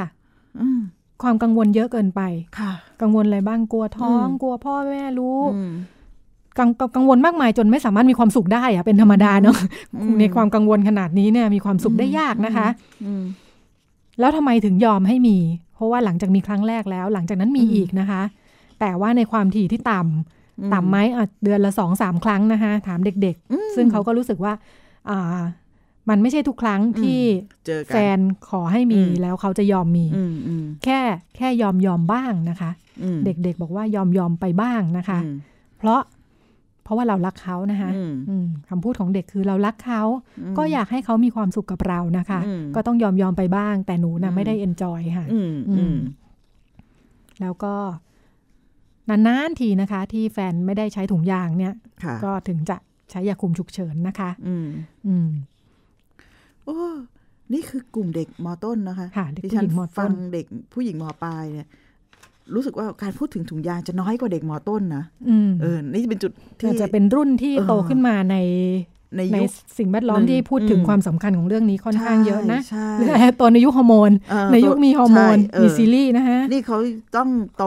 [SPEAKER 3] อืม
[SPEAKER 2] ความกังวลเยอะเกินไป
[SPEAKER 3] ค่ะ
[SPEAKER 2] กังวลอะไรบ้างกลัวท้อง
[SPEAKER 3] อืม
[SPEAKER 2] กลัวพ่อแม่รู้
[SPEAKER 3] อืม
[SPEAKER 2] กังกังกังวลมากมายจนไม่สามารถมีความสุขได้อะเป็นธรรมดาเนาะ
[SPEAKER 3] อืม
[SPEAKER 2] ในความกังวลขนาดนี้เนี่ยมีความสุขได้ยากนะคะ
[SPEAKER 3] อืม
[SPEAKER 2] แล้วทำไมถึงยอมให้มี เพราะว่าหลังจากมีครั้งแรกแล้ว หลังจากนั้นมีอีกนะคะ แต่ว่าในความถี่ที่ต่ำ
[SPEAKER 3] อืม
[SPEAKER 2] ต่ำไหมอ่ะเดือนละสองสามครั้งนะคะ ถามเด็ก
[SPEAKER 3] อืม
[SPEAKER 2] ๆ ซึ่งเขาก็รู้สึกว่าอ่า มันไม่ใช่ทุกครั้งที่
[SPEAKER 3] เจอกัน
[SPEAKER 2] แฟนขอให้มี
[SPEAKER 3] อืม
[SPEAKER 2] แล้วเขาจะยอมมี
[SPEAKER 3] อืมอืม
[SPEAKER 2] แค่แค่ยอมยอมบ้างนะคะ
[SPEAKER 3] อืม
[SPEAKER 2] เด็กๆบอกว่ายอมยอมไปบ้างนะคะ
[SPEAKER 3] อืม
[SPEAKER 2] เพราะเพราะว่าเรารักเขานะคะ
[SPEAKER 3] อืม
[SPEAKER 2] อืมคำพูดของเด็กคือเรารักเขา
[SPEAKER 3] อืม
[SPEAKER 2] ก็อยากให้เขามีความสุขกับเรานะคะ
[SPEAKER 3] อืม
[SPEAKER 2] ก็ต้องยอมยอมไปบ้าง แต่หนูนะ
[SPEAKER 3] อืม
[SPEAKER 2] ไม่ได้เอนจอยค่ะ
[SPEAKER 3] อืมอืม
[SPEAKER 2] แล้วก็นานๆทีนะคะ ที่แฟนไม่ได้ใช้ถุงยางเนี่ย
[SPEAKER 3] ค่ะ
[SPEAKER 2] ก็ถึงจะใช้ยาคุมฉุกเฉินนะคะ
[SPEAKER 3] อืม
[SPEAKER 2] อืม
[SPEAKER 3] โอ้นี่คือกลุ่มเด็กมอต้นนะคะ
[SPEAKER 2] ค่ะเด็กผู้
[SPEAKER 3] ดิฉั
[SPEAKER 2] หญิงมอต้น
[SPEAKER 3] ฟังเด็กผู้หญิงมอปลายเนี่ยรู้สึกว่าการพูดถึงถุงยางจะน้อยกว่าเด็กมอต้นนะ
[SPEAKER 2] อืม
[SPEAKER 3] เออ นี่เป็นจุดที่
[SPEAKER 2] แต่จะเป็นรุ่นที่
[SPEAKER 3] เออ
[SPEAKER 2] โตขึ้นมาใน
[SPEAKER 3] ใน
[SPEAKER 2] ใน
[SPEAKER 3] ยุค
[SPEAKER 2] สิ่งแวดล้อม
[SPEAKER 3] หนึ่ง
[SPEAKER 2] ที่พูดถึง
[SPEAKER 3] อืม
[SPEAKER 2] ความสำคัญของเรื่องนี้ค่อนข้างเยอะนะ
[SPEAKER 3] ใช่ใช่
[SPEAKER 2] หรืออะไร <laughs> ตอนในยุคฮอร์โมน
[SPEAKER 3] เออ
[SPEAKER 2] ในยุคมีฮอร์โมน
[SPEAKER 3] ใช่เออ
[SPEAKER 2] มีซีรีส์นะคะ
[SPEAKER 3] นี่เขาต้องโต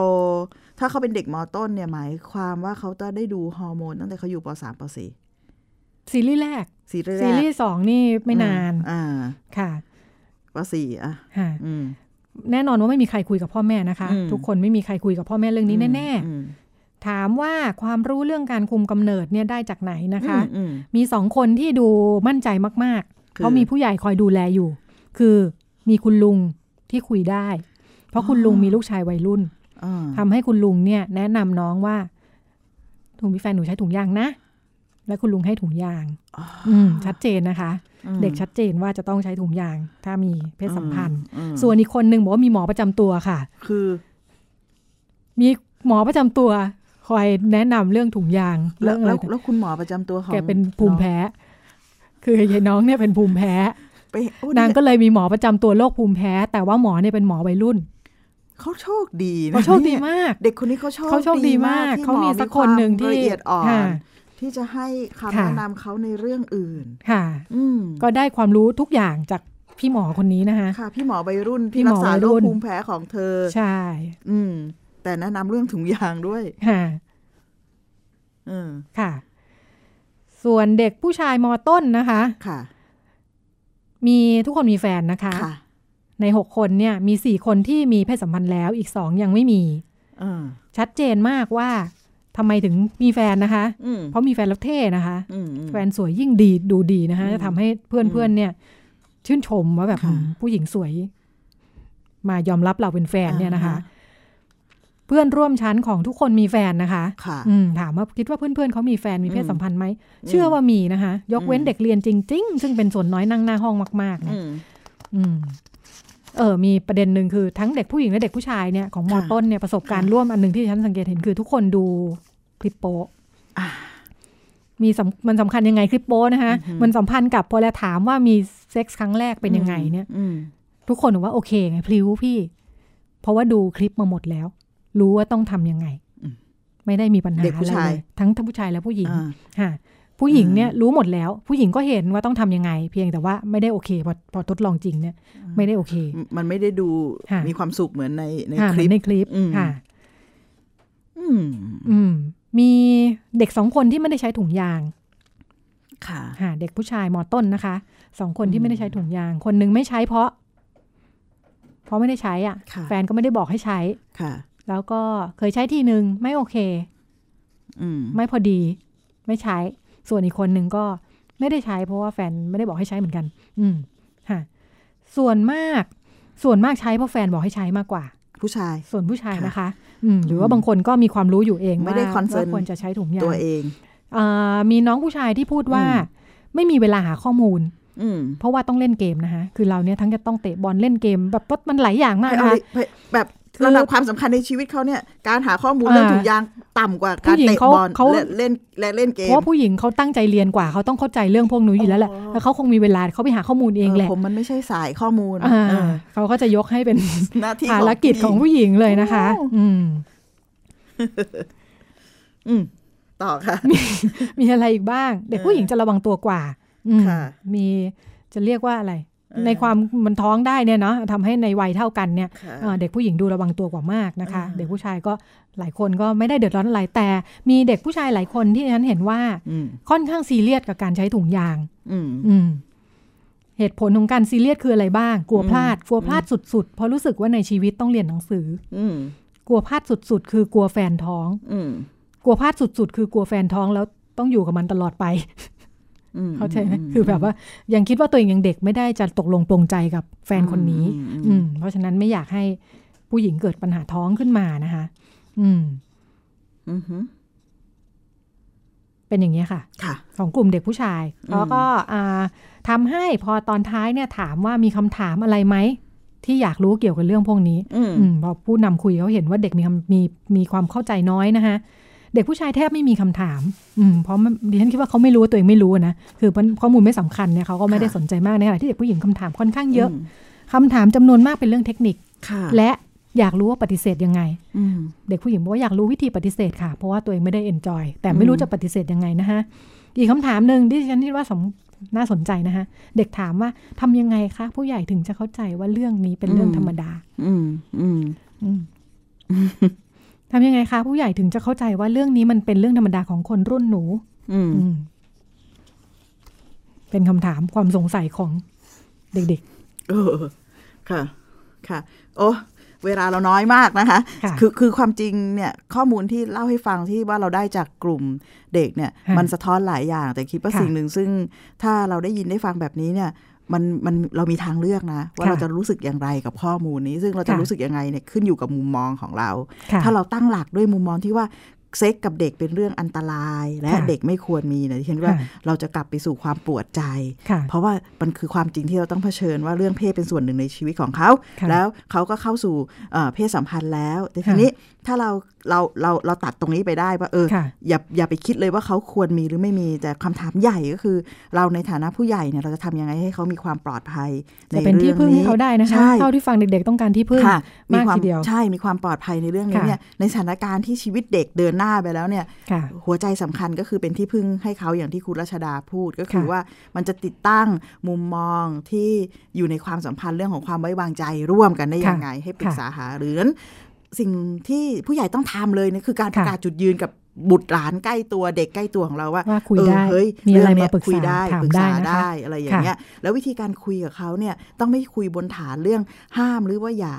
[SPEAKER 3] ถ้าเขาเป็นเด็กมอต้นเนี่ยหมายความว่าเขาจะได้ดูฮอร์โมนตั้งแต่เขาอยู่ปสามปสี่
[SPEAKER 2] ซีรีส์แรก
[SPEAKER 3] ซีรีส์แร
[SPEAKER 2] ซี
[SPEAKER 3] ก
[SPEAKER 2] รีส์สองนี่ไม่นาน
[SPEAKER 3] อืมอ่า
[SPEAKER 2] ค่ะ
[SPEAKER 3] ปสี่อ่ะ
[SPEAKER 2] ค่ะ
[SPEAKER 3] อืม
[SPEAKER 2] แน่นอนว่าไม่มีใครคุยกับพ่อแม่นะคะ
[SPEAKER 3] อืม
[SPEAKER 2] ทุกคนไม่มีใครคุยกับพ่อแม่เรื่องนี้แน่
[SPEAKER 3] อืม
[SPEAKER 2] ๆ ถามว่าความรู้เรื่องการคุมกำเนิดเนี่ยได้จากไหนนะคะ
[SPEAKER 3] อืม
[SPEAKER 2] มีสองคนที่ดูมั่นใจมากๆ
[SPEAKER 3] คือ
[SPEAKER 2] เพราะมีผู้ใหญ่คอยดูแลอยู่ คือมีคุณลุงที่คุยได้ เพราะคุณ
[SPEAKER 3] อ๋อ
[SPEAKER 2] ลุงมีลูกชายวัยรุ่น
[SPEAKER 3] อ่า
[SPEAKER 2] ทำให้คุณลุงเนี่ย แนะนำน้องว่าถุงพี่แฟนหนูใช้ถุงยางนะ และคุณลุงให้ถุงยาง อืมชัดเจนนะคะ
[SPEAKER 3] อืม
[SPEAKER 2] เด็กชัดเจนว่าจะต้องใช้ถุงยาง ถ้ามีเพศสัมพันธ์
[SPEAKER 3] อืม
[SPEAKER 2] ส่วนอีกคนหนึ่งบอกว่ามีหมอประจำตัวค่ะ
[SPEAKER 3] คือ
[SPEAKER 2] มีหมอประจำตัว คอยแนะนำเรื่องถุงยาง
[SPEAKER 3] แล้
[SPEAKER 2] เรื่อ
[SPEAKER 3] ว
[SPEAKER 2] งอะ
[SPEAKER 3] แล้
[SPEAKER 2] ไร
[SPEAKER 3] วแล้วคุณหมอประจำตัวของ
[SPEAKER 2] แกเป็นภูมิแพ้ คือยายน้องเนี่ยเป็นภูมิแพ้
[SPEAKER 3] ไปโอ้
[SPEAKER 2] นางก็
[SPEAKER 3] เนี่ย
[SPEAKER 2] เลยมีหมอประจำตัวโรคภูมิแพ้ แต่ว่าหมอเนี่ยเป็นหมอวัย
[SPEAKER 3] <laughs>
[SPEAKER 2] รุ่น
[SPEAKER 3] เขาโชคดีนะ
[SPEAKER 2] เขาโชคดี
[SPEAKER 3] เนี่ย
[SPEAKER 2] มาก
[SPEAKER 3] เด็กคนนี้เขาโชค
[SPEAKER 2] เขาโชคดีมาก
[SPEAKER 3] ที่
[SPEAKER 2] เขามี
[SPEAKER 3] หอ
[SPEAKER 2] สักคนหนึ่งที่
[SPEAKER 3] มีความละเอียดอ่อน
[SPEAKER 2] ค่ะ
[SPEAKER 3] ที่จะให้
[SPEAKER 2] ค่ะ
[SPEAKER 3] คำแนะนำเขาในเรื่องอื่น
[SPEAKER 2] ค่ะ
[SPEAKER 3] อืม
[SPEAKER 2] ก็ได้ความรู้ทุกอย่างจาก พี่หมอคนนี้นะคะ
[SPEAKER 3] ค่ะ พี่หมอวัยรุ่น
[SPEAKER 2] พี่
[SPEAKER 3] ที่
[SPEAKER 2] หม
[SPEAKER 3] รั
[SPEAKER 2] อก
[SPEAKER 3] ษา
[SPEAKER 2] วัย
[SPEAKER 3] โร
[SPEAKER 2] รุ่
[SPEAKER 3] คน ภูมิแพ้ของเธอ
[SPEAKER 2] ใช่
[SPEAKER 3] อืม แต่แนะนำเรื่องถุงยางด้วย
[SPEAKER 2] ค่ะ
[SPEAKER 3] เออ
[SPEAKER 2] ค่ะ ส่วนเด็กผู้ชายมต้นนะคะ
[SPEAKER 3] ค่ะ
[SPEAKER 2] มีทุกคนมีแฟนนะคะ
[SPEAKER 3] ค่ะ
[SPEAKER 2] ในหกคนเนี่ยมีสี่คนที่มีเพศสัมพันธ์แล้วอีกสองยังไม่มี
[SPEAKER 3] เออ
[SPEAKER 2] ชัดเจนมากว่าทำไมถึงมีแฟนนะคะ
[SPEAKER 3] อืม
[SPEAKER 2] เพราะมีแฟนแล้วเท่นะคะ
[SPEAKER 3] อืมอืม
[SPEAKER 2] แฟนสวยยิ่งดีดูดีนะคะ
[SPEAKER 3] อืม
[SPEAKER 2] จะทำให้เพื่อนเพื่อนเนี่ย ชื่นชมว่าแบบ
[SPEAKER 3] ค่ะ
[SPEAKER 2] อืมผู้หญิงสวย มายอมรับเราเป็นแฟนเนี่ยนะคะ
[SPEAKER 3] อ่าฮะ
[SPEAKER 2] เพื่อนร่วมชั้นของทุกคนมีแฟนนะคะ
[SPEAKER 3] ค่ะ
[SPEAKER 2] อืมถามว่าคิดว่าเพื่อนๆเขามีแฟนมีเพศ
[SPEAKER 3] อืม
[SPEAKER 2] สัมพันธ์ไหม เชื่อว่ามีนะคะ ยกเว้น
[SPEAKER 3] อืม
[SPEAKER 2] เด็กเรียนจริง ๆ ซึ่งเป็นส่วนน้อยนั่งหน้าห้องมากๆ
[SPEAKER 3] อื
[SPEAKER 2] เนี่ย
[SPEAKER 3] ม
[SPEAKER 2] อืมเออมีประเด็นหนึ่งคือทั้งเด็กผู้หญิงและเด็กผู้ชายเนี่ยของมอ
[SPEAKER 3] ค่ะ
[SPEAKER 2] ต้นเนี่ยประสบการณ์
[SPEAKER 3] ค่ะ
[SPEAKER 2] ร่วมอันหนึ่งที่ฉันสังเกตเห็นคือทุกคนดูคลิปโปะ
[SPEAKER 3] อ่า
[SPEAKER 2] มีสำมันสำคัญยังไงคลิปโปะนะคะ
[SPEAKER 3] อือหือ
[SPEAKER 2] มันสัมพันธ์กับพอแล้วถามว่ามีเซ็กส์ครั้งแรกเป็นยังไงเนี่ย
[SPEAKER 3] อืม
[SPEAKER 2] ทุกคนบอกว่าโอเคไงพลิ้วพี่ เพราะว่าดูคลิปมาหมดแล้ว รู้ว่าต้องทำยังไง
[SPEAKER 3] อืม
[SPEAKER 2] ไม่ได้มีปัญหา
[SPEAKER 3] เด็ก
[SPEAKER 2] อะ
[SPEAKER 3] ผู้
[SPEAKER 2] ไร
[SPEAKER 3] ชาย
[SPEAKER 2] เลยทั้งทั้งผู้ชายและผู้หญิง
[SPEAKER 3] อ่า
[SPEAKER 2] ค่ะผู้หญิงเนี่ย
[SPEAKER 3] อืม
[SPEAKER 2] รู้หมดแล้ว ผู้หญิงก็เห็นว่าต้องทำยังไง เพียงแต่ว่าไม่ได้โอเคพอพอทดลองจริงเนี่ย ไม่ได้โอเค
[SPEAKER 3] มันไม่ได้ดู
[SPEAKER 2] ค่ะ
[SPEAKER 3] มีความสุขเหมือนในใน
[SPEAKER 2] ค่ะ
[SPEAKER 3] ค
[SPEAKER 2] เหมื
[SPEAKER 3] ลิ
[SPEAKER 2] อ
[SPEAKER 3] ป
[SPEAKER 2] นในคลิป
[SPEAKER 3] อืม
[SPEAKER 2] ค่ะ
[SPEAKER 3] อืม
[SPEAKER 2] อืม มีเด็กสองคนที่ไม่ได้ใช้ถุงยาง
[SPEAKER 3] ค่ะ
[SPEAKER 2] ค่ะเด็กผู้ชายมอต้นนะคะสองคน
[SPEAKER 3] อื
[SPEAKER 2] ที่
[SPEAKER 3] ม
[SPEAKER 2] ไม่ได้ใช้ถุงยาง คนหนึงไม่ใช้เพราะ เพราะไม่ได้ใช้อ่ะ
[SPEAKER 3] ค่ะ
[SPEAKER 2] แฟนก็ไม่ได้บอกให้ใช้
[SPEAKER 3] ค่ะ
[SPEAKER 2] แล้วก็เคยใช้ทีหนึ่งไม่โอเค
[SPEAKER 3] อืม
[SPEAKER 2] ไม่พอดีไม่ใช้ ส่วนอีกคนหนึ่งก็ไม่ได้ใช้ เพราะว่าแฟนไม่ได้บอกให้ใช้เหมือนกัน อืมค่ะส่วนมาก ส่วนมากใช้เพราะแฟนบอกให้ใช้มากกว่า
[SPEAKER 3] ผู้ชาย
[SPEAKER 2] ส่วนผู้ชาย
[SPEAKER 3] ค่ะ
[SPEAKER 2] นะคะ อืมหรือว่าบางคนก็มีความรู้อยู่เอง
[SPEAKER 3] ไม่ได้
[SPEAKER 2] ว่า
[SPEAKER 3] concern
[SPEAKER 2] ว่าควรจะใช้ถุงยาง
[SPEAKER 3] ตัวเอง
[SPEAKER 2] อ่ามีน้องผู้ชายที่พูดว่า
[SPEAKER 3] อืม
[SPEAKER 2] ไม่มีเวลาหาข้อมูล
[SPEAKER 3] อืม
[SPEAKER 2] เพราะว่าต้องเล่นเกมนะคะคือเราเนี่ยทั้งจะต้องเตะบอลเล่นเกม แบบมันหลายอย่างมากนะคะ
[SPEAKER 3] แบบ
[SPEAKER 2] คือ
[SPEAKER 3] ระดับความสำคัญในชีวิตเขาเนี่ย การหาข้อมูล
[SPEAKER 2] อ่า
[SPEAKER 3] เรื่องถุงยางต่ำกว่าการ
[SPEAKER 2] ผู้หญิง
[SPEAKER 3] เตะ
[SPEAKER 2] เขา
[SPEAKER 3] บอล
[SPEAKER 2] เขา
[SPEAKER 3] และเล่นและเล่นเก
[SPEAKER 2] เพ
[SPEAKER 3] ม
[SPEAKER 2] ราะว่าผู้หญิงเขาตั้งใจเรียนกว่าเขาต้องเข้าใจเรื่องพวกนี้อยู่แล้วแหละแล้วเขาคงมีเวลาเขาไปหาข้อมูลเองแหละ
[SPEAKER 3] ผมมันไม่ใช่สายข้อมูล
[SPEAKER 2] อ่า
[SPEAKER 3] เออ
[SPEAKER 2] เขาก็จะยกให้เป็น
[SPEAKER 3] หน้าที่
[SPEAKER 2] ภารกิจของผู้หญิงเลยนะคะ อืม
[SPEAKER 3] อืมต่อค่ะ
[SPEAKER 2] มีอะไรอีกบ้าง เด็กผู้หญิงจะระวังตัวกว่า อืม
[SPEAKER 3] ค่ะ
[SPEAKER 2] มีจะเรียกว่าอะไร
[SPEAKER 3] เออ
[SPEAKER 2] ในความมันท้องได้เนี่ยเนาะทำให้ในวัยเท่ากันเนี่ย
[SPEAKER 3] ค่ะ
[SPEAKER 2] เอ่อเด็กผู้หญิงดูระวังตัวกว่ามากนะคะ
[SPEAKER 3] อ่า
[SPEAKER 2] เด็กผู้ชายก็หลายคนก็ไม่ได้เดือดร้อนอะไรแต่ มีเด็กผู้ชายหลายคนที่ฉันเห็นว่า
[SPEAKER 3] อืม
[SPEAKER 2] ค่อนข้างซีเรียสกับการใช้ถุงยาง
[SPEAKER 3] อืม
[SPEAKER 2] อืม เหตุผลของการซีเรียสคืออะไรบ้าง กลัวพลาดกลัวพลาดสุดๆเพราะรู้สึกว่าในชีวิตต้องเรียนหนังสือ
[SPEAKER 3] อืม
[SPEAKER 2] กลัวพลาดสุด ๆ คือกลัวแฟนท้อง
[SPEAKER 3] อืม
[SPEAKER 2] กลัวพลาดสุด ๆ คือกลัวแฟนท้องแล้วต้องอยู่กับมันตลอดไป <laughs>
[SPEAKER 3] อืม
[SPEAKER 2] เข้าใจไหมคือแบบว่ายังคิดว่าตัวเองยังเด็กไม่ได้จะตกลงปลงใจกับแฟนคนนี้
[SPEAKER 3] อืม
[SPEAKER 2] อื
[SPEAKER 3] อืม
[SPEAKER 2] ม เพราะฉะนั้นไม่อยากให้ผู้หญิงเกิดปัญหาท้องขึ้นมานะคะ อืม
[SPEAKER 3] อืมอืม
[SPEAKER 2] เป็นอย่างนี้ยค่ะ
[SPEAKER 3] ค่ะ
[SPEAKER 2] ของกลุ่มเด็กผู้ชาย
[SPEAKER 3] อืม
[SPEAKER 2] แล้วก็อ่าทำให้พอตอนท้ายเนี่ยถามว่ามีคำถามอะไรไหมที่อยากรู้เกี่ยวกับเรื่องพวกนี้
[SPEAKER 3] อืม
[SPEAKER 2] อืมพอผู้นำคุยเขาเห็นว่าเด็กมีคำมีมีความเข้าใจน้อยนะคะเด็กผู้ชายแทบไม่มีคำถาม อืมเพราะมันดิฉันคิดว่าเขาไม่รู้ว่าตัวเองไม่รู้อะนะคือมันข้อมูลไม่สำคัญเนี่ยเขาก็ไม่ได้สนใจมากในขณะที่เด็กผู้หญิงคำถามค่อนข้างเยอะคำถามจำนวนมากเป็นเรื่องเทคนิค
[SPEAKER 3] ค่ะ
[SPEAKER 2] และอยากรู้ว่าปฏิเสธยังไง
[SPEAKER 3] อืม
[SPEAKER 2] เด็กผู้หญิงบอกว่าอยากรู้วิธีปฏิเสธค่ะ เพราะว่าตัวเองไม่ได้เอนจอยแต่ไม่รู้จะปฏิเสธยังไงนะคะอีกคำถามหนึ่งที่ฉันคิดว่าสำน่าสนใจนะคะเด็กถามว่าทำยังไงคะผู้ใหญ่ถึงจะเข้าใจว่าเรื่องนี้เป็นเรื่อง
[SPEAKER 3] อืม
[SPEAKER 2] ธรรมดา
[SPEAKER 3] อืมอืม
[SPEAKER 2] อืม <laughs> ทำยังไงคะผู้ใหญ่ถึงจะเข้าใจว่าเรื่องนี้มันเป็นเรื่องธรรมดาของคนรุ่นหนู
[SPEAKER 3] อืม
[SPEAKER 2] อืม เป็นคำถามความสงสัยของเด็ก
[SPEAKER 3] เออค่ะ ค่ะ โอ้เวลาเราน้อยมากนะคะ
[SPEAKER 2] ค่ะ
[SPEAKER 3] คือคือความจริงเนี่ยข้อมูลที่เล่าให้ฟังที่ว่าเราได้จากกลุ่มเด็กเนี่ย
[SPEAKER 2] ค่ะ
[SPEAKER 3] มันสะท้อนหลายอย่าง แต่คิดว่า
[SPEAKER 2] ค่ะ
[SPEAKER 3] สิ่งหนึ่งซึ่งถ้าเราได้ยินได้ฟังแบบนี้เนี่ย มันมันเรามีทางเลือกนะ ว่า
[SPEAKER 2] ค่ะ
[SPEAKER 3] เราจะรู้สึกอย่างไรกับข้อมูลนี้ ซึ่งเราจะ
[SPEAKER 2] ค่ะ
[SPEAKER 3] รู้สึกยังไงเนี่ยขึ้นอยู่กับมุมมองของเรา
[SPEAKER 2] ๆ ค่ะ
[SPEAKER 3] ถ้าเราตั้งหลักด้วยมุมมองที่ว่าเซ็กกับเด็กเป็นเรื่องอันตราย และ
[SPEAKER 2] ค่ะ
[SPEAKER 3] เด็กไม่ควรมีนะที่ฉันว่า
[SPEAKER 2] ค่ะ
[SPEAKER 3] เราจะกลับไปสู่ความปวดใจ
[SPEAKER 2] ค่ะ
[SPEAKER 3] เพราะว่ามันคือความจริงที่เราต้องเผชิญว่าเรื่องเพศเป็นส่วนหนึ่งในชีวิตของเขา
[SPEAKER 2] ค่ะ
[SPEAKER 3] แล้วเขาก็เข้าสู่เอ่อเพศสัมพันธ์แล้ว แต่
[SPEAKER 2] ค่ะ
[SPEAKER 3] ทีนี้ถ้าเราเราเราเราตัดตรงนี้ไปได้ว่าเออ
[SPEAKER 2] ค่ะ
[SPEAKER 3] อย่าอย่าไปคิดเลยว่าเขาควรมีหรือไม่มีแต่คำถามใหญ่ก็คือ เราในฐานะผู้ใหญ่เนี่ยเราจะทำยังไงให้เขามีความปลอดภัยใน
[SPEAKER 2] จะเป็นที่
[SPEAKER 3] เรื่อง
[SPEAKER 2] พึ่งให้
[SPEAKER 3] นี้
[SPEAKER 2] เขาได้นะคะ
[SPEAKER 3] ใช่
[SPEAKER 2] เท่าที่ฟังเด็กๆต้องการที่พึ่ง
[SPEAKER 3] ค่ะ
[SPEAKER 2] มาก
[SPEAKER 3] ควา
[SPEAKER 2] ทีเดียว
[SPEAKER 3] ใช่มีความปลอดภัยในเรื่องนี้
[SPEAKER 2] ค่ะ
[SPEAKER 3] เนี่ยในสถานการณ์ที่ชีวิตเด็กเดิน หน้าไปแล้วเนี่ย
[SPEAKER 2] ค่ะ
[SPEAKER 3] หัวใจสำคัญก็คือเป็นที่พึ่งให้เขาอย่างที่คุณรัชดาพูดก็คือ
[SPEAKER 2] ค่ะ
[SPEAKER 3] ว่ามันจะติดตั้งมุมมองที่อยู่ในความสัมพันธ์เรื่องของความไว้วางใจร่วมกันได้ยังไง
[SPEAKER 2] ค่ะ
[SPEAKER 3] ให้ปรึก
[SPEAKER 2] ค่ะ
[SPEAKER 3] ษาหาหรือนั้นสิ่งที่ผู้ใหญ่ต้องทำเลยเนี่ยคือการประ
[SPEAKER 2] ค่ะ
[SPEAKER 3] กาศจุดยืนกับบุตรหลานใกล้ตัวเด็กใกล้ตัวของเราว่า
[SPEAKER 2] ว่าคุย
[SPEAKER 3] เออ
[SPEAKER 2] ได้
[SPEAKER 3] เฮ้ย
[SPEAKER 2] มีอะไร
[SPEAKER 3] เงเนี้ย
[SPEAKER 2] มาปรึกษา
[SPEAKER 3] คุยได้
[SPEAKER 2] ถาม
[SPEAKER 3] ปรึกษา
[SPEAKER 2] ได้นะคะ
[SPEAKER 3] ได้อะไรอย่าง
[SPEAKER 2] ค่ะ
[SPEAKER 3] เงี้ยแล้ววิธีการคุยกับเขาเนี่ยต้องไม่คุยบนฐานเรื่องห้ามหรือว่าอย่า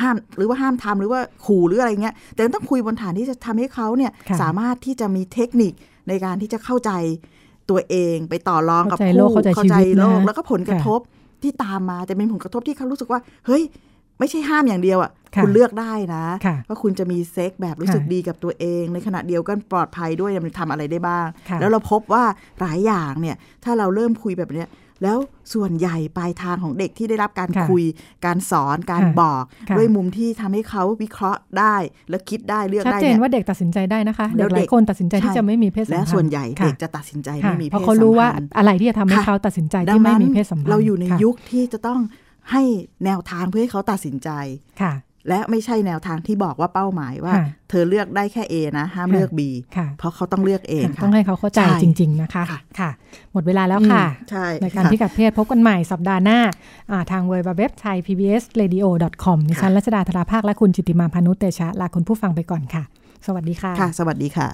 [SPEAKER 3] ห้ามหรือว่าห้ามทำหรือว่าขู่หรืออะไรเงี้ยแต่ต้องคุยบนฐานที่จะทำให้เขาเนี่ย
[SPEAKER 2] ค่ะ
[SPEAKER 3] สามารถที่จะมีเทคนิคในการที่จะเข้าใจตัวเองไปต่อรองกับ
[SPEAKER 2] เข้าใจโลก
[SPEAKER 3] คู่
[SPEAKER 2] เข้าใจชีวิต
[SPEAKER 3] โลก
[SPEAKER 2] นะ
[SPEAKER 3] แล้วก็ผลกระทบที่ตามมาแต่เป็นผลกระทบที่เขารู้สึกว่า เฮ้ย ไม่ใช่ห้ามอย่างเดียวอ่ะ
[SPEAKER 2] ค่ะ
[SPEAKER 3] ณเลือกได้นะ
[SPEAKER 2] ค่ะ
[SPEAKER 3] ว่าคุณจะมีเซ็กแบบรู้สึก
[SPEAKER 2] ค่ะ
[SPEAKER 3] ดีกับตัวเอง ในขณะเดียวกันปลอดภัยด้วยมันทำอะไรได้บ้าง
[SPEAKER 2] ค่ะ
[SPEAKER 3] แล้วเราพบว่าหลายอย่างเนี่ยถ้าเราเริ่มคุยแบบเนี้ยแล้วส่วนใหญ่ปลายทางของเด็กที่ได้รับการ
[SPEAKER 2] ค่ะ
[SPEAKER 3] คุย การสอนการ
[SPEAKER 2] ค่ะ
[SPEAKER 3] บอก
[SPEAKER 2] ค่ะ
[SPEAKER 3] ด้วยมุมที่ทำให้เขาวิเคราะห์ได้ และคิดได้เลือก
[SPEAKER 2] ชัด
[SPEAKER 3] ได้
[SPEAKER 2] เจน
[SPEAKER 3] เนี่ย
[SPEAKER 2] ว่าเด็กตัดสินใจได้นะคะ
[SPEAKER 3] แล้
[SPEAKER 2] เด็
[SPEAKER 3] ว
[SPEAKER 2] ก
[SPEAKER 3] เด็ก
[SPEAKER 2] หลายคนตัดสินใจที่จะไม่มีเพศสัมพั
[SPEAKER 3] และ
[SPEAKER 2] นธ์
[SPEAKER 3] ส่วนใหญ่เด็ก
[SPEAKER 2] ค่ะ
[SPEAKER 3] จะตัดสินใจ
[SPEAKER 2] ค่ะ
[SPEAKER 3] ไม่มีเพศสัมพันธ์
[SPEAKER 2] เพราะเขารู้ว่าอะไรที่จะทำให้
[SPEAKER 3] ค่ะ
[SPEAKER 2] เขาตัดสินใจที่ไม่มีเพศสัมพันธ์
[SPEAKER 3] เราอยู่ใน
[SPEAKER 2] ค่ะ
[SPEAKER 3] ยุคที่จะต้องให้แนวทางเพื่อให้เขาตัดสินใจ
[SPEAKER 2] ค่ะ
[SPEAKER 3] และไม่ใช่แนวทางที่บอกว่าเป้าหมายว่า
[SPEAKER 2] ค่ะ
[SPEAKER 3] เธอเลือกได้แค่ A นะ ห้าม
[SPEAKER 2] ค่ะ
[SPEAKER 3] เลือก B
[SPEAKER 2] ค่ะ
[SPEAKER 3] เพราะเขาต้องเลือกเอง
[SPEAKER 2] ค่ะ
[SPEAKER 3] ค่ะ
[SPEAKER 2] ต้องให้เขาเข้าใจ
[SPEAKER 3] ใช่
[SPEAKER 2] จริง ๆ นะคะค่ะ หมดเวลาแล้วค่ะ
[SPEAKER 3] อืมใช่
[SPEAKER 2] รายการ
[SPEAKER 3] ค่ะ
[SPEAKER 2] พิกัดเพศพบกันใหม่สัปดาห์หน้าอ่าทางเว็บเว็บไทย pbs radio com ดิฉันรัชดาธราภาค และคุณจิตติมาพานุเตชะ ลาคุณผู้ฟังไปก่อนค่ะ สวัสดีค่ะ
[SPEAKER 3] ค่ะสวัสดีค่ะ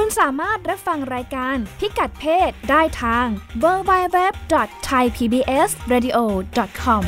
[SPEAKER 1] คุณสามารถรับฟังรายการพิกัดเพศได้ทาง www.thaipbsradio.com